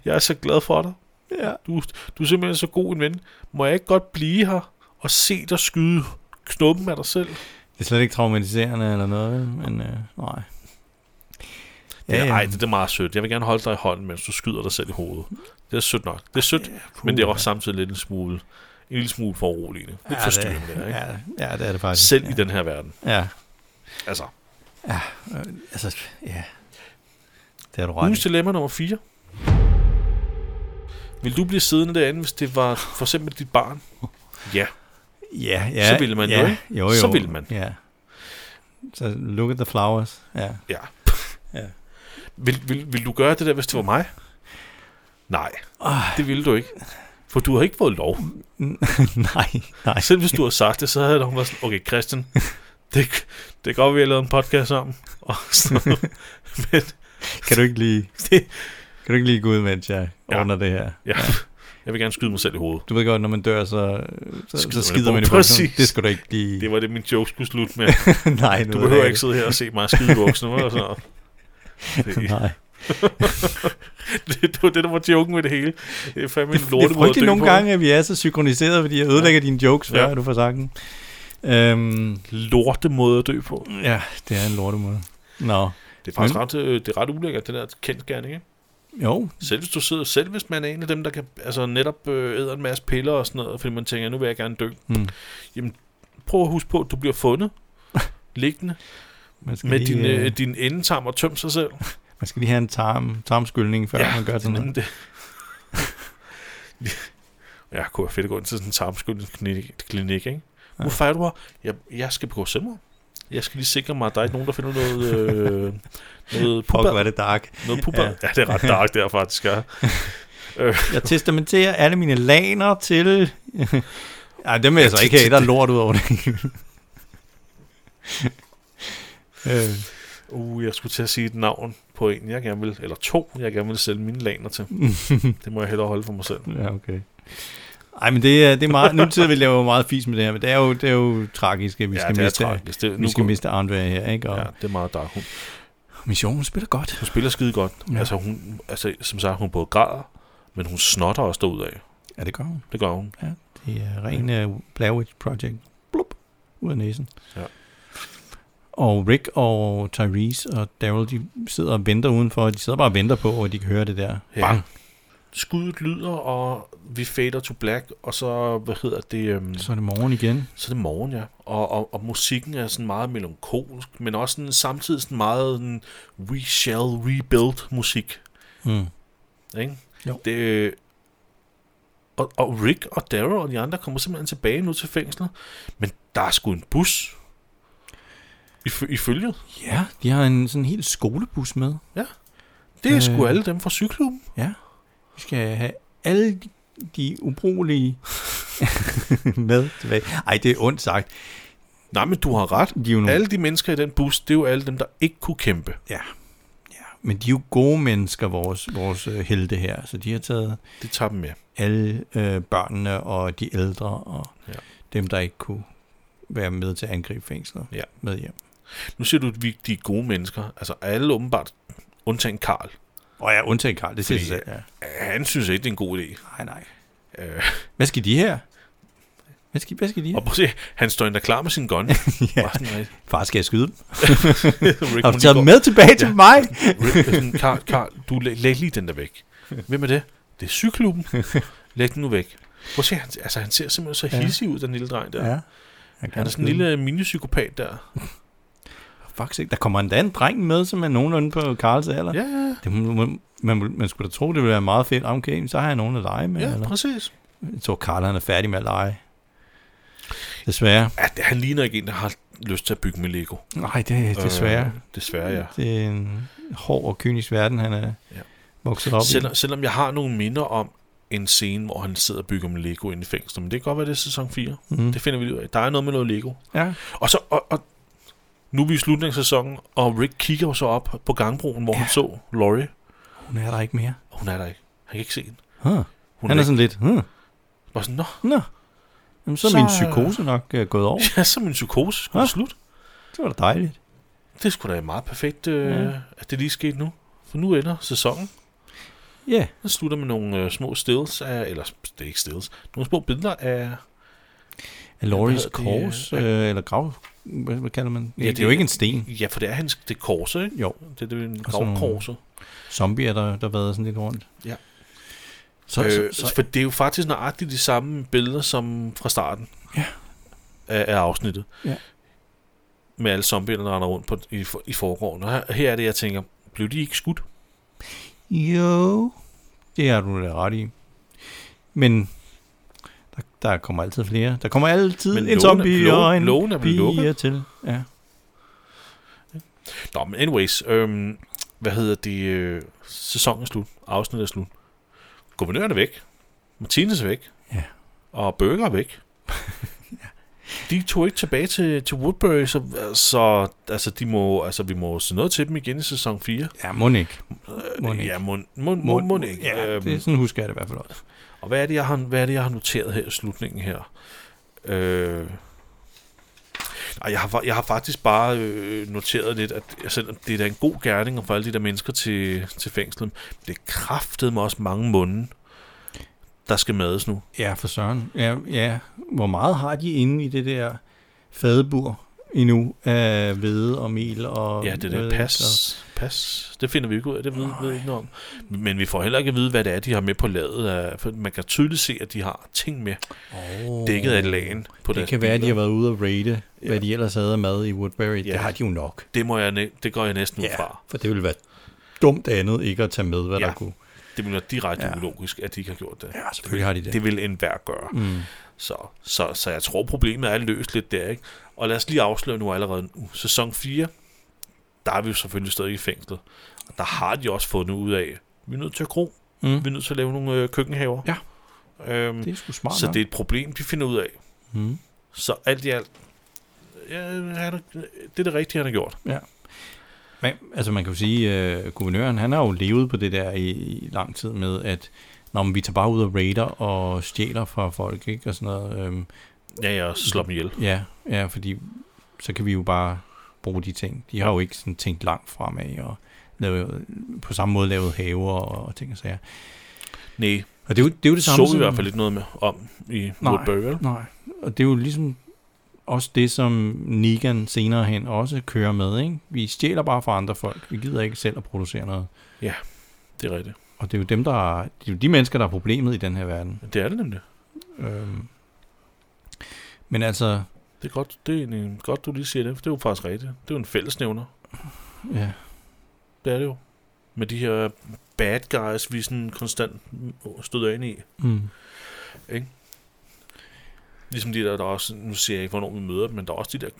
S1: jeg er så glad for dig.
S2: Ja.
S1: Du, du er simpelthen så god en ven. Må jeg ikke godt blive her og se dig skyde knuppen af dig selv?
S2: Det er slet ikke traumatiserende eller noget, vel? men øh, nej.
S1: Ja, ja. Ej, det, det er meget sødt. Jeg vil gerne holde dig i hånden, mens du skyder dig selv i hovedet. Det er sødt nok. Det er sødt, ja, men det er også samtidig lidt en smule, en lille smule foruroligende. Lidt ja, forstyrrende, det, ikke? Ja.
S2: ja, ja, det er det faktisk.
S1: Selv
S2: ja.
S1: i den her verden.
S2: Ja,
S1: Altså,
S2: altså, ja. Det er du ret i.
S1: ugens dilemma nummer 4. Vil du blive siddende derinde, hvis det var for eksempel dit barn? Ja,
S2: Ja, ja.
S1: Så ville man
S2: ja.
S1: jo, ikke?
S2: Jo, jo.
S1: Så ville man.
S2: Ja. Så look at the flowers. Ja.
S1: ja.
S2: Ja.
S1: Vil, vil, vil du gøre det der, hvis det var mig? Nej, det ville du ikke. For du har ikke fået lov.
S2: nej, nej.
S1: Selv hvis du havde sagt det, så havde hun været sådan, okay, Christian, det, det er godt, vi har lavet en podcast sammen. Og sådan noget. Men
S2: Kan du ikke lige,
S1: det,
S2: kan du ikke lige gå ud, mens jeg
S1: Ja.
S2: ja. ordner det her?
S1: ja, Jeg vil gerne skyde mig selv i hovedet.
S2: Du ved godt, når man dør, så, så,
S1: Skider
S2: skider, så
S1: man i
S2: skider man i
S1: bukserne.
S2: bukserne.
S1: Præcis.
S2: Det skal du ikke lige...
S1: Det var det, min joke skulle slutte med.
S2: Nej,
S1: Du behøver ikke sidde her og se mig skide i bukserne. Og sådan noget. Det,
S2: Nej.
S1: det, var det, der var joken med det hele. Det er fandme en
S2: Det, det
S1: lortemåde
S2: er
S1: at
S2: frygteligt
S1: dø
S2: nogle
S1: på.
S2: gange, at vi er så synkroniseret, fordi jeg ødelægger ja. dine jokes, før
S1: Ja.
S2: ja. du får sagt den. Øhm,
S1: Lortemåde at dø på.
S2: ja, det er en lortemåde. Nå,
S1: Det er faktisk
S2: Men-
S1: ret, øh, det er ret ulækkert, det der kendskærning, ikke?
S2: jo,
S1: Selv hvis, du sidder, selv hvis man er en af dem, der kan altså netop øh, æder en masse piller og sådan noget, fordi man tænker, nu vil jeg gerne dø.
S2: Mm.
S1: Jamen, prøv at huske på, at du bliver fundet liggende
S2: man skal,
S1: med
S2: lige,
S1: din, øh,
S2: øh,
S1: din endetarm og tømt sig selv.
S2: man skal lige have en tarm, tarmskyldning, før ja, man gør sådan noget.
S1: nemlig det. ja, kunne jeg fedt gå ind til sådan en tarmskyldningsklinik, klinik, ikke? Ja. Hvor fejler du mig? Jeg, jeg skal begå selvmord. Jeg skal lige sikre mig, at der er ikke nogen, der finder noget, øh, noget
S2: Fuck, hvor er
S1: puber.
S2: det dark.
S1: Noget puber. Ja. ja, det er ret dark der faktisk. Ja.
S2: Jeg testamenterer alle mine laner til... Ej, dem vil jeg så ikke have. Der er lort ud over det. øh,
S1: Uh, jeg skulle til at sige et navn på en, jeg gerne vil, eller to, jeg gerne vil sælge mine laner til. det må jeg hellere holde for mig selv.
S2: ja, okay. Ej, men det er, det er meget... Nu sidder vi og laver meget fis med det her, men det er jo, det er jo tragisk, at vi
S1: ja,
S2: skal
S1: det
S2: miste...
S1: er tragisk. Det,
S2: Vi skal
S1: går-
S2: miste Andrea her, ikke? Og
S1: Ja,
S2: ja.
S1: det er meget dark. Hun,
S2: missionen spiller godt.
S1: hun spiller skide godt. Ja.
S2: Ja.
S1: Altså, hun, altså, som sagt, hun både græder, men hun snotter også derud af.
S2: Ja, det gør hun.
S1: Det gør hun.
S2: Det er ren uh, Blair Witch Project. Blup. Ud af næsen.
S1: Ja.
S2: Og Rick og Tyrese og Daryl, de sidder og venter udenfor, og de sidder bare og venter på, at de kan høre det der.
S1: Ja.
S2: Bang.
S1: Skuddet lyder, og vi fader to black, og så, hvad hedder det, øhm,
S2: Så er det morgen igen.
S1: så er det morgen, ja. Og, og, og musikken er sådan meget melankolsk, men også sådan, samtidig sådan meget en we shall rebuild musik.
S2: Mm.
S1: Ikke?
S2: Jo.
S1: Det, og, og Rick og Daryl og de andre kommer simpelthen tilbage nu til fængslet, men der er sgu en bus i, fø- i følget.
S2: Ja, de har en sådan helt skolebus med.
S1: Det er øh. sgu
S2: Øh.
S1: alle dem fra cykelklubben.
S2: Ja. Vi skal have alle de, de ubrugelige med tilbage. Ej, det er ondt sagt.
S1: Nej, men du har ret.
S2: De er jo nogle,
S1: Alle de mennesker i den bus, det er jo alle dem, der ikke kunne kæmpe.
S2: Ja. ja. Men de er jo gode mennesker, vores, vores øh, helte her. Så de har taget
S1: Det tager dem med.
S2: alle øh, børnene og de ældre og
S1: Ja.
S2: ja. dem, der ikke kunne være med til at angribe fængsler
S1: Ja.
S2: med hjem.
S1: Nu siger du, at vi- de er gode mennesker. Altså alle åbenbart, undtagen Karl.
S2: Og ja, undtagen Karl, det siger
S1: Fordi-
S2: sig selv. Ja.
S1: Han synes ikke, det er en god idé.
S2: Nej, nej.
S1: Øh,
S2: Hvad skal de her? Hvad skal, hvad skal de her?
S1: og prøv at se, han står endda klar med sin gun.
S2: Ja.
S1: Bare sådan, nej,
S2: Far, skal jeg skyde dem?
S1: Rick,
S2: Har
S1: må
S2: du
S1: lige
S2: taget
S1: gå-
S2: dem med tilbage til
S1: Ja.
S2: mig?
S1: Rick, sådan, Karl, Karl, du læg, læg lige den der væk. Hvem er det? Det er cykelklubben. Læg den nu væk. Prøv at se, han, altså, han ser simpelthen så
S2: Ja.
S1: hissig ud, den lille dreng der. Ja.
S2: Jeg kan
S1: Han er sådan en lille øh, minipsykopat der.
S2: Faktisk ikke. Der kommer endda en dreng med, som er nogenlunde på Karls alder.
S1: Ja, ja,
S2: Det, må- man, man, man skulle da tro, det ville være meget fedt. Ah, Okay, så har jeg nogen at lege med.
S1: ja,
S2: eller?
S1: præcis.
S2: Jeg tror, Karl han er færdig med at lege. Desværre.
S1: Ja, det- han ligner ikke en, der har lyst til at bygge med Lego.
S2: Nej, det er desværre.
S1: Øh, desværre, ja.
S2: Det er en hård og kynisk verden, han er
S1: Ja.
S2: ja. vokset op
S1: Selvom, selvom jeg har nogle minder om en scene, hvor han sidder og bygger med Lego inde i fængslet. Men det kan godt være, det er sæson 4.
S2: i. Mm.
S1: Det finder vi ud af. Der er noget med noget Lego.
S2: Ja.
S1: Og så... Og, og nu er vi i slutningen af sæsonen, og Rick kigger jo så op på gangbroen, hvor ja. han så Laurie.
S2: Hun er der ikke mere.
S1: Og hun er der ikke. Han kan ikke se hende.
S2: Huh.
S1: Hun
S2: han er
S1: ikke.
S2: sådan lidt, huh.
S1: Bare sådan, Nå,
S2: Nå. Jamen, så er
S1: Så-
S2: min psykose nok uh, gået over.
S1: ja, så er min psykose skulle
S2: Hå?
S1: slut.
S2: Det var da dejligt.
S1: Det skulle da meget perfekt, øh, ja.
S2: Ja.
S1: at det lige skete nu. For nu ender sæsonen.
S2: Ja, yeah.
S1: Den slutter med nogle øh, små stills af, eller det er ikke stills, nogle små billeder af,
S2: Loris
S1: hedder det?
S2: kors, øh, eller grav... Hvad, hvad kalder man? Ja, det, det er
S1: det-
S2: jo ikke en sten.
S1: ja, for det er hans, det er korset, ikke?
S2: Jo,
S1: Det er det, en
S2: Og sådan nogle-
S1: gravkorset.
S2: zombier, der, der vader sådan lidt rundt.
S1: Ja.
S2: Så, øh, så, så,
S1: for det er jo faktisk nøjagtigt de samme billeder som fra starten
S2: Ja.
S1: af, af afsnittet.
S2: Ja.
S1: Med alle zombierne, der render rundt på, i, for- i forgården. Og her, her er det, jeg tænker, blev de ikke skudt?
S2: Jo, det har du da ret i. Men der, der kommer altid flere. Der kommer altid
S1: Men
S2: Men
S1: lågen
S2: en
S1: er-
S2: zombie
S1: lågen-
S2: og en
S1: lågen er vel
S2: bier
S1: lukket?
S2: til. Ja.
S1: Nå, men anyways, øhm, hvad hedder det? Øh, sæsonen er slut. Afsnittet er slut. Guvernøren er væk. Martinez er væk.
S2: Ja.
S1: Og Burger er væk. De tog ikke tilbage til, til Woodbury, så, så altså, de må, altså, vi må se noget til dem igen i sæson 4.
S2: ja, må ikke. Mon ikke.
S1: Ja, mon, mon, mon,
S2: Mon-
S1: mon ikke.
S2: Ja,
S1: øhm,
S2: det, sådan husker jeg det i hvert fald også.
S1: Og hvad er det, jeg har, hvad er det, jeg har noteret her i slutningen her? Øh... Ej, jeg, har, fa- jeg har faktisk bare øh, noteret lidt, at jeg selv, det er da en god gerning at få alle de der mennesker til, til fængslet. Det kræftede mig også mange munde, der skal mades nu.
S2: Ja, for søren. Ja, ja. Hvor meget har de inde i det der fadbur endnu af hvede og mel og...
S1: Ja, det
S2: jeg
S1: der
S2: ved ikke,
S1: pas, pas, det finder vi ikke ud af, det ved ved vi ikke noget om. Men vi får heller ikke at vide, hvad det er, de har med på ladet. af- For man kan tydeligt se, at de har ting med oh, dækket af lagen på
S2: og Det
S1: deres
S2: kan være, at de
S1: biler.
S2: har været ude og raide, hvad de ellers havde af mad i Woodbury. Ja. Det har de jo nok.
S1: det, må jeg, næ- det går jeg næsten ud fra.
S2: for det ville være dumt andet ikke at tage med, hvad
S1: Ja.
S2: ja. der kunne.
S1: Det ville være direkte ja.
S2: Ja.
S1: ulogisk, at de ikke har gjort det.
S2: Ja, selvfølgelig har de det.
S1: Det vil enhver gøre. Mm. Så, så, så jeg tror, problemet er løst lidt der, ikke? Og lad os lige afsløre nu allerede nu. Sæson 4, der er vi jo selvfølgelig stadig i fængslet. Og der har de også fundet ud af, vi er nødt til at gro. Mm. Vi er nødt til at lave nogle øh, køkkenhaver.
S2: Ja.
S1: Øhm,
S2: Det er sgu smart
S1: så
S2: nok.
S1: det er et problem, de finder ud af. Mm. Så alt i alt, ja, han er, det er det rigtige, han har gjort.
S2: Ja. Men, altså man kan jo sige, at øh, guvernøren han har jo levet på det der i, i lang tid med, at når vi tager bare ud og raider og stjæler fra folk, ikke? Og sådan noget. Øhm,
S1: Ja, jeg slår dem ihjel.
S2: ja, ja, fordi så kan vi jo bare bruge de ting. De har jo ikke sådan tænkt langt fremad og lavet, på samme måde lavet haver og, og ting og sager.
S1: Nej,
S2: Og det er jo det, er jo det samme
S1: så vi i
S2: som-
S1: hvert fald ikke noget med, om i
S2: Nej.
S1: Woodbury, vel?
S2: Nej, og det er jo ligesom også det, som Negan senere hen også kører med. Ikke? Vi stjæler bare fra andre folk. Vi gider ikke selv at producere noget.
S1: Ja, det er rigtigt.
S2: Og det er jo dem, der er, det er jo de mennesker, der er problemet i den her verden.
S1: Det er det nemlig.
S2: Øhm. Men altså,
S1: Det er godt, det er egentlig godt, du lige siger det, for det er jo faktisk rigtigt. Det er jo en fællesnævner.
S2: ja,
S1: Det er det jo. Med de her bad guys, vi sådan konstant stod ind i.
S2: mm,
S1: Ligesom de der, der også, nu siger jeg ikke, hvornår vi møder dem, men der er også de der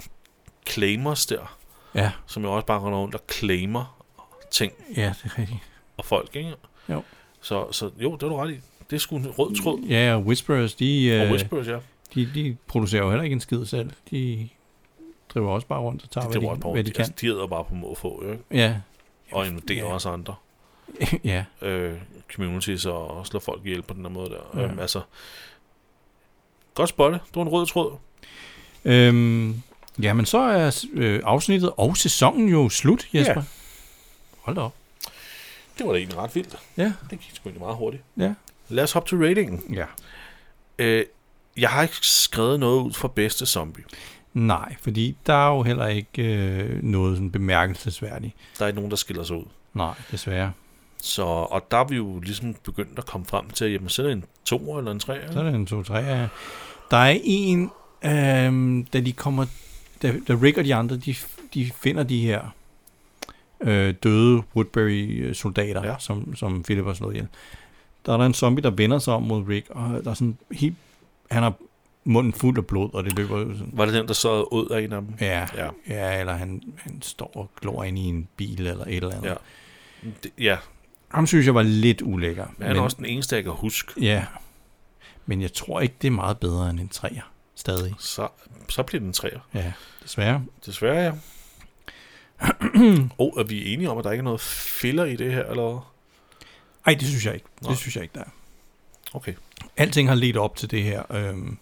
S1: claimers der,
S2: ja,
S1: som jo også bare går rundt og claimer ting
S2: ja, det er rigtigt.
S1: og folk, ikke?
S2: Jo.
S1: Så, så jo, det er du ret i. Det er sgu en rød tråd.
S2: Ja, og Whisperers, de,
S1: Og
S2: øh,
S1: Whispers, ja.
S2: de, de producerer jo heller ikke en skid selv. De driver også bare rundt og tager,
S1: Det
S2: hvad,
S1: er
S2: de,
S1: på.
S2: hvad de kan.
S1: Altså, de æder bare på måde få, ikke?
S2: Ja,
S1: Og invaderer
S2: ja.
S1: også andre.
S2: ja,
S1: øh, communities og, og slår folk ihjel på den her måde der. Ja.
S2: Ja.
S1: Øhm, altså, godt spotte. Du har en rød tråd.
S2: Øhm, jamen, så er øh, afsnittet og sæsonen jo slut, Jesper.
S1: Ja.
S2: Ja. Hold da op.
S1: Det var da egentlig ret vildt.
S2: Ja,
S1: Det gik sgu egentlig meget hurtigt.
S2: ja.
S1: Lad os hoppe til ratingen.
S2: Ja.
S1: Øh, jeg har ikke skrevet noget ud for bedste zombie.
S2: Nej, fordi der er jo heller ikke øh, noget sådan bemærkelsesværdigt.
S1: Der er ikke nogen, der skiller sig ud.
S2: Nej, desværre.
S1: Så, og der er vi jo ligesom begyndt at komme frem til, at jamen, så er det en to eller en tre.
S2: Så er der en, to, tre. Ja. Der er en, øhm, da de kommer, da, da Rick og de andre, de, de finder de her øh, døde Woodbury-soldater,
S1: Ja.
S2: ja. som, som Philip har slået ihjel. Der er der en zombie, der vender sig om mod Rick, og der er sådan helt, han har munden fuld af blod, og det løber jo sådan
S1: Var det den, der så ud af en af dem?
S2: Ja,
S1: Ja.
S2: ja. ja eller han, han står og glor ind i en bil eller et eller andet.
S1: Ja.
S2: Ja.
S1: Det, ja.
S2: Ham synes jeg var lidt ulækker.
S1: Han er men, også den eneste, jeg kan huske.
S2: Ja, men jeg tror ikke, det er meget bedre end en træer. Stadig.
S1: Så, så bliver den en træer.
S2: Ja, desværre.
S1: Desværre, ja. og oh, er vi enige om, at der ikke er noget filler i det her, eller hvad?
S2: Ej, det synes jeg ikke.
S1: Nej.
S2: Det synes jeg ikke, der er.
S1: Okay.
S2: Alting har ledt op til det her øhm,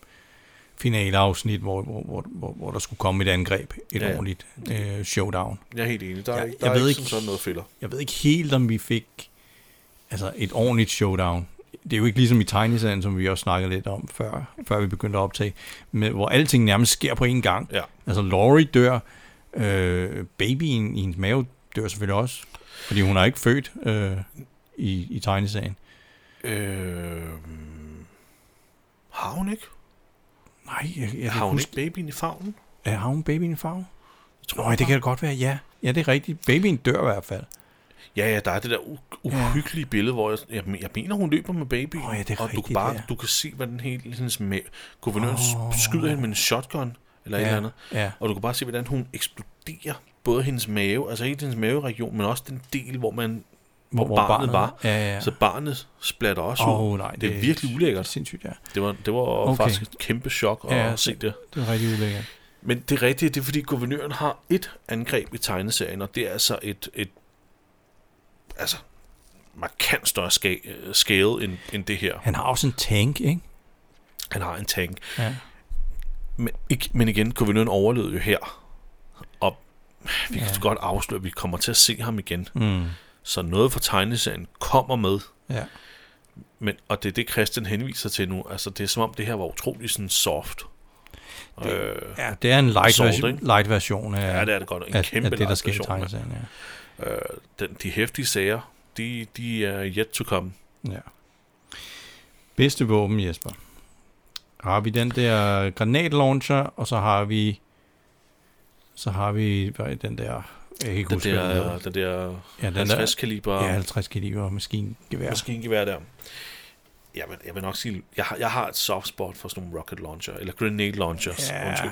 S2: finaleafsnit, hvor, hvor, hvor, hvor, hvor der skulle komme et angreb. Et
S1: Ja,
S2: ja,
S1: ja.
S2: ordentligt øh, showdown.
S1: Jeg er helt enig. Der er,
S2: Jeg-
S1: ikke, der
S2: jeg
S1: er
S2: ved
S1: ikke,
S2: ikke-
S1: sådan noget filler.
S2: Jeg ved ikke helt, om vi fik altså et ordentligt showdown. Det er jo ikke ligesom i tegneserien, som vi også snakkede lidt om, før, før vi begyndte at optage, med, hvor alting nærmest sker på én gang.
S1: Ja.
S2: Altså, Laurie dør, øh, babyen i hendes mave dør selvfølgelig også, fordi hun har ikke født øh, i, i tegneserien.
S1: Øh, har hun ikke?
S2: Nej, jeg, jeg
S1: Har
S2: kan
S1: hun
S2: huske,
S1: ikke babyen i favnen?
S2: er, har hun babyen i farve?
S1: Jeg tror,
S2: Nå, det kan det godt være, ja. Ja, det er rigtigt. Babyen dør i hvert fald.
S1: Ja, ja, der er det der u- uhyggelige billede, hvor jeg, jeg, men- jeg mener, hun løber med babyen.
S2: Åh, ja, det er
S1: og du kan
S2: rigtigt,
S1: bare,
S2: ja.
S1: du kan se, hvordan hele hendes mave... Guvernøren oh. skyder hende med en shotgun, eller ja. et
S2: Ja,
S1: eller andet.
S2: ja.
S1: Og du kan bare se, hvordan hun eksploderer både hendes mave, altså hele hendes maveregion, men også den del, hvor man hvor, hvor barnet, var.
S2: Ja, ja, ja.
S1: Så barnet splatter også
S2: Åh,
S1: ud.
S2: nej.
S1: det er virkelig
S2: Det er
S1: ulækkert.
S2: sindssygt, ja.
S1: Det var, det var okay.
S2: Okay.
S1: faktisk et kæmpe chok at
S2: Ja,
S1: ja, se det.
S2: Det er rigtig ulækkert.
S1: Men det rigtige, det er fordi guvernøren har et angreb i tegneserien, og det er altså et, et altså markant større ska- øh, scale end, end det her.
S2: Han har også en tank, ikke?
S1: Han har en tank.
S2: Ja.
S1: Men, ikke, men igen, Covenant overlevede jo her. Og vi kan
S2: Ja.
S1: godt afsløre, at vi kommer til at se ham igen.
S2: Mm.
S1: Så noget fra tegneserien kommer med.
S2: Ja.
S1: Men, og det er det, Christian henviser til nu. Altså, det er som om, det her var utrolig sådan soft. Det, øh,
S2: ja, det er en light,
S1: Sort,
S2: version,
S1: ikke?
S2: light version af,
S1: ja, det er det godt. En
S2: af,
S1: kæmpe
S2: af det, der
S1: lang
S2: sker i
S1: version, mand.
S2: tegneserien. Ja.
S1: øh, den, De hæftige sager, de, de er yet to come.
S2: ja. Bedste våben, Jesper? Har vi den der granatlauncher, og så har vi så har vi hvad er den der, jeg kan ikke
S1: Den
S2: huske, hvad den
S1: der,
S2: hedder.
S1: den der
S2: ja, den der
S1: 50 kaliber
S2: ja, 50 kaliber maskingevær.
S1: maskingevær der. Jeg vil, jeg vil nok sige, jeg har, jeg har et soft spot for sådan nogle rocket launcher, eller grenade launchers,
S2: Ja.
S1: undskyld.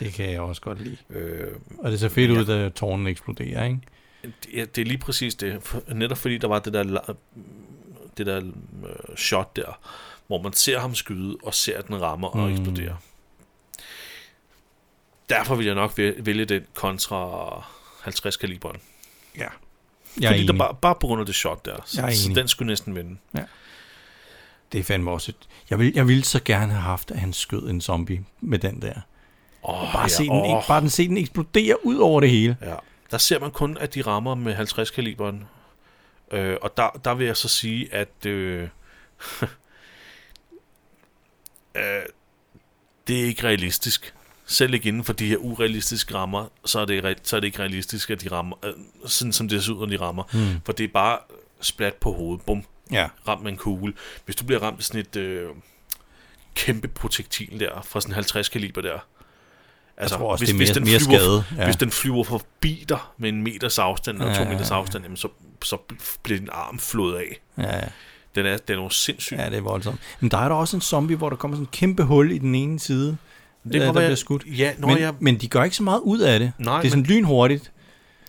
S2: Det kan jeg også godt lide.
S1: Øh,
S2: Og det ser fedt ud, da tårnen eksploderer, ikke?
S1: det, ja, det er lige præcis det. For- Netop fordi der var det der, la- det der øh, shot der, hvor man ser ham skyde, og ser, at den rammer og
S2: Mm.
S1: eksploderer. Derfor vil jeg nok væ- vælge den kontra 50 kaliberen.
S2: Ja. Jeg er
S1: Fordi der
S2: enig.
S1: bare, bare på grund af det shot der. Så,
S2: Jeg er
S1: så
S2: enig.
S1: den skulle næsten vinde.
S2: Det er fandme også et... Jeg ville, jeg ville så gerne have haft, at han skød en zombie med den der.
S1: Oh,
S2: Bare, ja, se, den, ikke, bare den, se den eksplodere ud over det hele.
S1: Ja. Der ser man kun, at de rammer med 50 kaliberen. Øh, og der, der vil jeg så sige, at øh, øh, det er ikke realistisk. Selv ikke inden for de her urealistiske rammer, så er det, re- så er det ikke realistisk, at de rammer, øh, sådan som det ser ud, når de rammer.
S2: Hmm.
S1: Mm. For det er bare splat på hovedet. Bum,
S2: Ja.
S1: ramt med en kugle. Hvis du bliver ramt af sådan et øh, kæmpe protektil der, fra sådan 50 kaliber der, altså,
S2: tror også, det er mere- mere skade, ja.
S1: hvis den flyver forbi dig med en meters afstand, eller
S2: Ja,
S1: ja, to
S2: ja,
S1: meters
S2: ja.
S1: afstand, jamen, så, så bliver din arm flået af.
S2: ja.
S1: Den er, den er jo sindssyg.
S2: Ja, det er voldsomt. Men der er der også en zombie, hvor der kommer sådan en kæmpe hul i den ene side,
S1: kan
S2: det der, der
S1: godt være-
S2: bliver skudt.
S1: ja, når
S2: men,
S1: jeg-
S2: men de gør ikke så meget ud af det.
S1: Nej,
S2: det er sådan lynhurtigt,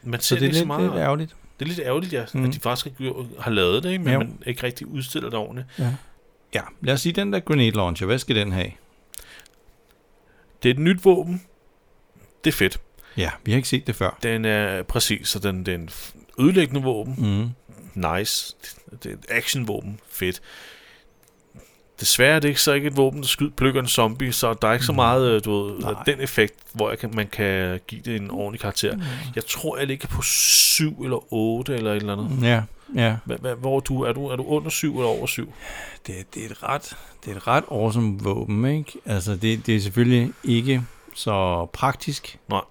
S1: Man ser
S2: så det er
S1: ikke
S2: lidt,
S1: så meget.
S2: lidt ærgerligt.
S1: det er lidt ærgerligt, ja, mm.
S2: Mm.
S1: at de faktisk ikke gjorde- har lavet det, ikke? men
S2: Ja.
S1: ja. man ikke rigtig udstiller det ordentligt.
S2: Ja. ja, lad os sige, den der grenade launcher, hvad skal den have?
S1: Det er et nyt våben. Det er fedt.
S2: Ja, vi har ikke set det før.
S1: Den er præcis, så den, den er en f- ødelæggende våben.
S2: Mm.
S1: nice. Det er et actionvåben. Fedt. Desværre er det ikke så ikke et våben, der skyder plukker en zombie, så der er ikke så meget øh, du ved, af
S2: Nej.
S1: den effekt, hvor jeg kan, man kan give det en ordentlig karakter. Jeg tror, jeg ligger på 7 eller 8 eller et eller andet.
S2: Ja, ja.
S1: Hva, hva, hvor er du? Er du, er du under 7 eller over 7?
S2: det, det, er et ret, det er et ret awesome våben, ikke? Altså, det, det er selvfølgelig ikke så praktisk.
S1: Nej.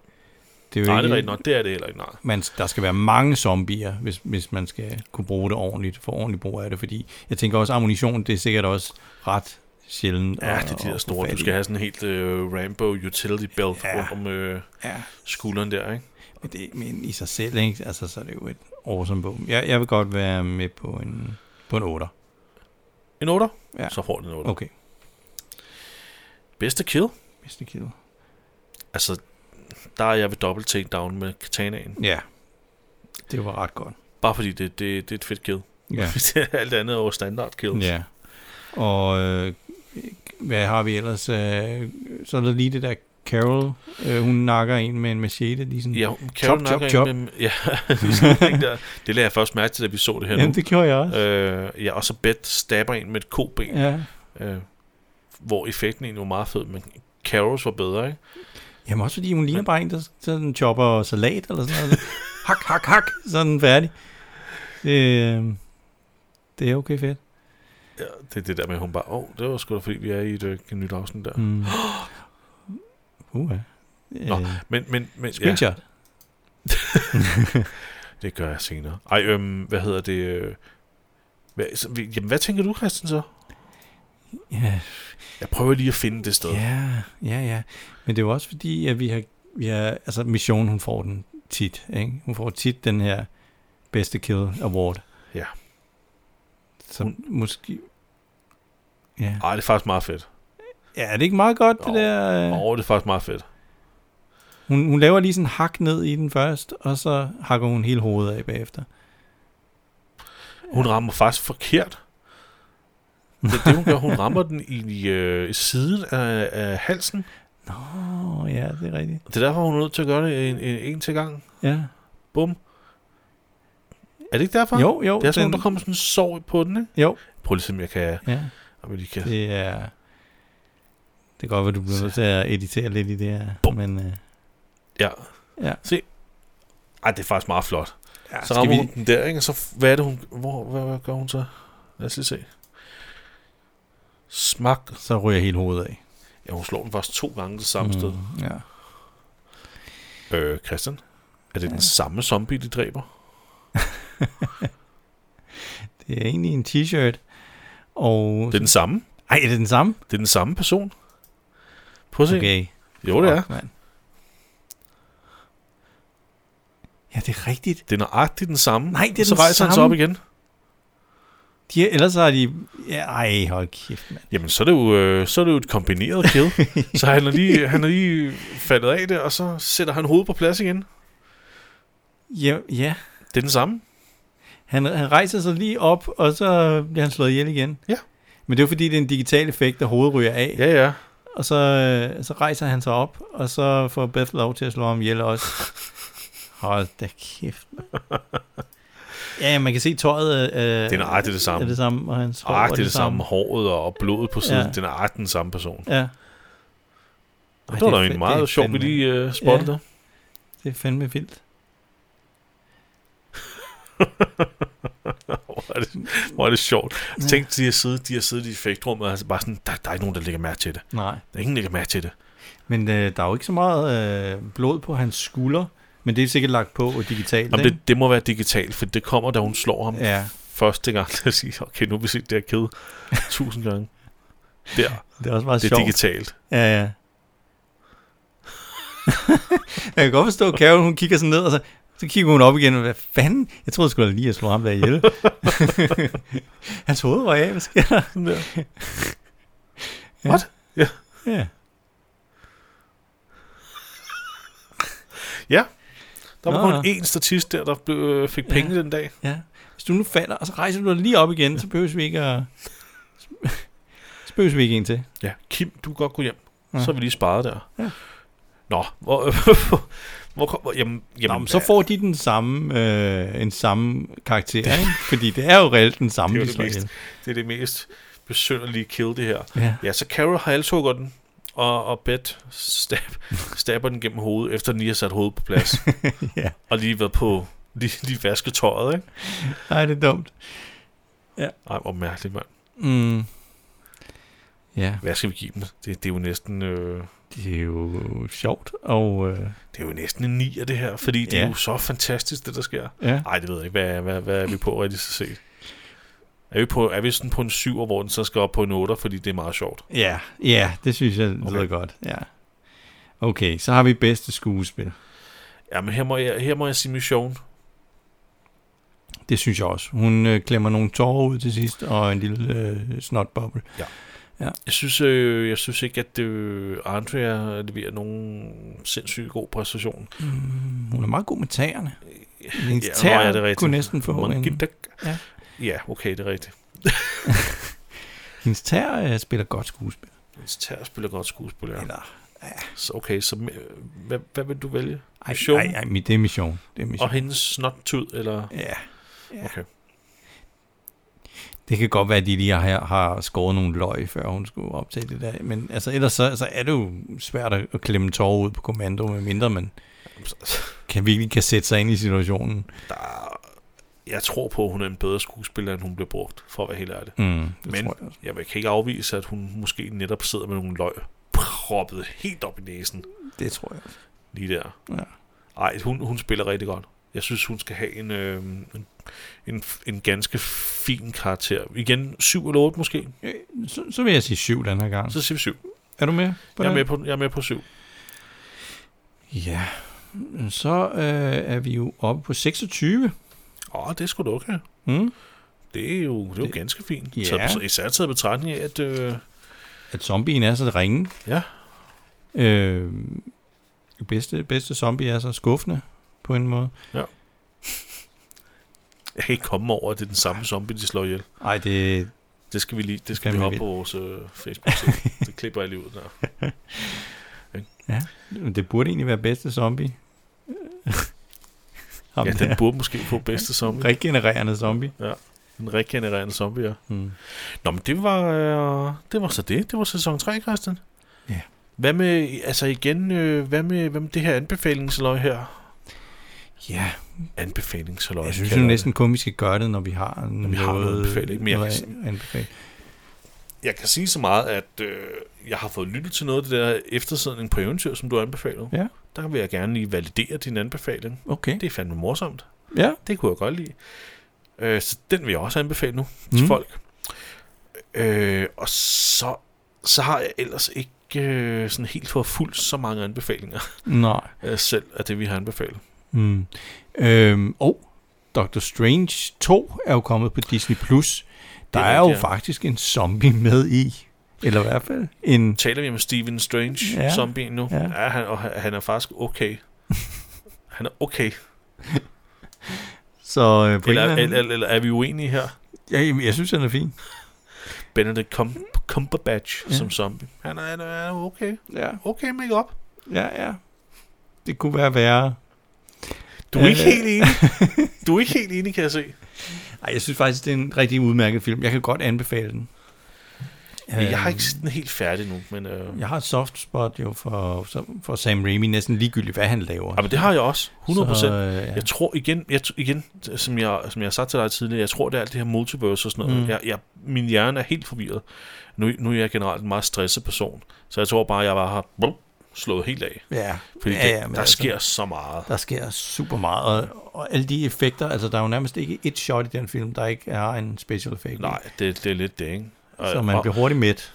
S2: Det er jo
S1: Nej, det er
S2: ikke,
S1: rigtigt nok. Det er det heller ikke. Nej.
S2: Man, der skal være mange zombier, hvis, hvis man skal kunne bruge det ordentligt, få ordentlig brug af det, fordi jeg tænker også, ammunition, det er sikkert også ret sjældent.
S1: Ja,
S2: at-
S1: det er de
S2: at
S1: der
S2: få
S1: store.
S2: fat
S1: Du
S2: i.
S1: skal have sådan en helt øh, Rambo utility belt ja. rundt om øh,
S2: Ja,
S1: skulderen der, ikke?
S2: men, det, men i sig selv, ikke? Altså, så er det jo et awesome våben. Jeg, jeg vil godt være med på en, på en 8'er.
S1: En 8'er?
S2: Ja.
S1: Ja. Oh. Så får den en 8'er. Okay.
S2: Okay.
S1: Bedste kill?
S2: Mr. Kill.
S1: Altså, der er jeg ved dobbelt takedown med katanaen.
S2: Ja. Det var ret godt.
S1: Bare fordi det, det, det er et fedt kill.
S2: Ja.
S1: Alt andet er jo standard kills.
S2: Ja. Og øh, hvad har vi ellers? Øh, så er der lige det der Carol, øh, hun nakker en med en machete. Lige sådan.
S1: Ja, Carol
S2: chop,
S1: nok
S2: chop.
S1: er en Med, ja, det er sådan en ting der. Det lagde jeg først mærke til, da vi så det her
S2: Jamen,
S1: Jamen,
S2: det gjorde jeg også.
S1: nu. Øh, ja, og så Bet stabber en med et koben, ja.
S2: Ja.
S1: øh, hvor effekten egentlig var meget fed, men Carols var bedre, ikke?
S2: Jamen også fordi hun ligner bare en, der sådan chopper salat eller sådan noget. hak, hak, hak. Sådan færdig. Øh, det er okay fedt.
S1: Ja, det er det der med, at hun bare, åh, oh, det var sgu da fordi, vi er i et, øh, nyt afsnit der. Mm.
S2: Mm. Uh, øh,
S1: Nå, Men, men, men ja,
S2: Screenshot.
S1: det gør jeg senere. Ej, øhm, hvad hedder det? Øh, hvad, så, vi- jamen, hvad tænker du, Christian, så?
S2: Ja.
S1: Jeg prøver lige at finde det sted.
S2: Ja, ja, ja. Men det er jo også fordi, at vi har, vi har altså Mission, hun får den tit, ikke? Hun får tit den her bedste kill award.
S1: Ja.
S2: Så hun,
S1: Hun-
S2: måske... Ja.
S1: Ej, det er faktisk meget fedt.
S2: ja, er det ikke meget godt, det
S1: Jo.
S2: der?
S1: Åh,
S2: øh,
S1: oh, det er faktisk meget fedt.
S2: Hun, hun laver lige sådan en hak ned i den først, og så hakker hun hele hovedet af bagefter.
S1: Hun rammer faktisk forkert. Det er det, hun gør. Hun rammer den i, i øh, siden af, af halsen.
S2: Åh, oh, ja, det er rigtigt.
S1: Og det er derfor, hun er nødt til at gøre det en, en, en til gang.
S2: Ja.
S1: Bum. Er det ikke derfor?
S2: Jo, jo,
S1: Det er sådan,
S2: den-
S1: den... der kommer sådan en sår på den, ikke?
S2: Jo,
S1: Prøv lige at se, om jeg kan...
S2: ja.
S1: Om jeg lige kan...
S2: Det er... Det kan godt være, du bliver nødt til at editere lidt i det her.
S1: Bum.
S2: Men øh,
S1: Ja.
S2: ja.
S1: Ej, det er faktisk meget flot.
S2: ja,
S1: Så rammer vi... hun den der, ikke? Og så, hvad er det, hun... Hvor, hvad, hvad gør hun så? Lad os lige se. Smak.
S2: Så ryger jeg hele hovedet af.
S1: Ja, hun slår den faktisk to gange det samme mm. sted.
S2: Ja.
S1: Øh, Christian? Er det ja. den samme zombie, de dræber?
S2: Det er egentlig en t-shirt. Og...
S1: Det er den samme.
S2: Ej, er det den samme?
S1: Det er den samme person. Prøv at se.
S2: Okay.
S1: Jo, det er.
S2: Fuck, mand. Ja, det er rigtigt.
S1: Det er nøjagtigt den samme.
S2: Nej, det er
S1: så
S2: den
S1: rejser han sig
S2: samme.
S1: op igen.
S2: De, er- ellers har de... Ja, ej, hold kæft, mand.
S1: Jamen, så er det jo, øh, så er det jo et kombineret kill. så han er, lige, han er lige faldet af det, og så sætter han hovedet på plads igen.
S2: Ja, ja.
S1: Det er den samme.
S2: Han, han rejser sig lige op, og så bliver han slået ihjel igen.
S1: Ja.
S2: Men det er jo fordi, det er en digital effekt, der hovedet ryger af.
S1: Ja, ja.
S2: Og så, øh, så rejser han sig op, og så får Beth lov til at slå ham ihjel også. Hold da kæft. mand. Ja, ja, man kan se tøjet øh,
S1: Det er nøjagtigt det samme.
S2: er det samme, og hans hår
S1: Ark, det er det samme. Håret og blodet på siden.
S2: Ja.
S1: Ja. Den er ark den samme person.
S2: Ja. Ej,
S1: Ej, det var da
S2: er fe-
S1: egentlig
S2: det er
S1: meget sjovt, vi
S2: fandme-
S1: lige uh, spottede
S2: Ja.
S1: ja.
S2: Det er fandme vildt.
S1: hvor, er det, hvor er det sjovt. Ja. Tænk, de har siddet, de har siddet i effektrummet, og altså bare sådan, der, der er ikke nogen, der lægger mærke til det.
S2: Nej.
S1: Der er ingen, der lægger mærke til det.
S2: Men øh, der er jo ikke så meget øh, blod på hans skulder, men det er sikkert lagt på digitalt,
S1: Jamen,
S2: ikke?
S1: det, det må være digitalt, for det kommer, da hun slår ham ja.
S2: Ja,
S1: første gang, til at sige, okay, nu har vi set det her kæde tusind gange. Der,
S2: det er også meget
S1: det er
S2: sjovt.
S1: digitalt.
S2: Ja, ja. jeg kan godt forstå, at Carol, hun kigger sådan ned, og så, så kigger hun op igen, og hvad fanden? Jeg troede sgu da lige, at jeg slog ham der ihjel. Hans hoved var af, hvad sker der?
S1: Sådan der.
S2: Ja.
S1: What? Ja.
S2: Ja.
S1: Ja. Der var
S2: Nå,
S1: kun én statist der, der blev, øh, fik penge den dag.
S2: ja. Hvis du nu falder, og så rejser du dig lige op igen, så behøves vi ikke at... Så behøves vi ikke en til.
S1: Ja, Kim, du kan godt gå hjem.
S2: Ja.
S1: Så har vi lige sparet der.
S2: Ja.
S1: Nå, hvor, hvor kom, hvor- jamen, jamen,
S2: Nå, men så får de den samme, øh, en samme karakter, ikke? Fordi det er jo reelt den samme,
S1: det er jo
S2: de
S1: det
S2: slår ihjel.
S1: mest, det er det mest besynderlige kill, det her.
S2: Ja.
S1: Ja, så Carol halshugger den, og, og Bet stab, stabber den gennem hovedet, efter den lige har sat hovedet på plads.
S2: Ja.
S1: Og lige været på, lige, lige vasket tøjet, ikke?
S2: Nej, det er dumt.
S1: Ej, hvor mærkeligt, mand.
S2: Mm. Ja.
S1: Hvad skal vi give dem? Det, det er jo næsten... Øh,
S2: det er jo sjovt, og øh,
S1: det er jo næsten en nier, det her, fordi det
S2: Ja.
S1: er jo så fantastisk, det der sker.
S2: ja.
S1: Nej, det ved jeg ikke. Hvad, hvad, hvad er vi på rigtig så set? Er vi, på, er vi sådan på en 7'er, hvor den så skal op på en 8'er, fordi det er meget sjovt?
S2: ja, ja, det synes jeg lyder
S1: Okay.
S2: godt, ja. Okay, så har vi bedste skuespil.
S1: Jamen, her må jeg, her må jeg sige mission.
S2: Det synes jeg også. Hun øh, klemmer nogle tårer ud til sidst, og en lille øh, snotboble.
S1: Jeg synes, øh, jeg synes ikke, at øh, Andrea leverer nogen sindssygt god præstation.
S2: Hun er meget god med tæerne. Hendes
S1: nå,
S2: tæer kunne næsten få
S1: Monkey
S2: en...
S1: Duck.
S2: Ja.
S1: Ja. ja, okay, det er rigtigt.
S2: Hendes tæer øh, spiller godt skuespil.
S1: Hvis Tær spiller godt skuespil, ja.
S2: Eller,
S1: Så, okay, så øh, hvad, hvad vil du vælge?
S2: ej,
S1: Mission?
S2: ej, ej, mit- det er mission. Det er mission.
S1: Og hendes snot-tud, eller?
S2: Ja.
S1: Okay.
S2: Det kan godt være, at de lige har, har skåret nogle løg, før hun skulle op til det der. Men altså, ellers så, så er det jo svært at at klemme tårer ud på kommando, med mindre man kan virkelig kan sætte sig ind i situationen.
S1: Der, jeg tror på, at hun er en bedre skuespiller, end hun bliver brugt, for at være helt ærlig.
S2: Mm, det
S1: Men
S2: tror jeg også.
S1: jeg, jeg kan ikke afvise, at hun måske netop sidder med nogle løg proppet helt op i næsen
S2: Det tror jeg også.
S1: lige der.
S2: Ja.
S1: Ej, hun, hun spiller rigtig godt. Jeg synes, hun skal have en, øh, en, en, en ganske fin karakter. Igen, 7 eller 8 måske.
S2: Øh, Så, så vil jeg sige syv den her gang.
S1: Så siger vi 7.
S2: Er du med? på
S1: Jeg er
S2: den?
S1: med på, jeg er med på 7.
S2: Ja. Så øh, er vi jo oppe på 26.
S1: Åh, det er sgu da okay.
S2: Mm.
S1: Det er jo, det er jo det, ganske fint.
S2: Ja.
S1: Ja. Taget, især taget i betragtning af, at øh,
S2: At zombien er så ringe.
S1: ja,
S2: Øh, bedste, bedste zombie er så skuffende på en måde.
S1: jeg kan ikke komme over, at det er den samme zombie, de slår ihjel.
S2: Ej, det,
S1: Det skal vi lige, det skal vi
S2: Fandme
S1: hoppe på
S2: vildt.
S1: vores øh, Facebook-side. det klipper jeg lige ud der.
S2: det burde egentlig være bedste zombie. Ham
S1: Ja,
S2: der.
S1: den burde måske få bedste zombie.
S2: Regenererende zombie.
S1: Ja, en regenererende zombie, ja. Mm. Nå, men det var, øh, det var så det. Det var sæson 3, Christian.
S2: Ja.
S1: Hvad med, altså igen, øh, hvad, med, hvad med det her anbefalingsløg her?
S2: Ja,
S1: Anbefalingsløg.
S2: jeg synes
S1: kalder
S2: jo
S1: jeg
S2: næsten kun, vi skal gøre det, når vi har noget,
S1: vi har noget anbefaling, men jeg
S2: noget
S1: kan
S2: anbefaling.
S1: det. Jeg kan sige så meget, at øh, jeg har fået lyttet til noget af det der eftersidning på eventyr, som du anbefalede.
S2: Ja,
S1: Der vil jeg gerne lige validere din anbefaling.
S2: okay.
S1: Det er fandme morsomt.
S2: Ja,
S1: Det kunne jeg godt lide. Øh, så den vil jeg også anbefale nu mm.
S2: Mm.
S1: til folk. Øh, og så, så har jeg ellers ikke øh, sådan helt for fuld så mange anbefalinger
S2: nej.
S1: øh, selv af det, vi har anbefalet.
S2: Mm. Øhm, og Doctor Strange 2 er jo kommet på Disney+. Plus. Der
S1: er
S2: er, er jo
S1: rigtigt, ja.
S2: faktisk en zombie med i. Eller i hvert fald en...
S1: Taler vi om Stephen Strange, ja.
S2: Ja.
S1: zombie nu? Ja.
S2: Ja.
S1: ja han, og han han er faktisk okay. Han er okay.
S2: Så øh, på
S1: Eller,
S2: en eller
S1: eller,
S2: anden...
S1: eller, eller er vi uenige her?
S2: Ja, jamen, jeg synes, den er fin.
S1: Benedict Cum- Cumberbatch ja.
S2: Ja.
S1: som zombie. Han er, han er okay.
S2: Ja,
S1: Okay make-up.
S2: ja, ja. Det kunne være værre.
S1: Du er ikke
S2: Øh.
S1: helt enig. Du er ikke helt enig, kan jeg se.
S2: Ej, jeg synes faktisk, det er en rigtig udmærket film. Jeg kan godt anbefale den.
S1: Jeg har
S2: Øhm,
S1: ikke set den helt færdig nu, men... Øh,
S2: Jeg har et soft spot jo for, som- for Sam Raimi, næsten ligegyldigt, hvad han laver.
S1: Ja, ah, men det har jeg også. 100 procent.
S2: Så, øh, ja.
S1: Jeg tror igen, jeg, t- igen som, jeg, som jeg har sagt til dig tidligere, jeg tror, det er alt det her multiverse og sådan noget. Mm. Jeg, jeg, min hjerne er helt forvirret. Nu, nu er jeg generelt en meget stresset person, så jeg tror bare, jeg bare har blup, slået helt af.
S2: Ja,
S1: Fordi ja,
S2: ja, ja,
S1: det,
S2: men altså,
S1: der sker så meget.
S2: Der sker super meget, og, og alle de effekter, altså der er jo nærmest ikke et shot i den film, der ikke er en special effect. i.
S1: Nej, det, det er lidt det, ikke? Og,
S2: Så man
S1: og,
S2: bliver hurtigt midt.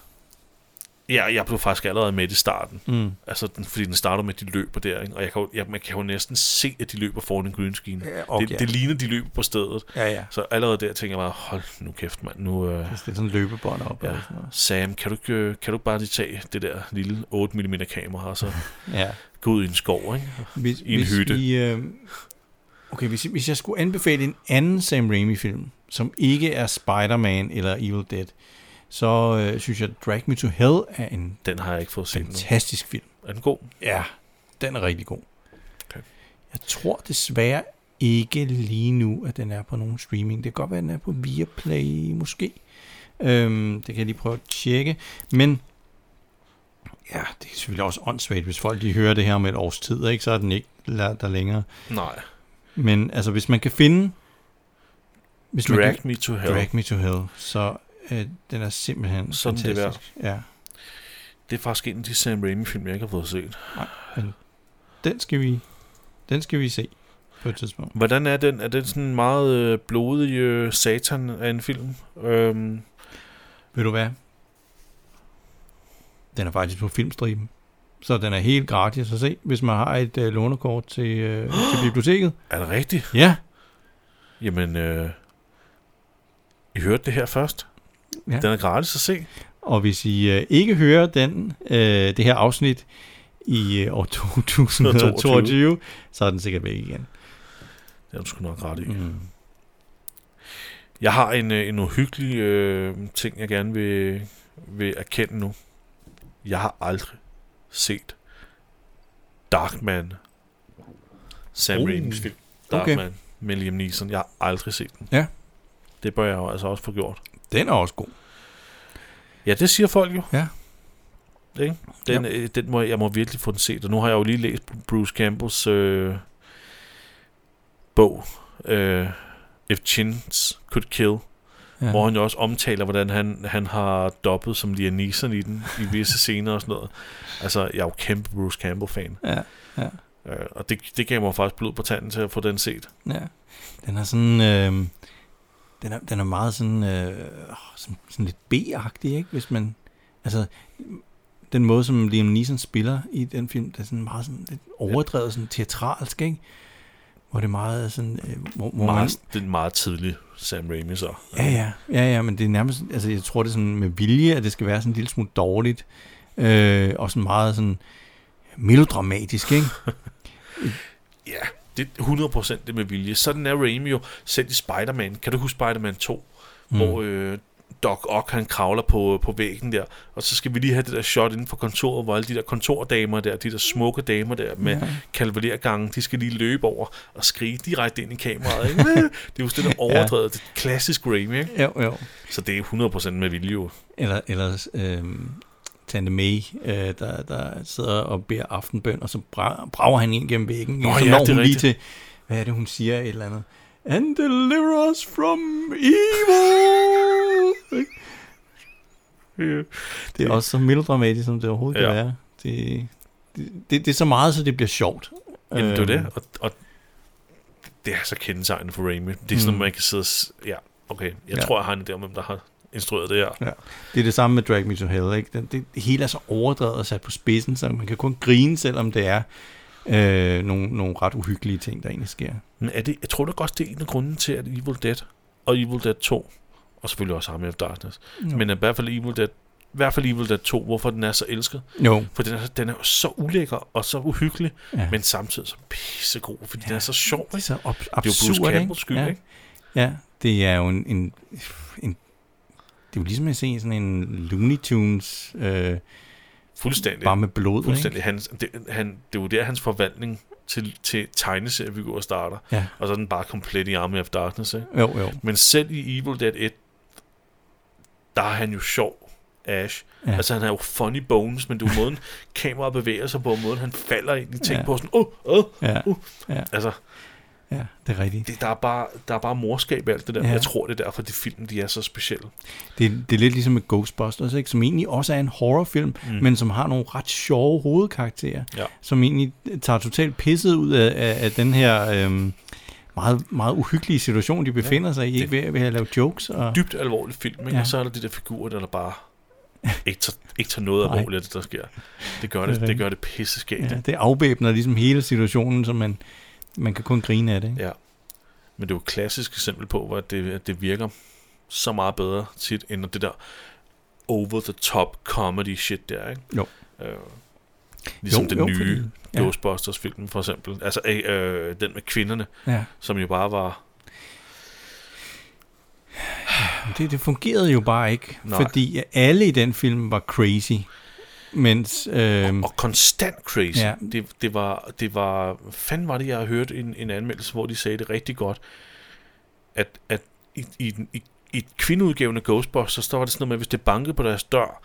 S1: ja, jeg blev faktisk allerede med i starten. Mm. Altså, den, fordi den starter med, at de løber der, ikke? Og jeg kan jo, jeg, man kan jo næsten se, at de løber foran en green screen.
S2: Ja, og
S1: det,
S2: ja.
S1: det ligner, de løber på stedet.
S2: Ja, ja.
S1: Så allerede der tænker jeg bare, hold nu kæft, mand. Nu, øh,
S2: Det er sådan en løbebånd op.
S1: Ja,
S2: og sådan noget.
S1: Sam, kan du, ikke, øh, kan du ikke bare lige tage det der lille 8 mm kamera og så
S2: ja.
S1: gå ud i en skov, ikke?
S2: Hvis,
S1: I en
S2: hvis
S1: hytte.
S2: I, øh, okay, hvis, hvis jeg skulle anbefale en anden Sam Raimi-film, som ikke er Spider-Man eller Evil Dead, så øh, synes jeg, Drag Me to Hell er en
S1: Den har jeg ikke fået set nu.
S2: fantastisk film.
S1: Er den god?
S2: Ja, den er rigtig god.
S1: Okay.
S2: Jeg tror desværre ikke lige nu, at den er på nogen streaming. Det kan godt være, at den er på Viaplay måske. Øhm, det kan jeg lige prøve at tjekke. Men ja, det er selvfølgelig også åndssvagt, hvis folk de hører det her om et års tid, ikke? så er den ikke la- der længere.
S1: Nej.
S2: Men altså, hvis man kan finde... Hvis man
S1: Drag
S2: kan,
S1: Me to Hell.
S2: drag me to hell, så øh, den er simpelthen
S1: Sådan det er
S2: fantastisk. Det ja,
S1: Det er faktisk en af de Sam Raimi-film, jeg ikke har fået set.
S2: den skal vi, den skal vi se på et tidspunkt.
S1: Hvordan er den? Er den sådan en meget øh, blodig øh, satan af en film? Øhm,
S2: Ved du hvad? Den er faktisk på filmstriben. Så den er helt gratis at se, hvis man har et øh, lånekort til, øh, til biblioteket.
S1: er det rigtigt?
S2: Ja.
S1: Jamen, øh, I hørte det her først.
S2: Ja.
S1: Den er gratis at se.
S2: Og hvis I øh, ikke hører den, øh, det her afsnit i øh, år 2022, så er den sikkert væk igen.
S1: Det er du sgu nok ret i.
S2: Mm.
S1: Jeg har en, øh, en uhyggelig øh, ting, jeg gerne vil, vil erkende nu. Jeg har aldrig set Darkman. Sam
S2: Oh,
S1: Raimis film.
S2: okay.
S1: Darkman med Liam Neeson. Jeg har aldrig set den.
S2: Ja.
S1: Det bør jeg jo altså også få gjort.
S2: Den er også god.
S1: Ja, det siger folk jo.
S2: Ja.
S1: Ikke? Den, øh, den må, jeg- jeg må virkelig få den set. Og nu har jeg jo lige læst Bruce Campbells øh, bog, øh, If Chins Could Kill
S2: Ja.
S1: hvor han jo også omtaler, hvordan han, han har dobbet som Liam Neeson i den, i visse scener og sådan noget. Altså, jeg er jo kæmpe Bruce Campbell-fan,
S2: Ja, ja,
S1: øh, og det, det gav mig faktisk blod på tanden til at få den set.
S2: ja. Den er sådan... Øh, den, er, den er meget sådan, øh, åh, sådan, sådan lidt B-agtig, ikke? Hvis man... Altså, den måde, som Liam Neeson spiller i den film, det er sådan meget sådan lidt overdrevet, sådan teatralsk, ikke? Hvor det er meget sådan... Øh, hvor, hvor man,
S1: Meget, det er meget tidlig Sam Raimi så.
S2: ja, ja, ja, ja, men det er nærmest... Altså, jeg tror, det er sådan med vilje, at det skal være sådan en lille smule dårligt. Øh, og sådan meget sådan melodramatisk, ikke?
S1: Ja, det er 100% det med vilje. Sådan er Raimi jo selv i Spider-Man. Kan du huske Spider-Man 2? Mm. Hvor øh, Doc Ock, han kravler på, på væggen der. Og så skal vi lige have det der shot inden for kontoret, hvor alle de der kontordamer der, de der smukke damer der med ja. kalvalergangen, de skal lige løbe over og skrige direkte ind i kameraet. Ikke? det er jo sådan lidt overdrevet. Det er klassisk Raimi, ikke?
S2: Jo, jo.
S1: Så det er 100% med vilje jo.
S2: Eller, eller øhm, Tante May, øh, der, der sidder og beder aftenbøn, og så bra- brager han ind gennem væggen. Nå, så
S1: ja,
S2: når
S1: det er
S2: hun lige
S1: rigtigt.
S2: til, hvad er det, hun siger, et eller andet. And deliver us from evil! det er også så melodramatisk, som det overhovedet ja.
S1: Ja.
S2: kan være. Det, det, det, det er så meget, så det bliver sjovt.
S1: Jamen, det er jo
S2: Øhm,
S1: det, og, og det er så kendetegnende for Raimi. Det er sådan, mm. man kan sidde og... s- Ja, okay. Jeg
S2: Ja.
S1: ja. tror, jeg har en idé om, hvem der har instrueret det her.
S2: Ja. Det er det samme med Drag Me to Hell, ikke? Det, det, det hele er så overdrevet og sat på spidsen, så man kan kun grine, selvom det er øh, nogle, nogle ret uhyggelige ting, der egentlig sker.
S1: Men er det, jeg tror da godt, det er en af grunden til, at Evil Dead og Evil Dead 2, og selvfølgelig også Army of Darkness,
S2: Jo.
S1: jo. men i hvert fald Evil Dead, i hvert fald Evil Dead 2, hvorfor den er så elsket.
S2: Jo,
S1: For den er, den er så ulækker og så uhyggelig,
S2: Ja.
S1: ja. men samtidig så pissegod, fordi ja. den er så sjov.
S2: det er
S1: Ikke?
S2: så ob-
S1: Det er jo Bruce
S2: absurd,
S1: Campbells skyld,
S2: ja.
S1: ikke?
S2: Ja, det er jo en, en, en... Det er jo ligesom at se sådan en Looney Tunes, øh,
S1: Fuldstændig.
S2: bare med blod, ikke?
S1: Fuldstændig. Hans, det, han, det er jo der, hans forvandling til, til tegneseriefigurer starter.
S2: Ja.
S1: Og så er den bare komplet i Army of Darkness. Ikke?
S2: Jo, jo.
S1: Men selv i Evil Dead 1, der er han jo sjov, Ash.
S2: Ja.
S1: Ja. Altså, han er jo funny bones, men det er jo måden, kameraet bevæger sig på, og måden, han falder ind i ting
S2: Ja.
S1: ja. på. Sådan, oh, oh.
S2: Ja,
S1: Uh.
S2: ja,
S1: Altså,
S2: ja, det er rigtigt.
S1: det, der, er bare, der er bare morskab i alt det der.
S2: Ja.
S1: Ja. Jeg tror, det er derfor, de film, de er så specielle.
S2: Det, det er lidt ligesom med Ghostbusters, ikke? som egentlig også er en horrorfilm, mm. men som har nogle ret sjove hovedkarakterer,
S1: Ja.
S2: som egentlig tager totalt pisset ud af, af, af den her øhm, meget, meget uhyggelige situation, de befinder sig i, ikke? Ved, ved at lave jokes. Og,
S1: Dybt alvorlig film, ikke?
S2: Ja.
S1: Ja. og så er der de der figurer, der, der bare ikke tager, ikke tager noget
S2: Nej.
S1: alvorligt, af det der sker. Det gør
S2: Det er
S1: det, det,
S2: rigtigt.
S1: gør det pisseskægt.
S2: ja,
S1: Ja.
S2: det afvæbner ligesom hele situationen, så man, man kan kun grine af det. Ikke?
S1: ja. Men det er jo et klassisk eksempel på, hvor det, at det virker så meget bedre tit, end det der over-the-top comedy shit der, ikke?
S2: Jo.
S1: Øh, ligesom
S2: Jo,
S1: jo, den
S2: jo,
S1: jo, nye
S2: fordi- ja.
S1: Ghostbusters-film, for eksempel. Altså øh, øh, den med kvinderne,
S2: Ja.
S1: som jo bare var...
S2: Det, det fungerede jo bare ikke, Nej.
S1: Nej.
S2: fordi alle i den film var crazy, mens... Øhm,
S1: Og konstant crazy.
S2: Ja.
S1: Ja. Det, det, var, det var, hvad fanden var det, jeg har hørt en, en anmeldelse, hvor de sagde det rigtig godt, at, at i, i, den- i, i et kvindeudgavende Ghostbusters, så var det sådan noget med, hvis det bankede på deres dør,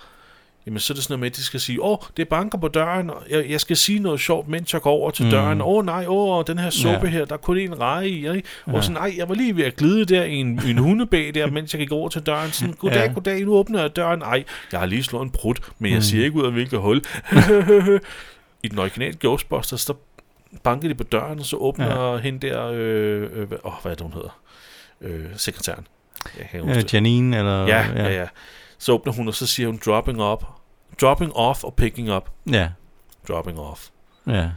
S1: jamen så er det sådan noget med, at de skal sige, åh, det banker på døren, og jeg, jeg skal sige noget sjovt, mens jeg går over til mm. døren, åh nej, åh, den her suppe
S2: Ja.
S1: ja. her, der er kun en reje i, ikke? og ja. sådan, nej, jeg var lige ved at glide der i en, i en hundebæg der, mens jeg gik over til døren, sådan, goddag,
S2: Ja.
S1: ja. goddag, nu åbner jeg døren, ej, jeg har lige slået en prut, men
S2: Mm.
S1: jeg siger ikke ud af hvilket hul. I den originale Ghostbusters, der banker de på døren, og så åbner ja. hende der, øh, øh, hvad- åh, hvad er det, hun hedder? Øh, sekretæren. Jeg kan ikke huske
S2: øh,
S1: det.
S2: Janine, eller...
S1: Ja, ja, ja. Så åbner hun, og så siger hun dropping up. Dropping off og picking up.
S2: Ja,
S1: Dropping off.
S2: ja.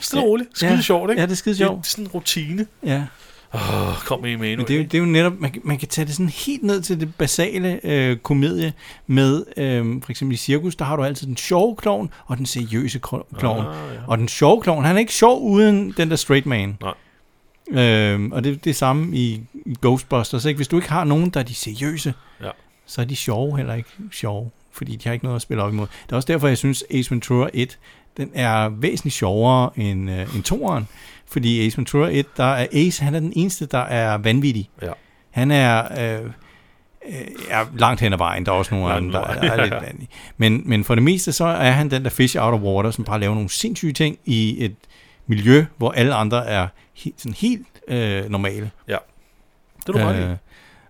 S1: Stille
S2: Ja.
S1: og roligt. Skide
S2: Ja.
S1: sjovt, ikke?
S2: Ja, det er skide sjovt.
S1: Det er sådan en rutine.
S2: Ja.
S1: Åh, kom med med endnu.
S2: Men det, er jo, det er jo netop, man, kan- man kan tage det sådan helt ned til det basale øh, komedie med, øh, for eksempel i cirkus, der har du altid den sjove klovn og den seriøse kro- klovn. Ah,
S1: Ah,
S2: ja.
S1: ja.
S2: Og den sjove klovn, han er ikke sjov uden den der straight man.
S1: Nej.
S2: Øh, og det er det samme i i Ghostbusters. Ikke? Hvis du ikke har nogen, der er de seriøse,
S1: Ja.
S2: så er de sjove heller ikke sjove, fordi de har ikke noget at spille op imod. Det er også derfor, jeg synes, Ace Ventura 1, den er væsentligt sjovere end, øh, end toeren, fordi i Ace Ventura 1, der er Ace, han er den eneste, der er vanvittig.
S1: Ja.
S2: Han er, øh, øh, er langt hen ad vejen, der er også nogle
S1: Langt
S2: andre, der
S1: hen ad
S2: er, er lidt vanvittige. Men, men for det meste, så er han den der fish out of water, som bare laver nogle sindssyge ting i et miljø, hvor alle andre er helt, sådan helt øh, normale.
S1: Ja. Det er du ret i.
S2: Øh,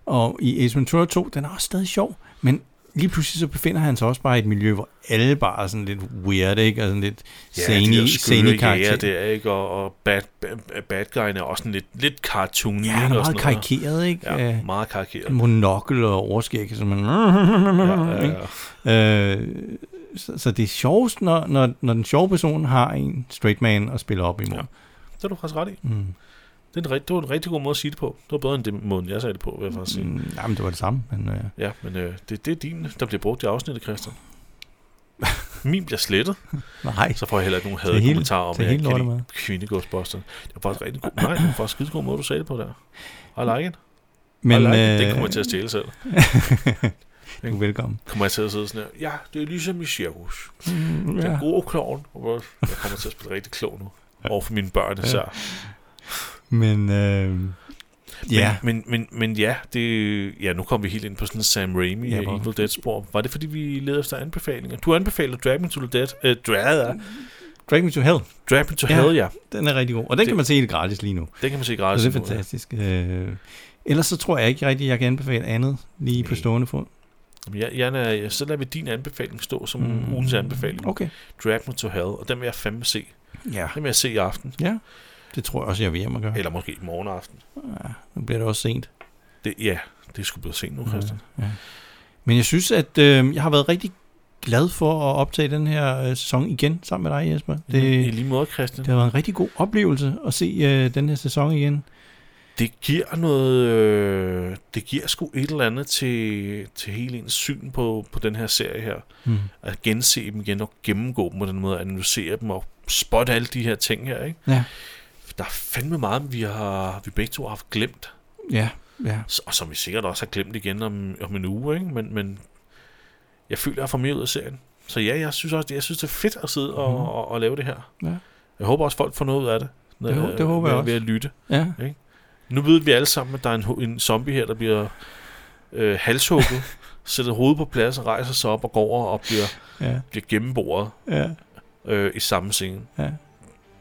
S2: og i Ace Ventura 2, den er også stadig sjov, men lige pludselig så befinder han sig også bare i et miljø, hvor alle bare er sådan lidt weird, ikke? Og sådan lidt
S1: Ja,
S2: zany,
S1: de der skøre
S2: zany
S1: jæger
S2: karakter.
S1: der, ikke? Og, og bad, bad, bad guyen er også sådan lidt, lidt cartoony.
S2: ja, han
S1: ikke?
S2: er
S1: Og
S2: meget
S1: sådan noget.
S2: karikeret, ikke?
S1: Ja,
S2: Ja. Mm.
S1: meget karikeret.
S2: Monokkel og overskæg, som man... Mm-hmm.
S1: Ja, ja, ja.
S2: Øh, så, så det er sjovest, når, når, når den sjove person har en straight man at spille op imod.
S1: Ja. Det er du faktisk ret i. Mm. Det, er en, rigt- det var en rigtig god måde at sige det på. Det var bedre end den måde, jeg sagde det på, vil jeg faktisk sige.
S2: Mm, jamen, det var det samme. Men, øh,
S1: Ja, men øh, det, det er din, der bliver brugt i afsnittet, Christian. Min bliver slettet,
S2: nej,
S1: så får jeg heller ikke nogen
S2: er
S1: havde
S2: helt-
S1: kommentarer om,
S2: det er
S1: at jeg
S2: helt
S1: kan
S2: lortemad.
S1: lide kvindegårdsbosteren. Det var faktisk rigtig god. Nej, det var faktisk skidegod måde, du sagde det på der. I like it. Men,
S2: Men,
S1: like, øh... Det kommer
S2: øh,
S1: jeg til at stjæle selv.
S2: du er velkommen.
S1: Kommer jeg til at sidde sådan her. Ja, det er ligesom i cirkus. Det er en
S2: Ja.
S1: god klovn. Hvor- Jeg kommer til at spille rigtig klog nu. Over for mine børn især.
S2: Men, øh, ja.
S1: Men, men, men, men ja, det, ja, nu kom vi helt ind på sådan en Sam Raimi
S2: Ja,
S1: ja,
S2: hvor-
S1: Evil Dead-spor. Var det, fordi vi leder efter anbefalinger? Du anbefalede Drag Me to, the Dead, øh, drag,
S2: Drag Me to Hell,
S1: drag me to
S2: Ja.
S1: Hell, ja.
S2: den er rigtig god. Og den det, kan man se helt gratis lige nu.
S1: Den kan man se
S2: Og
S1: gratis.
S2: det er
S1: nu, ja.
S2: fantastisk. Øh, ellers så tror jeg ikke rigtigt, jeg kan anbefale andet lige på
S1: Nej.
S2: stående fod.
S1: Jamen, Jeg, jeg, er- så lader vi din anbefaling stå som
S2: Mm.
S1: mm. ugens anbefaling.
S2: Okay.
S1: Drag Me to Hell, og den vil jeg fandme se.
S2: Ja.
S1: Den vil jeg se i aften,
S2: Ja, det tror jeg også, jeg vil hjem og gøre.
S1: eller måske i morgen aften.
S2: Nu bliver det også sent.
S1: Det, ja, det skulle blive sent nu, Christian.
S2: Men jeg synes, at øh, jeg har været rigtig glad for at optage den her øh, sæson igen sammen med dig, Jesper. Det,
S1: I lige måde, Christian.
S2: det har været en rigtig god oplevelse at se øh, den her sæson igen.
S1: Det giver noget... Øh, det giver sgu et eller andet til, til hele ens syn på, på den her serie her.
S2: Mm.
S1: At gense dem igen og gennemgå dem på den måde, analysere dem og spotte alle de her ting her, ikke?
S2: Ja,
S1: Der er fandme meget, vi, har, vi begge to har haft glemt.
S2: ja, ja.
S1: S- Og som vi sikkert også har glemt igen om, om en uge, ikke? Men, men jeg føler, jeg får mere ud af serien. Så ja, jeg synes også, jeg synes, det er fedt at sidde og,
S2: Mhm.
S1: og, og lave det her.
S2: Ja.
S1: Jeg håber også, folk får noget ud af det.
S2: Det hå- det håber jeg
S1: ved,
S2: også.
S1: Ved at lytte.
S2: ja.
S1: Nu ved vi alle sammen, at der er en, ho- en zombie her, der bliver øh, halshugget, sætter hovedet på plads og rejser sig op og går over og bliver,
S2: ja.
S1: bliver gennemboret
S2: ja.
S1: øh, i samme scene.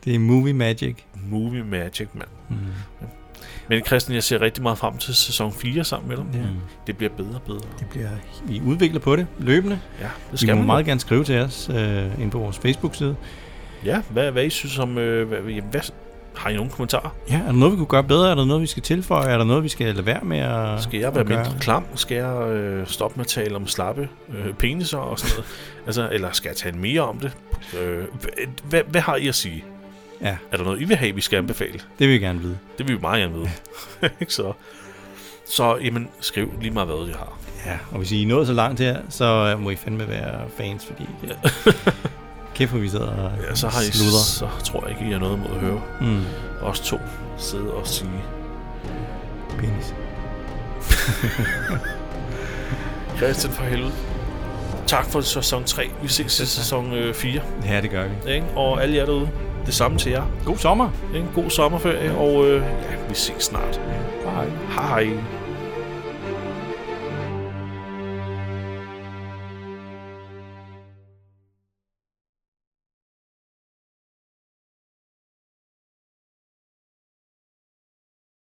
S2: Det er movie magic.
S1: Movie magic, mand.
S2: Mm.
S1: Men Christian, jeg ser rigtig meget frem til sæson 4 sammen med dig.
S2: Ja.
S1: Mm. Det bliver bedre og bedre.
S2: Det bliver, vi udvikler på det løbende.
S1: Ja, det
S2: Vi
S1: skal
S2: må
S1: man. Meget.
S2: meget gerne skrive til os øh, inde på vores Facebook-side.
S1: Ja, hvad, hvad I synes om... Øh, hvad, jamen, hvad, har I nogle kommentarer?
S2: Ja, er der noget, vi kunne gøre bedre? Er der noget, vi skal tilføje? Er der noget, vi skal lade være med at
S1: Skal jeg
S2: at
S1: være
S2: gøre?
S1: mindre klam? Skal jeg øh, stoppe med at tale om slappe øh, peniser og sådan noget? altså, eller skal jeg tale mere om det? Øh, hvad, hvad, hvad har I at sige?
S2: Ja,
S1: Er der noget, I vil have, vi skal anbefale?
S2: det vil vi gerne vide.
S1: Det vil vi meget gerne vide. Ikke så? Så jamen, skriv lige meget, hvad I har.
S2: Ja, og hvis I er nået så langt her, så øh, må I fandme være fans, fordi det... Kæft, hvor vi sidder og
S1: Ja, så, har I,
S2: sludrer.
S1: så tror jeg ikke, I har noget mod at høre
S2: Mm,
S1: os to sidde og sige.
S2: penis.
S1: Christian for helvede. Tak for sæson 3. Vi ses til sæson øh, 4.
S2: Ja, det gør vi.
S1: Ikke? Og alle jer derude, det samme til jer.
S2: God sommer.
S1: Ikke? God sommerferie, og øh, ja, vi ses snart.
S2: Hej.
S1: Hej.